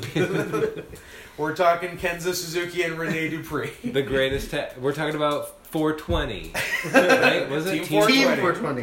A: we're talking Kenzo Suzuki and Rene Dupree.
B: the greatest. Ta- we're talking about 420. Right? Was it
A: Team
B: Team
A: 420.
C: Team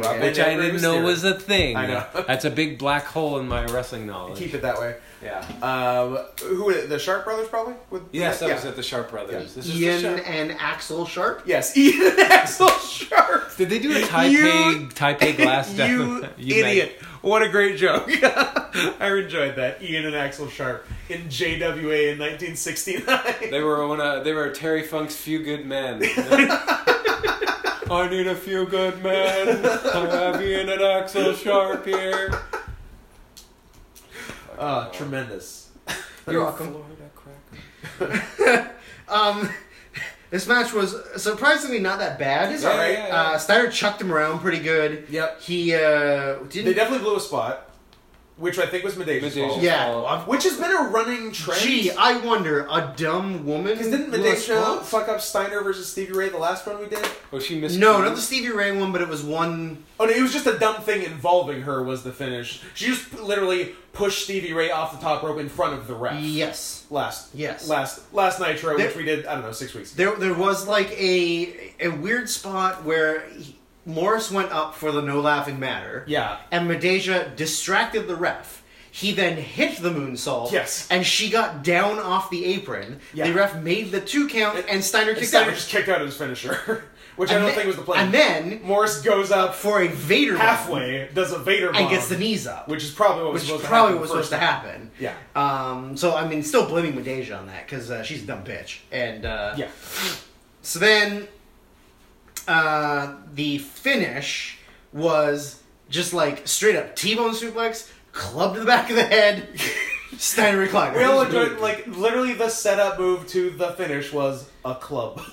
A: Robin
C: 420, yeah.
B: which I
A: Edwards
B: didn't know
A: theory.
B: was a thing.
A: I know.
B: That's a big black hole in my wrestling knowledge.
A: Keep it that way.
B: Yeah.
A: Um, who the Sharp Brothers probably? With,
B: Yes, that
A: yeah.
B: was at the Sharp Brothers.
A: Yeah.
B: This is the
C: Ian
B: Sharp.
C: and Axel Sharp.
A: Yes, Ian and Axel Sharp.
B: Did they do a
A: You-
B: Taipei Taipei glass death?
A: you, idiot! What a great joke. I enjoyed that. Ian and Axel Sharp in JWA in 1969.
B: They were one. Of, they were Terry Funk's few good men. I need a few good men. I have Ian and Axel Sharp here.
A: Uh, tremendous.
C: You're welcome.
B: Florida cracker.
C: Um, this match was surprisingly not that bad.
A: It's all right.
B: Yeah, yeah, yeah.
C: Uh, Steiner chucked him around pretty good.
A: Yep.
C: He uh,
A: They
C: didn't.
A: definitely blew a spot, which I think was Medea's
B: Medea's
A: fault.
C: yeah.
B: fault.
A: Which has been a running trend.
C: Gee, I wonder, a dumb woman.
A: Because didn't
C: blew a
A: Medeja
C: spot?
A: fuck up Steiner versus Stevie Ray the last one we did?
B: Oh, she missed.
C: No, not the Stevie Ray one, but it was one.
A: Oh no, it was just a dumb thing involving her was the finish. She just literally pushed Stevie Ray off the top rope in front of the ref.
C: Yes,
A: Last.
C: Yes.
A: Last last Nitro,
C: There-
A: which we did, I don't know, six weeks ago.
C: there there was like a a weird spot where he, Morris went up for the no laughing matter.
A: Yeah.
C: and Medeja distracted the ref. He then hit the moonsault.
A: Yes.
C: and she got down off the apron.
A: Yeah.
C: The ref made the two count, and Steiner
A: And
C: kicked
A: Steiner
C: out.
A: just kicked out his finisher. which I
C: And
A: don't
C: then-
A: think was the plan.
C: And then
A: Morris goes up
C: for a Vader bomb
A: halfway, does a Vader bomb,
C: and gets the knees up,
A: which is probably what was
C: which
A: supposed
C: probably
A: to happen
C: was
A: first
C: supposed to
A: time.
C: happen.
A: Yeah.
C: Um, so I mean, still blaming Medeja on that because uh, she's a dumb bitch. And uh,
A: Yeah.
C: So then, uh, the finish was just like straight up T-bone suplex, club to the back of the head, Steiner recliner.
A: We all enjoyed, like, literally the setup move to the finish was a club.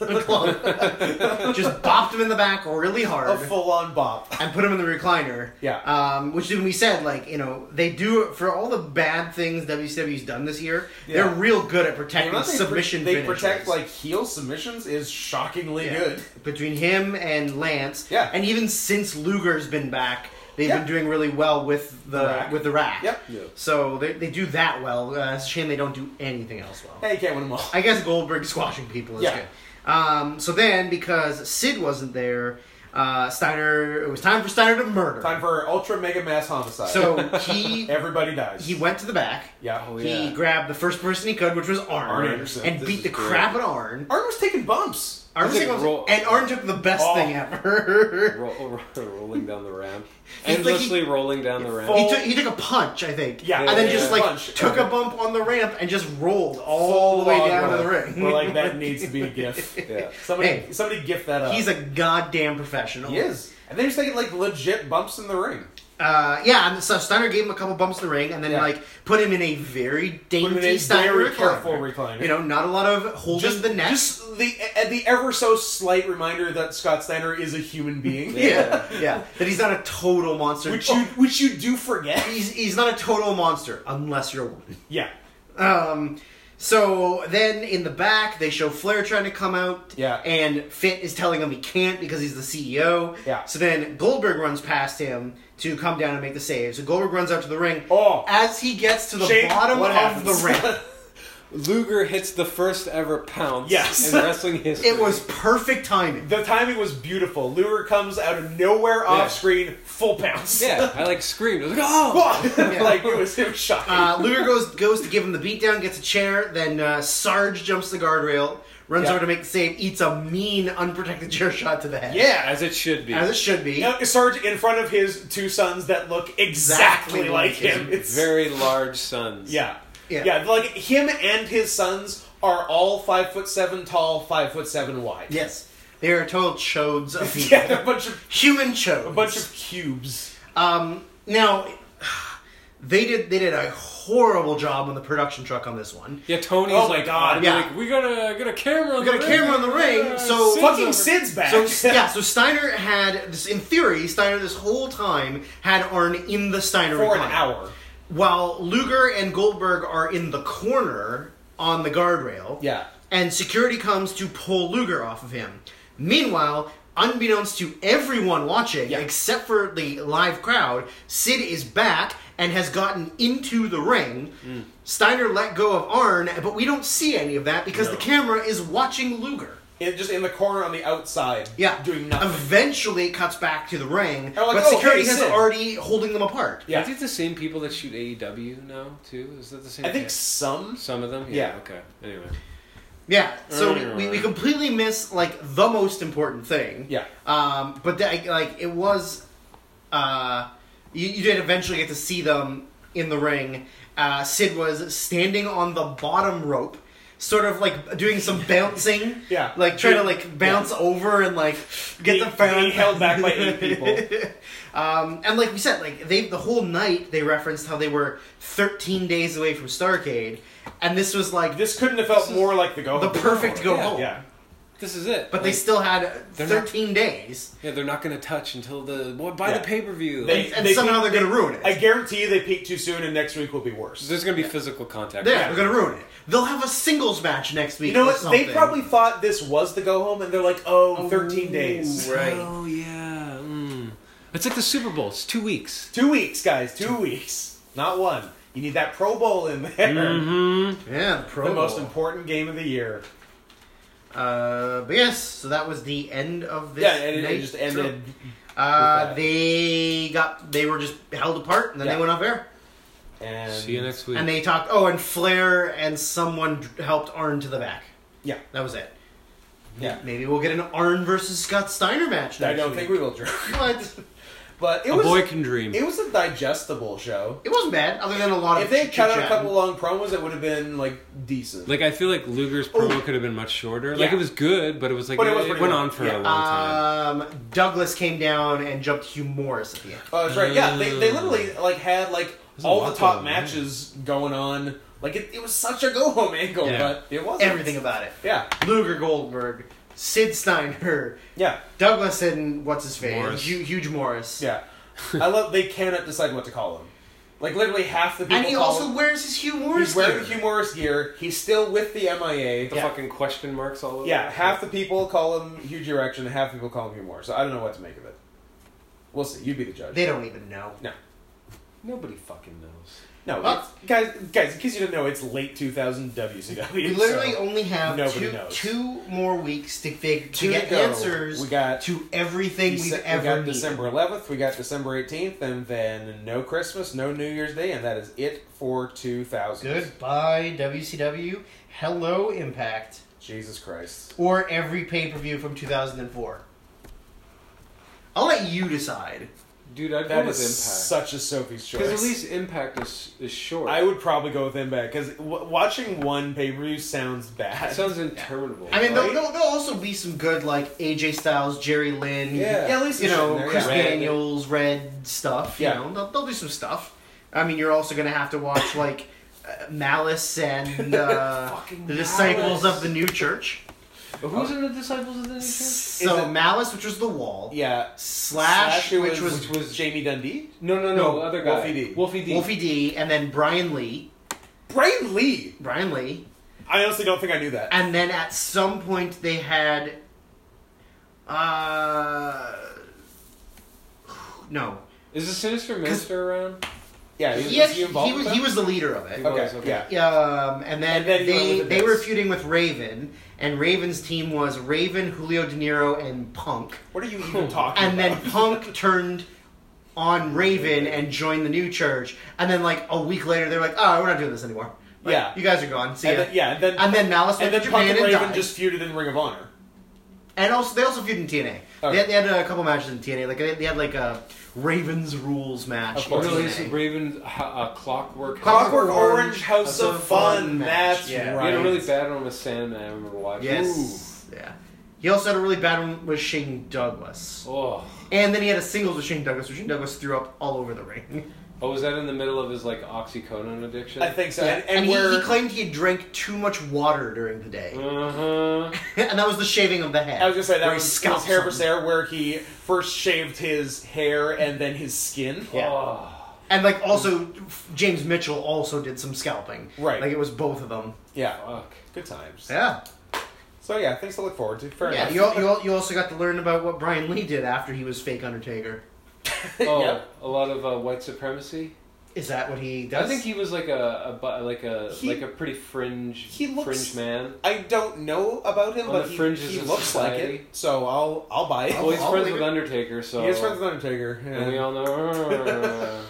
C: just bopped him in the back really hard.
A: a full on bop.
C: and put him in the recliner.
A: Yeah.
C: Um, which then we said, like, you know, they do for all the bad things WCW's done this year,
A: Yeah.
C: they're real good at
A: The
C: protecting
A: amount they
C: submission
A: They
C: finishes.
A: protect, like, heel submissions is shockingly
C: Yeah.
A: good.
C: Between him and Lance.
A: Yeah.
C: And even since Luger's been back, they've
A: Yeah.
C: been doing really well with the
A: Rack.
C: with the rack.
A: Yep.
C: So they, they do that well. Uh, it's a shame they don't do anything else well.
A: Hey, you can't win them all.
C: I guess Goldberg squashing people is
A: Yeah.
C: good. Um, so then, because Sid wasn't there, uh, Steiner, it was time for Steiner to murder.
A: Time for ultra mega mass homicide.
C: So he
A: everybody dies.
C: he went to the back.
A: yeah.
F: Oh,
C: He
F: yeah.
C: grabbed the first person he could, which was Arn,
A: Arn Anderson.
C: and
F: This
C: beat
F: is
C: the
F: great.
C: crap out of Arn.
A: Arn was taking bumps.
C: Arn was
F: That's a
C: like-
F: roll-
C: and Arn took the best
A: Oh.
C: thing ever.
F: Roll, roll- rolling down the ramp,
C: He's like,
F: endlessly rolling down the ramp.
C: He took, he took a punch, I think.
A: Yeah.
C: and then
F: Yeah.
C: just like
A: Punch.
C: took a bump on the ramp and just rolled all the way
A: Full-on
C: down to the
A: roll.
C: ring.
A: We're like, that needs to be a gif.
F: yeah.
A: Somebody,
C: Hey.
A: somebody gift that up.
C: He's a goddamn professional.
A: uh, he is. And then he's taking like legit bumps in the ring.
C: Uh, yeah, and so Steiner gave him a couple bumps in the ring, and then
A: Yeah.
C: like put him in a very
A: Put him
C: dainty
A: in a
C: Steiner
A: very
C: recliner.
A: careful recliner.
C: You know, not a lot of holding the neck.
A: just the eh, the ever so slight reminder that Scott Steiner is a human being,
C: yeah, yeah, that he's not a total monster. Oh,
A: which you which you do forget.
C: he's he's not a total monster unless you're a woman.
A: Yeah,
C: Um, so then in the back they show Flair trying to come out.
A: Yeah.
C: And Finn is telling him he can't because he's the CEO.
A: Yeah.
C: So then Goldberg runs past him to come down and make the save. So Goldberg runs out to the ring.
A: Oh.
C: As he gets to the
A: Shane,
C: bottom
A: what
C: of
A: happens?
C: the ring,
F: Luger hits the first ever pounce
A: Yes.
F: in wrestling history.
C: it was perfect timing.
A: the timing was beautiful. Luger comes out of nowhere off screen, full pounce.
F: Yeah, I like screamed. I was like, oh!
A: like it was him shocking.
C: Uh, Luger goes goes to give him the beatdown, gets a chair. Then uh, Sarge jumps the guardrail, runs
A: Yeah.
C: over to make the save, eats a mean unprotected chair shot to the head.
A: yeah,
F: As it should be.
C: as it should be.
A: Now, Sarge in front of his two sons that look exactly,
C: Exactly
A: like
C: like
A: him.
C: him.
A: It's
F: Very large sons.
A: yeah.
C: Yeah.
A: Like him and his sons are all five foot seven tall, five foot seven wide.
C: Yes. They are total chodes of people.
A: yeah, a bunch of
C: Human chodes.
A: a bunch of cubes.
C: um now they did they did a horrible job on the production truck on this one.
F: Yeah, Tony's
A: Oh my
F: like,
A: God,
F: I'm
C: yeah.
F: like, we got a got a camera.
C: We got a camera on the ring, so-
F: Sid's
A: Fucking
F: over."
A: Sid's back.
C: So yeah, so Steiner had this in theory, Steiner this whole time had Arn in the Steiner
A: for an
C: recliner.
A: hour.
C: While Luger and Goldberg are in the corner on the guardrail.
A: Yeah.
C: and security comes to pull Luger off of him. Meanwhile, unbeknownst to everyone watching,
A: Yeah.
C: except for the live crowd, Sid is back and has gotten into the ring.
A: Mm.
C: Steiner let go of Arn, but we don't see any of that because the camera is watching Luger.
A: It, just in the corner on the outside.
C: Yeah,
A: Doing nothing.
C: Eventually, it cuts back to the ring,
A: They're like,
C: but
A: "Oh,
C: security
A: hey,
C: has
A: Sid."
C: already holding them apart.
A: Yeah.
F: Is it the same people that shoot AEW now too? Is that the same?
A: I think
F: yeah.
A: some.
F: some of them.
A: Yeah.
F: Okay. Anyway.
C: Yeah, so we, we, we completely miss like the most important thing.
A: Yeah.
C: Um, but that, like it was, uh, you, you did eventually get to see them in the ring. Uh, Sid was standing on the bottom rope, sort of like doing some bouncing.
A: Yeah.
C: Like trying to like bounce over and like get the
A: Being-
C: fan
A: being held back by eight people.
C: um, and like we said, like they the whole night they referenced how they were 13 days away from Starcade, and this was like
A: This couldn't have felt more like the go.
C: the perfect go home.
A: Yeah.
F: This is it.
C: But they
F: Like,
C: still had
F: they're
C: 13 days,
F: yeah, they're not going to touch until the well, by
A: Yeah.
F: the pay per view.
A: They-
C: and, and
A: they-
C: somehow they're going to ruin it.
A: I guarantee you they peaked too soon, and next week will be worse.
F: There's going to be physical contact.
C: They're going to ruin it. They'll have a singles match next week.
A: You know
C: or
A: what? They
C: something.
A: probably thought this was the go home, and they're like, oh, 13 days.
C: right.
F: Oh yeah. Mm. It's like the Super Bowl. It's two weeks.
A: Two weeks, guys. Two weeks. Not one. You need that Pro Bowl in there.
F: Mm.
C: Yeah, the Mm-hmm. Pro
A: The most
C: Bowl.
A: important game of the year.
C: uh, but yes, so that was the end of this.
A: Yeah, and it,
C: night.
A: it just ended.
C: Uh,
A: with that.
C: they got they were just held apart, and then
A: Yeah. Mm.
C: they went off air,
A: And
F: See you next week.
C: and they talked. Oh, and Flair and someone d- helped Arn to the back.
A: Yeah.
C: that was it.
A: Yeah.
C: Maybe we'll get an Arn versus Scott Steiner match.
A: I
C: Next
A: don't think
C: week.
A: we will, Drew.
C: What?
A: But it
B: A
A: was
B: boy can dream.
A: it was a digestible show.
C: It wasn't bad, other than a lot
A: If
C: of.
A: they had cut out a
C: chit-chat.
A: couple long promos, it would have been like decent.
B: Like I feel like Luger's
F: Oh.
B: promo could have been much shorter. Like
A: Yeah.
B: it was good, but it was like
A: But
B: it,
A: it was
B: it
A: pretty
B: went
A: good.
B: on for
A: Yeah.
B: a long
F: Uh,
B: time.
C: Um, Douglas came down and jumped Hugh Morris at the end.
A: Oh, that's right. Yeah, they, they literally like had like
B: uh, There's a
A: all
B: lot
A: the top
B: going on.
A: matches going on. Like it, it was such a go home angle,
B: Yeah.
A: but it wasn't
C: Everything about it.
A: Yeah,
C: Luger Goldberg, Sid Steiner,
A: yeah,
C: Douglas and what's his face?
B: Morris.
C: Hu- Huge Morris.
A: yeah. I love they cannot decide what to call him. Like literally half the people.
C: And he
A: call
C: also
A: him,
C: wears his Hugh Morris.
A: he's wearing
C: gear.
A: humorous gear. He's still with the MIA.
F: The
C: Yeah.
F: fucking question marks all over.
A: Yeah,
F: it.
A: half the people call him huge erection, and half the people call him humor. So I don't know what to make of it. We'll see. You be the judge.
C: They don't even know.
F: Nobody fucking knows.
A: no,
C: Huh?
A: it's- guys, guys. In case you didn't know, it's late 2000 WCW.
C: We literally
A: so
C: only have
A: uh, nobody
C: two,
A: knows.
C: two more weeks to, fig- to
A: Two
C: get
A: go.
C: answers
A: We got
C: to everything
A: Dece-
C: we've
A: we
C: ever
A: got
C: needed.
A: December 11th, we got December 18th, and then no Christmas, no New Year's Day, and that is it for 2000.
C: Goodbye, WCW. Hello, Impact.
A: Jesus Christ.
C: Or every pay per view from 2004. I'll let you decide.
F: Dude, I'd
A: That
F: go
A: is
F: with Impact.
A: such a Sophie's choice.
F: Because at least Impact is, is short.
A: I would probably go with Impact because w- watching one pay per view sounds bad.
F: It sounds interminable.
C: I mean,
F: right?
C: there'll, there'll, there'll also be some good, like AJ Styles, Jerry Lynn,
F: Yeah.
A: yeah, at least
C: you
A: it's
C: know,
A: in there,
C: Chris
A: yeah.
C: Daniels, Red stuff. You
A: Yeah.
C: know, they'll, they'll do some stuff. I mean, you're also going to have to watch, like, uh, Malice and uh,
F: Fucking
C: the Disciples
F: Malice.
C: of the New Church.
F: But who's in the Disciples of the New Church?
C: So,
A: it-
C: Malice, which was The Wall,
A: Yeah.
C: Slash,
A: who
C: which was
A: which was Jamie Dundee.
F: No, no, no,
A: No,
F: other guy.
A: Wolfie D.
F: Wolfie D.
C: Wolfie D, and then Brian Lee.
A: Brian Lee.
C: Brian Lee.
A: I honestly don't think I knew that.
C: And then at some point they had. Uh. No.
F: Is the Sinister Minister around?
A: yeah,
C: He,
A: he,
C: had-
A: was
C: he,
A: he involved.
C: was,
A: with
C: he
A: that?
C: was the leader of it.
F: He was,
A: okay, yeah.
C: Um, and then,
A: And then he went
C: they,
A: with the
C: they were
A: Miz.
C: feuding with Raven, and Raven's team was Raven, Julio De Niro, and Punk.
A: What are you even talking
C: And
A: about?
C: then Punk turned on Raven and joined the new church. And then, like, a week later, they're like, oh, we're not doing this anymore. Like,
A: Yeah.
C: You guys are gone. See
A: And
C: ya.
A: then, yeah, and then
C: And then Malice
A: and
C: went
A: then
C: to
A: Punk
C: Japan
A: and
C: and,
A: Raven
C: died.
A: just feuded in Ring of Honor.
C: And also, they also feuded in TNA. They,
A: Okay.
C: had, they had a couple matches in TNA. Like they, they had like a Ravens rules match.
A: Of
C: in
F: Or
A: course.
F: no,
C: TNA.
F: he's Raven uh, uh, Clockwork.
A: Clockwork
C: Orange,
A: Orange House of Fun. That's
C: Yeah.
F: We had a
A: right.
F: really bad one with Sam that I remember watching.
C: Yes. Yeah. He also had a really bad one with Shane Douglas,
F: Oh.
C: and then he had a singles with Shane Douglas, which Shane Douglas threw up all over the ring.
F: Oh, was that in the middle of his like oxycodone addiction?
A: I think so. And, and,
C: And,
A: we're
C: he, he claimed he had drank too much water during the day,
F: Uh huh.
C: and that was the shaving of the head.
A: I was gonna say that
C: where he
A: was,
C: scalps
A: was hair
C: him.
A: for hair, where he first shaved his hair and then his skin.
C: Yeah.
F: Oh.
C: And like also, James Mitchell also did some scalping.
A: Right.
C: Like it was both of them.
A: Yeah,
F: Fuck.
A: good times.
C: Yeah.
A: So yeah, things to look forward to. Fair
C: Yeah.
A: enough.
C: You, al- you, al- you also got to learn about what Brian Lee did after he was fake Undertaker.
F: Oh,
A: Yeah.
F: a lot of uh, white supremacy.
C: Is that what he does?
F: I think he was like a, a bu- like a
A: He-
F: like a pretty fringe
A: he looks-
F: fringe man.
A: I don't know about him,
F: On
A: but
F: the
A: he,
F: fringes
A: he
F: of
A: looks like
F: society.
A: it. So I'll I'll buy it.
F: Well, he's
C: I'll
F: friends
C: believe
F: with
C: it.
F: Undertaker, so
A: he is friends with Undertaker.
F: and we
A: yeah.
F: all know.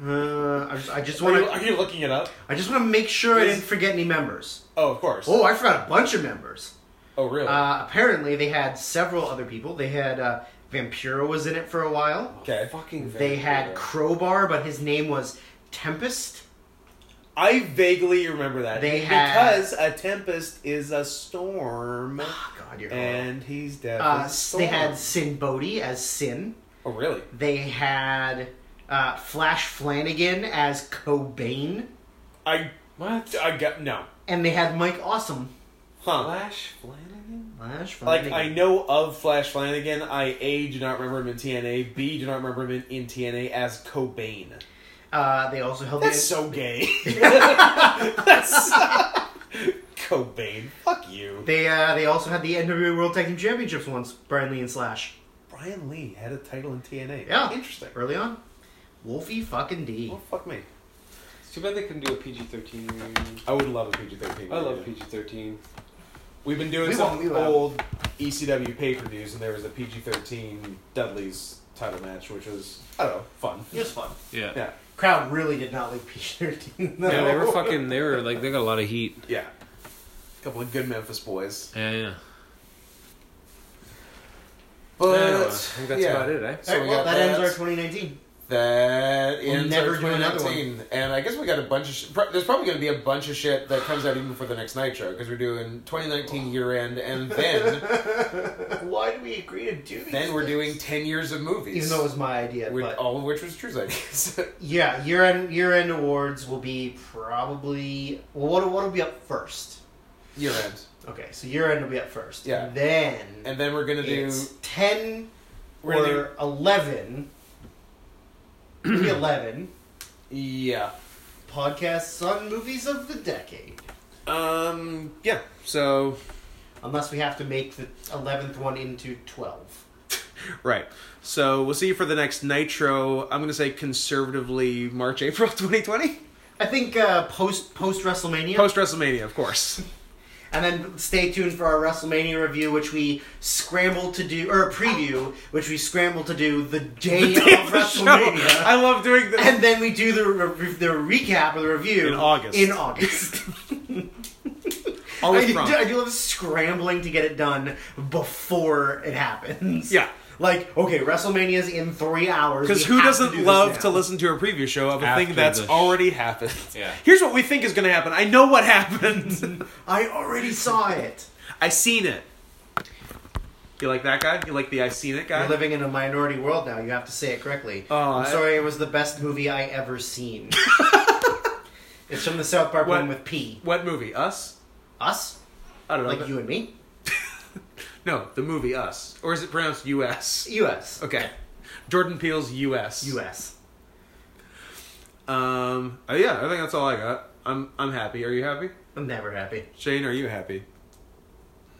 C: Uh, I just, I just
A: Are
C: want
A: you, are
C: to.
A: you looking it up?
C: I just want to make sure I
A: Is-
C: didn't forget any members.
A: Oh, of course.
C: Oh, I forgot a bunch of members.
A: Oh, really?
C: Uh, apparently, they had several other people. They had uh, Vampiro was in it for a while.
A: okay.
F: Fucking.
C: They had Crowbar, but his name was Tempest.
A: I vaguely remember that.
C: They had-
A: because a tempest is a storm,
C: Oh, God, you're horrible.
A: and he's dead.
C: Uh, s- they had Sin Bodhi as Sin.
A: Oh, really?
C: They had uh, Flash Flanagan as Cobain,
A: I
F: what?
A: I got no.
C: and they had Mike Awesome.
A: Huh.
F: Flash Flanagan.
C: Flash
A: Like
C: Flanagan.
A: I know of Flash Flanagan. I a do not remember him in TNA. B do not remember him in, in TNA as Cobain.
C: uh, they also held.
A: That's
C: the-
A: so gay. That's Cobain. Fuck you.
C: They uh, they also had the NWA World Tag Team Championships once, Brian Lee and Slash.
A: Brian Lee had a title in TNA.
C: Yeah.
A: interesting.
C: Early on. Wolfie fucking D.
A: Well, fuck me.
F: It's too bad they couldn't do a PG thirteen reunion.
A: I would love a PG thirteen.
F: I love PG thirteen.
A: We've been doing
C: We won't
A: some
C: leave out.
A: old E ECW pay per views, and there was a PG thirteen Dudley's title match, which was I don't know fun.
C: It was fun.
B: Yeah.
A: Yeah,
C: Crowd really did not like PG thirteen though.
B: Yeah, they were fucking. They were like they got a lot of heat.
A: yeah. A couple of good Memphis boys.
B: Yeah, yeah.
A: But
F: Anyway, I think that's
A: yeah.
F: about it, eh?
A: So we
C: Alright, well,
A: got
C: that ends our
A: that.
C: 2019.
A: That
C: We'll
A: ends
C: never
A: our
C: do another
A: 2019. And I guess we got a bunch of. Sh- pro- there's probably going to be a bunch of shit that comes out even for the next night show because we're doing 2019 year end, and then
C: Why do we agree to do these
A: then we're doing
C: things?
A: 10 years of movies.
C: Even though it was my idea,
A: With-
C: but
A: all of which was Drew's ideas.
C: yeah, year end year end awards will be probably well. What what will be up first?
A: year end,
C: Okay, so year end will be up first.
A: Yeah.
C: Then
A: and then we're gonna do
C: it's ten
A: we're
C: or
A: gonna
C: eleven. maybe eleven
A: do yeah.
C: podcasts on movies of the decade.
A: Um. Yeah. So
C: Unless we have to make the eleventh one into twelve.
A: Right. So we'll see you for the next Nitro. I'm going to say conservatively March, April 2020.
C: I think uh, post post WrestleMania.
A: Post WrestleMania, of course.
C: And then stay tuned for our WrestleMania review, which we scrambled to do, or a preview, which we scrambled to do the day, of WrestleMania.
A: I love doing this.
C: and then we do the re- the recap or the review
A: In August. Oh,
C: In August, I,
A: Always
C: do,
A: prompt.
C: I do love scrambling to get it done before it happens.
A: Yeah.
C: like okay, WrestleMania's in three hours.
A: Because
C: we
A: who
C: have
A: doesn't
C: to do this
A: love
C: now.
A: to listen to a preview show of a
F: After
A: thing that's
F: the sh-
A: already happened?
F: Yeah.
A: Here's what we think is going to happen. I know what happened.
C: I already saw it.
A: I seen it. You like that guy? You like the I seen it guy?
C: You're living in a minority world now. You have to say it correctly.
A: Oh,
C: I'm
A: I-
C: sorry, it was the best movie I ever seen. it's from the South Park
A: What?
C: one with P.
A: what movie? Us?
C: Us?
A: I don't know.
C: Like you and me?
A: No, the movie Us. Or is it pronounced U.S.?
C: U.S.
A: Okay. Jordan Peele's U.S.
C: U.S.
A: Um. uh, Yeah, I think that's all I got. I'm I'm happy. Are you happy?
C: I'm never happy.
A: Shane, are you happy?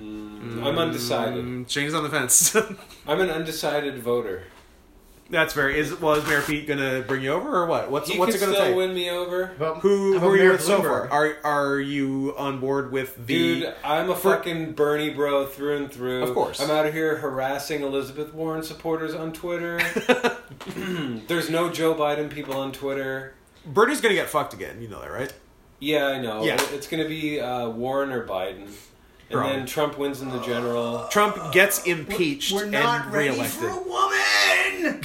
B: I'm undecided.
A: Mm, Shane's on the fence.
B: I'm an undecided voter.
A: that's fair. Is well, is Mayor Pete gonna bring you over or what? What's
B: He
A: what's it
B: could
A: gonna
B: still
A: take?
B: win me over.
C: About,
A: Who
C: about
A: who are you
C: Mayor
A: with so
C: Bloomberg?
A: far? Are are you on board with the?
B: Dude, I'm a
A: For-
B: fucking Bernie bro through and through.
A: Of course.
B: I'm out of here harassing Elizabeth Warren supporters on Twitter. There's no Joe Biden people on Twitter.
A: Bernie's gonna get fucked again. You know that, right?
B: Yeah, I know.
A: Yeah.
B: It's going to be uh, Warren or Biden. And
A: Probably.
B: then Trump wins in the general.
A: Trump gets impeached
C: Uh, We're not
A: and
C: ready
A: reelected.
C: for a woman.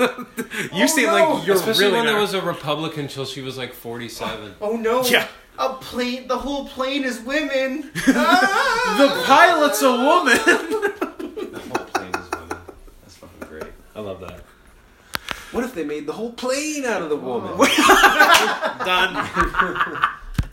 C: Oh,
A: you seem like you're
F: Oh, Especially
A: really
F: when there
A: not-
F: was a Republican until she was like 47.
C: Oh no!
A: Yeah.
C: A plane. The whole plane is women.
A: the pilot's a woman.
B: The whole plane is women. That's fucking great.
F: I love that.
B: Oh. What if they made the whole plane out of the woman?
A: Done.